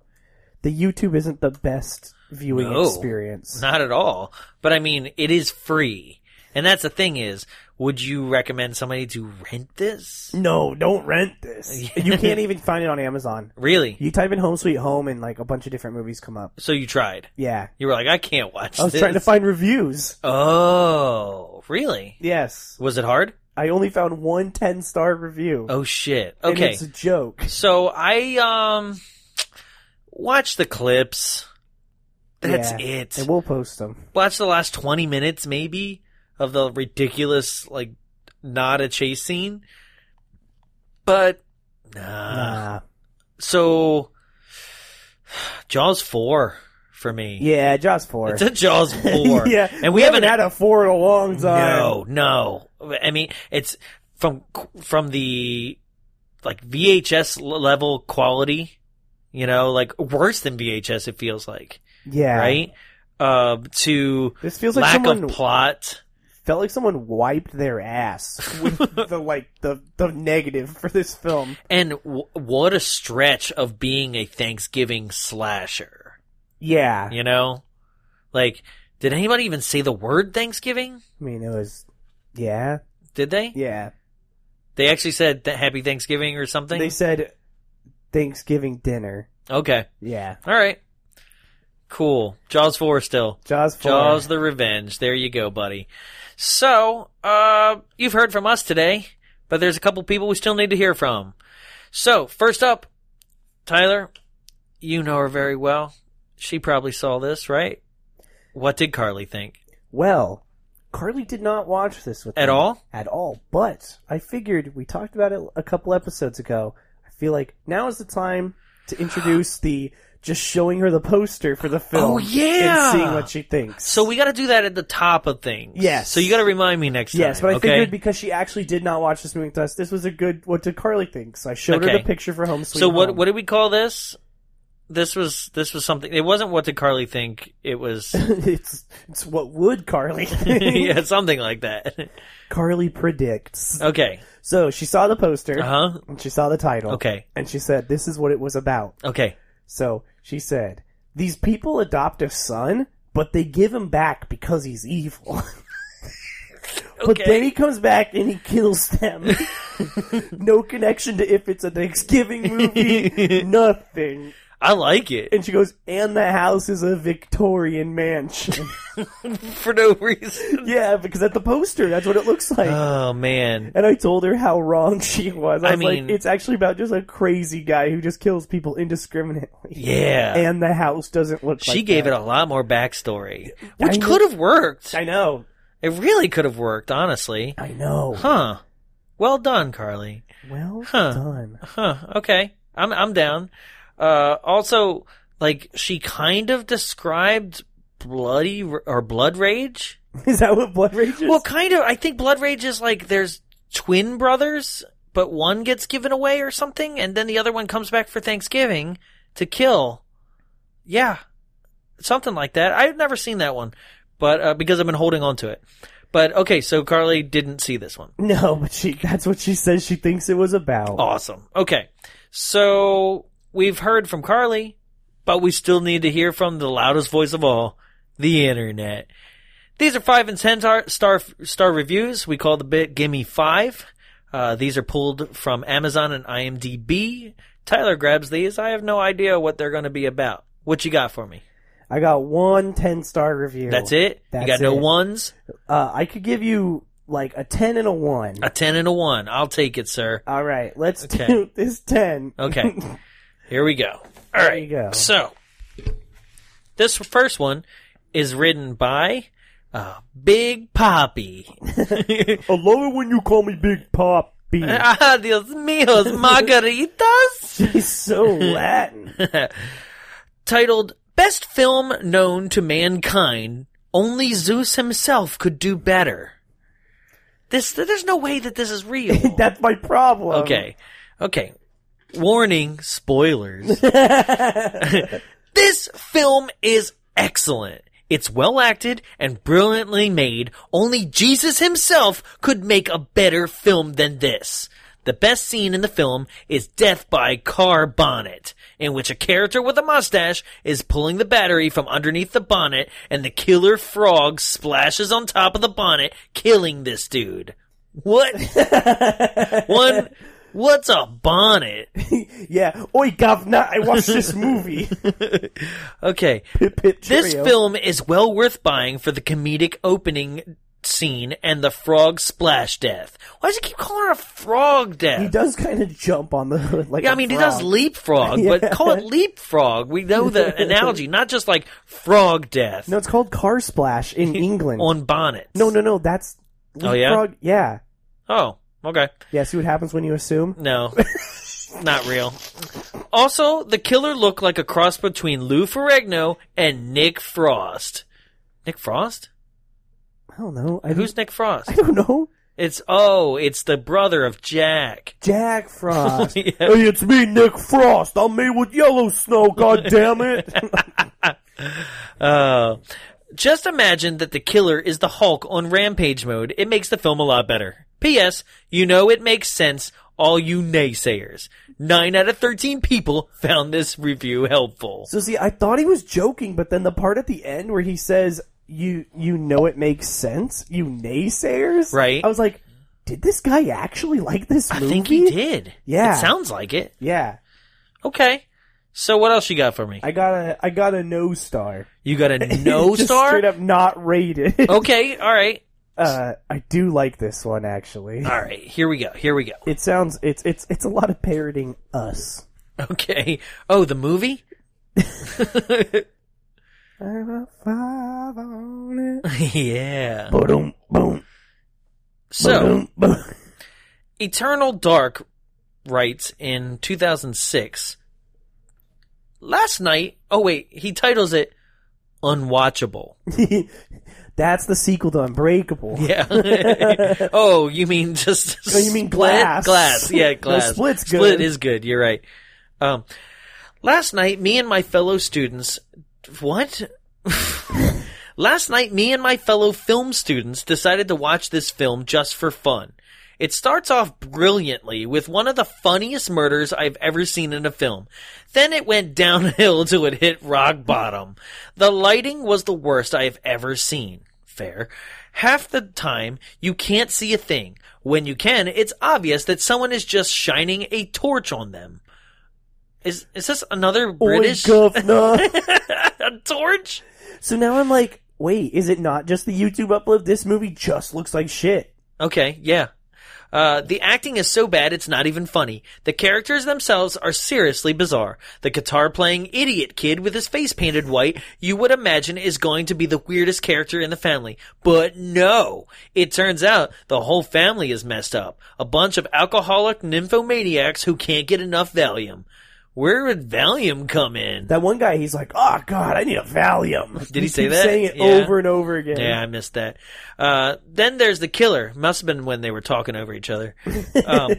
Speaker 1: the YouTube isn't the best viewing
Speaker 2: No.
Speaker 1: experience.
Speaker 2: Not at all. But I mean, it is free. And that's the thing is, would you recommend somebody to rent this?
Speaker 1: No, don't rent this. you can't even find it on Amazon.
Speaker 2: Really?
Speaker 1: You type in Home Sweet Home and like a bunch of different movies come up.
Speaker 2: So you tried.
Speaker 1: Yeah.
Speaker 2: You were like, I can't watch
Speaker 1: I was
Speaker 2: this.
Speaker 1: trying to find reviews.
Speaker 2: Oh, really?
Speaker 1: Yes.
Speaker 2: Was it hard?
Speaker 1: I only found one 10 star review.
Speaker 2: Oh shit.
Speaker 1: And
Speaker 2: Okay.
Speaker 1: it's a joke.
Speaker 2: So I um watch the clips. That's
Speaker 1: Yeah.
Speaker 2: it.
Speaker 1: And we'll post them.
Speaker 2: watch the last 20 minutes maybe of the ridiculous like not a chase scene. But nah.
Speaker 1: Nah.
Speaker 2: So Jaws 4 for me.
Speaker 1: Yeah, Jaws 4.
Speaker 2: It's a Jaws 4.
Speaker 1: yeah.
Speaker 2: And we, haven't
Speaker 1: had a 4 in a long time.
Speaker 2: No, no. I mean, it's from from the like VHS l- level quality, you know, like worse than VHS. It feels like
Speaker 1: Yeah.
Speaker 2: right. Uh, to
Speaker 1: This feels like
Speaker 2: lack
Speaker 1: someone-
Speaker 2: of plot.
Speaker 1: Felt like someone wiped their ass with the like the the negative for this film.
Speaker 2: And w- what a stretch of being a Thanksgiving slasher,
Speaker 1: Yeah.
Speaker 2: you know? Like, did anybody even say the word Thanksgiving?
Speaker 1: I mean, it was yeah.
Speaker 2: Did they?
Speaker 1: Yeah.
Speaker 2: They actually said th- Happy Thanksgiving or something?
Speaker 1: They said Thanksgiving dinner.
Speaker 2: okay.
Speaker 1: Yeah.
Speaker 2: All right. Cool. Jaws 4 still.
Speaker 1: Jaws 4.
Speaker 2: Jaws the Revenge. There you go, buddy. So, uh, you've heard from us today, but there's a couple people we still need to hear from. So, first up, Tyler, you know her very well. She probably saw this, right? What did Carly think?
Speaker 1: Well, Carly did not watch this with
Speaker 2: At
Speaker 1: me
Speaker 2: all?
Speaker 1: At all. But I figured we talked about it a couple episodes ago. I feel like now is the time to introduce the just showing her the poster for the film.
Speaker 2: Oh, yeah!
Speaker 1: and seeing what she thinks.
Speaker 2: So we gotta do that at the top of things.
Speaker 1: Yes.
Speaker 2: So you gotta remind me next
Speaker 1: Yes,
Speaker 2: time.
Speaker 1: but I
Speaker 2: okay?
Speaker 1: figured because she actually did not watch this movie with us, this was a good what did Carly think. So I showed her
Speaker 2: Okay.
Speaker 1: the picture for Home Sweet
Speaker 2: So what
Speaker 1: Home.
Speaker 2: what did we call this? This was this was something. It wasn't what did Carly think. It was
Speaker 1: it's it's what would Carly think.
Speaker 2: yeah something like that.
Speaker 1: Carly predicts.
Speaker 2: Okay.
Speaker 1: So she saw the poster
Speaker 2: Uh huh.
Speaker 1: and she saw the title.
Speaker 2: Okay.
Speaker 1: And she said this is what it was about.
Speaker 2: Okay.
Speaker 1: So she said, These people adopt a son, but they give him back because he's evil. But
Speaker 2: Okay.
Speaker 1: then he comes back and he kills them. no connection to if it's a Thanksgiving movie, nothing.
Speaker 2: I like it
Speaker 1: And she goes, and the house is a Victorian mansion.
Speaker 2: for no reason.
Speaker 1: yeah, because at the poster, that's what it looks like.
Speaker 2: Oh man.
Speaker 1: and I told her how wrong she was. I,
Speaker 2: I
Speaker 1: was
Speaker 2: mean-
Speaker 1: like, it's actually about just a crazy guy who just kills people indiscriminately.
Speaker 2: Yeah.
Speaker 1: And the house doesn't look
Speaker 2: she
Speaker 1: like
Speaker 2: gave
Speaker 1: that.
Speaker 2: it a lot more backstory, which
Speaker 1: I know-
Speaker 2: could have worked.
Speaker 1: I know.
Speaker 2: It really could have worked, honestly.
Speaker 1: I know.
Speaker 2: Huh. Well done, Carly.
Speaker 1: Well
Speaker 2: Huh.
Speaker 1: done.
Speaker 2: Huh. Okay. I'm I'm down. Uh, also, like she kind of described bloody r- or blood rage.
Speaker 1: Is that what Blood Rage is?
Speaker 2: Well, kind of. I think blood rage is like there's twin brothers, but one gets given away or something, and then the other one comes back for Thanksgiving to kill. Yeah, something like that. I've never seen that one, but uh, because I've been holding on to it. But okay, so Carly didn't see this one.
Speaker 1: no, but she that's what she says she thinks it was about.
Speaker 2: Awesome. Okay. So we've heard from Carly, but we still need to hear from the loudest voice of all, the internet. These are five and ten tar- star star reviews. We call the bit "Gimme Five. Uh, these are pulled from Amazon and IMDb. Tyler grabs these. I have no idea what they're going to be about. What you got for me?
Speaker 1: I got one 10 star review.
Speaker 2: That's it.
Speaker 1: That's
Speaker 2: you got no
Speaker 1: it.
Speaker 2: ones.
Speaker 1: Uh, I could give you like a 10 and a 1.
Speaker 2: A ten and a one. I'll take it, sir.
Speaker 1: All right, let's
Speaker 2: Okay.
Speaker 1: do this 10.
Speaker 2: Okay. Here we go. All right.
Speaker 1: you go.
Speaker 2: So, this first one is written by uh, Big Poppy.
Speaker 1: I love it when you call me Big Pop B.
Speaker 2: ah, Dios míos, margaritas?
Speaker 1: She's so Latin.
Speaker 2: Titled Best Film Known to Mankind, Only Zeus Himself Could Do Better. This, there's no way that this is real.
Speaker 1: That's my problem.
Speaker 2: Okay. Okay. Warning, spoilers. this film is excellent. It's well acted and brilliantly made. Only Jesus himself could make a better film than this. The best scene in the film is Death by Car Bonnet, in which a character with a mustache is pulling the battery from underneath the bonnet and the killer frog splashes on top of the bonnet, killing this dude. What? One, what's a bonnet?
Speaker 1: Yeah. Oi, governor, I watched this movie.
Speaker 2: Okay.
Speaker 1: Pip, pip,
Speaker 2: This
Speaker 1: cheerio.
Speaker 2: film is well worth buying for the comedic opening scene and the frog splash death. Why does he keep calling her a frog death?
Speaker 1: He does kind of jump on the hood like.
Speaker 2: yeah,
Speaker 1: I
Speaker 2: I mean, he does leapfrog, but
Speaker 1: Yeah.
Speaker 2: call it leapfrog. We know the analogy, not just like frog death
Speaker 1: No, it's called car splash in England.
Speaker 2: on bonnets.
Speaker 1: No, no, no. That's
Speaker 2: Oh, yeah?
Speaker 1: leapfrog- Yeah.
Speaker 2: Oh, okay.
Speaker 1: Yeah. See what happens when you assume.
Speaker 2: No, not real. Also, the killer looked like a cross between Lou Ferrigno and Nick Frost. Nick Frost?
Speaker 1: I don't know. I,
Speaker 2: Who's Nick Frost?
Speaker 1: I don't know.
Speaker 2: It's oh, it's the brother of Jack.
Speaker 1: Jack Frost.
Speaker 2: Yeah.
Speaker 1: Hey, it's me, Nick Frost. I'm made with yellow snow. God damn it!
Speaker 2: Oh. Just imagine that the killer is the Hulk on rampage mode. It makes the film a lot better. P.S. You know it makes sense, all you naysayers. Nine out of 13 people found this review helpful.
Speaker 1: so see, I thought he was joking, but then the part at the end where he says, "You, you know, it makes sense." You naysayers,
Speaker 2: Right.
Speaker 1: I was like, did this guy actually like this
Speaker 2: I
Speaker 1: movie?
Speaker 2: think he did.
Speaker 1: Yeah.
Speaker 2: It sounds like it.
Speaker 1: Yeah.
Speaker 2: Okay. So what else you got for me?
Speaker 1: I got a I got a no star.
Speaker 2: You got a no
Speaker 1: Just
Speaker 2: star? Oh.
Speaker 1: Straight up not rated.
Speaker 2: Okay, all right.
Speaker 1: Uh, I do like this one actually.
Speaker 2: All right, here we go. Here we go.
Speaker 1: It sounds it's it's it's a lot of parroting us.
Speaker 2: Okay. Oh, the movie?
Speaker 1: I'm a five on it.
Speaker 2: yeah.
Speaker 1: Boom boom
Speaker 2: So,
Speaker 1: boom boom.
Speaker 2: Eternal Dark writes in 2006 Last night, oh wait, he titles it Unwatchable.
Speaker 1: That's the sequel to Unbreakable.
Speaker 2: Yeah. oh, you mean just
Speaker 1: Oh, you mean
Speaker 2: split?
Speaker 1: glass.
Speaker 2: Glass, yeah,
Speaker 1: No,
Speaker 2: glass.
Speaker 1: split's good.
Speaker 2: Split is good. You're right. Um, last night, me and my fellow students. What? last night, me and my fellow film students decided to watch this film just for fun. It starts off brilliantly with one of the funniest murders I've ever seen in a film. Then it went downhill till it hit rock bottom. The lighting was the worst I have ever seen. Fair. Half the time, you can't see a thing. When you can, it's obvious that someone is just shining a torch on them. Is, is this another British
Speaker 1: Oi, governor.
Speaker 2: a torch?
Speaker 1: so now I'm like, wait, is it not just the YouTube upload? This movie just looks like shit.
Speaker 2: Okay, yeah. Uh, the acting is so bad it's not even funny. The characters themselves are seriously bizarre. The guitar playing idiot kid with his face painted white you would imagine is going to be the weirdest character in the family. But no! It turns out the whole family is messed up. A bunch of alcoholic nymphomaniacs who can't get enough Valium. Where would Valium come in?
Speaker 1: That one guy, he's like, oh god, I need a Valium.
Speaker 2: Did he say
Speaker 1: keeps
Speaker 2: that?
Speaker 1: Saying it
Speaker 2: Yeah.
Speaker 1: over and over again.
Speaker 2: Yeah, I missed that. Uh, then there's the killer. Must have been when they were talking over each other. Um,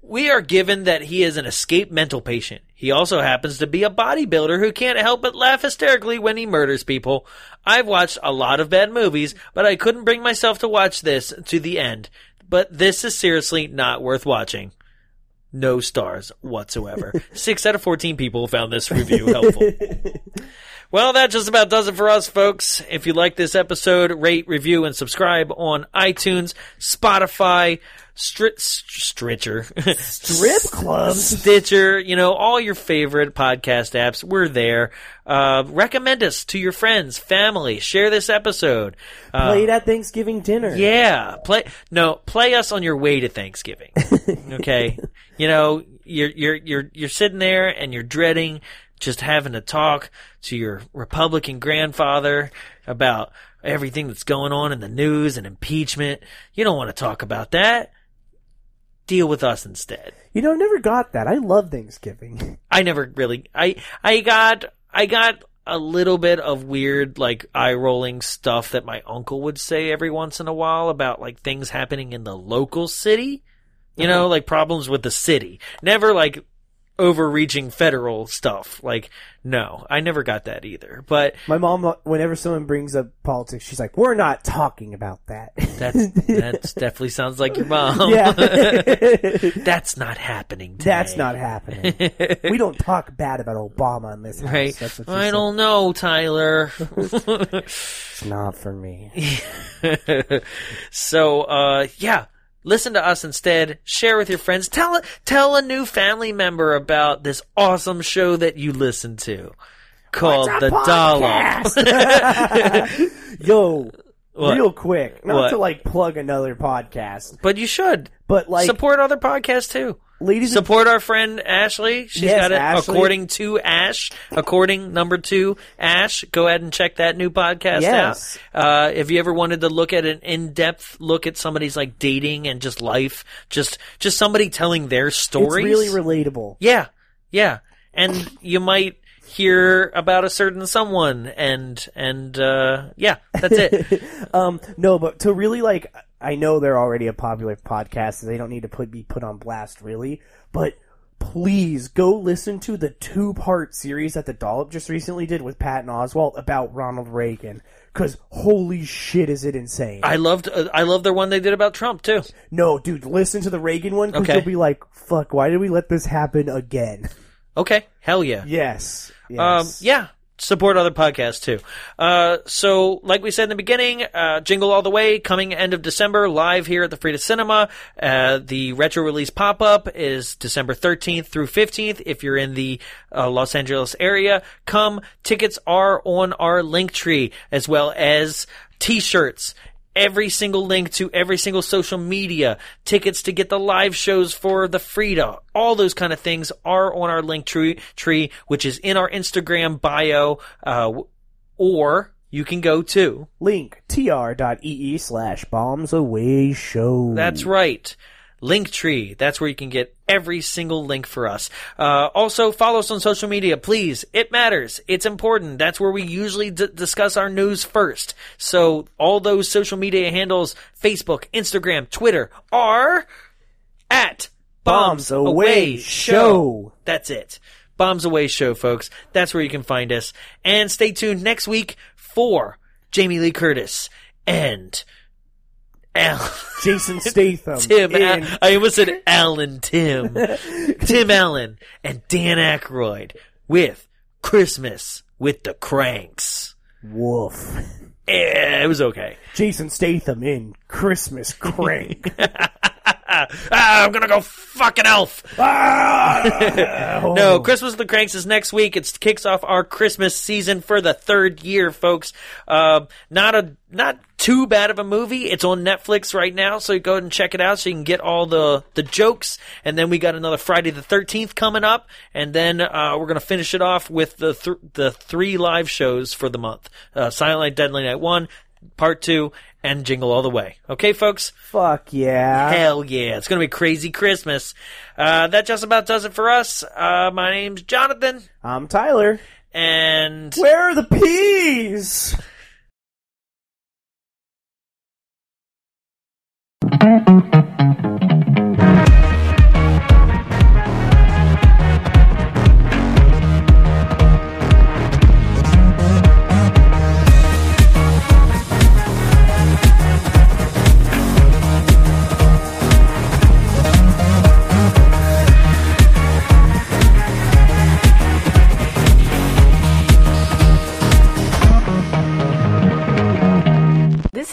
Speaker 2: we are given that he is an escaped mental patient. He also happens to be a bodybuilder who can't help but laugh hysterically when he murders people. I've watched a lot of bad movies, but I couldn't bring myself to watch this to the end. But this is seriously not worth watching. No stars whatsoever. Six out of 14 people found this review helpful. Well, that just about does it for us, folks. If you like this episode, rate, review, and subscribe on iTunes, Spotify, Stri- Stritcher,
Speaker 1: Strip clubs.
Speaker 2: Stitcher, you know, all your favorite podcast apps. We're there. Uh, recommend us to your friends, family. Share this episode. Uh,
Speaker 1: Played at Thanksgiving dinner.
Speaker 2: yeah, play no, play us on your way to Thanksgiving. Okay, you know you're you're you're you're sitting there and you're dreading just having to talk to your Republican grandfather about everything that's going on in the news and impeachment. You don't want to talk about that. Deal with us instead.
Speaker 1: You know, I never got that. I love Thanksgiving.
Speaker 2: I never really I I got I got a little bit of weird like eye rolling stuff that my uncle would say every once in a while about like things happening in the local city. You
Speaker 1: Uh-huh.
Speaker 2: know, like problems with the city. Never like overreaching federal stuff. Like no, I never got that either. But
Speaker 1: My mom, whenever someone brings up politics, she's like, "We're not talking about that."
Speaker 2: that's that's definitely sounds like your mom.
Speaker 1: yeah,
Speaker 2: that's not happening. Today.
Speaker 1: that's not happening. We don't talk bad about Obama in this house.
Speaker 2: Right.
Speaker 1: That's what she
Speaker 2: I
Speaker 1: said.
Speaker 2: don't know, Tyler.
Speaker 1: It's not for me.
Speaker 2: so uh yeah listen to us instead share with your friends tell tell a new family member about this awesome show that you listen to called the dollop
Speaker 1: Yo,
Speaker 2: What?
Speaker 1: real quick, not
Speaker 2: What?
Speaker 1: to like plug another podcast,
Speaker 2: but you should
Speaker 1: but like,
Speaker 2: support other podcasts too
Speaker 1: ladies, and-
Speaker 2: support our friend ashley She's
Speaker 1: Yes,
Speaker 2: got it
Speaker 1: Ashley.
Speaker 2: according to ash according number two ash go ahead and check that new podcast
Speaker 1: Yes.
Speaker 2: out uh, if you ever wanted to look at an in-depth look at somebody's like dating and just life just just somebody telling their
Speaker 1: it's
Speaker 2: stories
Speaker 1: really relatable.
Speaker 2: Yeah, yeah, and you might hear about a certain someone, and and uh, yeah, that's it.
Speaker 1: Um, no, but to really like, I know they're already a popular podcast, so they don't need to put be put on blast, really. But please go listen to the two part series that the Dollop just recently did with Patton Oswalt about Ronald Reagan. Cause holy shit, is it insane!
Speaker 2: I loved uh, I love their one they did about Trump too.
Speaker 1: no, dude, listen to the Reagan one because
Speaker 2: Okay.
Speaker 1: you'll be like, "Fuck, why did we let this happen again?"
Speaker 2: Okay, hell yeah,
Speaker 1: yes, yes.
Speaker 2: um, yeah. support other podcasts too. Uh, so, like we said in the beginning, uh, Jingle All the Way coming end of December live here at the Frida Cinema. Uh, the retro release pop up is December 13th through 15th. If you're in the uh, Los Angeles area, come. Tickets are on our link tree as well as t shirts every single link to every single social media, tickets to get the live shows for the Frida, all those kind of things are on our link tree, tree which is in our Instagram bio, uh, w- or you can go to.
Speaker 1: Link tr.ee slash bombs away show.
Speaker 2: That's right. Linktree. That's where you can get every single link for us. Uh, also, follow us on social media, please. It matters. It's important. That's where we usually d- discuss our news first. So, all those social media handles Facebook, Instagram, Twitter are at
Speaker 1: Bombs Away Show.
Speaker 2: That's it. Bombs Away Show, folks. That's where you can find us. And stay tuned next week for Jamie Lee Curtis and Al.
Speaker 1: Jason Statham.
Speaker 2: Tim. uh,
Speaker 1: in-
Speaker 2: Al- I almost said Alan Tim. Tim Allen and Dan Aykroyd with Christmas with the Cranks.
Speaker 1: Woof.
Speaker 2: Eh, it was okay.
Speaker 1: Jason Statham in Christmas Crank.
Speaker 2: Ah, I'm gonna go fucking elf.
Speaker 1: Ah!
Speaker 2: No, Christmas with the Cranks is next week. It kicks off our Christmas season for the third year, folks. Um, not a not too bad of a movie. It's on Netflix right now, so go ahead and check it out so you can get all the the jokes. And then we got another Friday the Thirteenth coming up, and then uh, we're gonna finish it off with the th- the three live shows for the month: uh, Silent Night, Deadly Night One, Part Two, and Jingle All the Way. Okay, folks.
Speaker 1: Fuck yeah.
Speaker 2: Hell yeah. It's going to be crazy Christmas. Uh, that just about does it for us. Uh, my name's Jonathan,
Speaker 1: I'm Tyler.
Speaker 2: and
Speaker 1: Where are the peas?
Speaker 8: This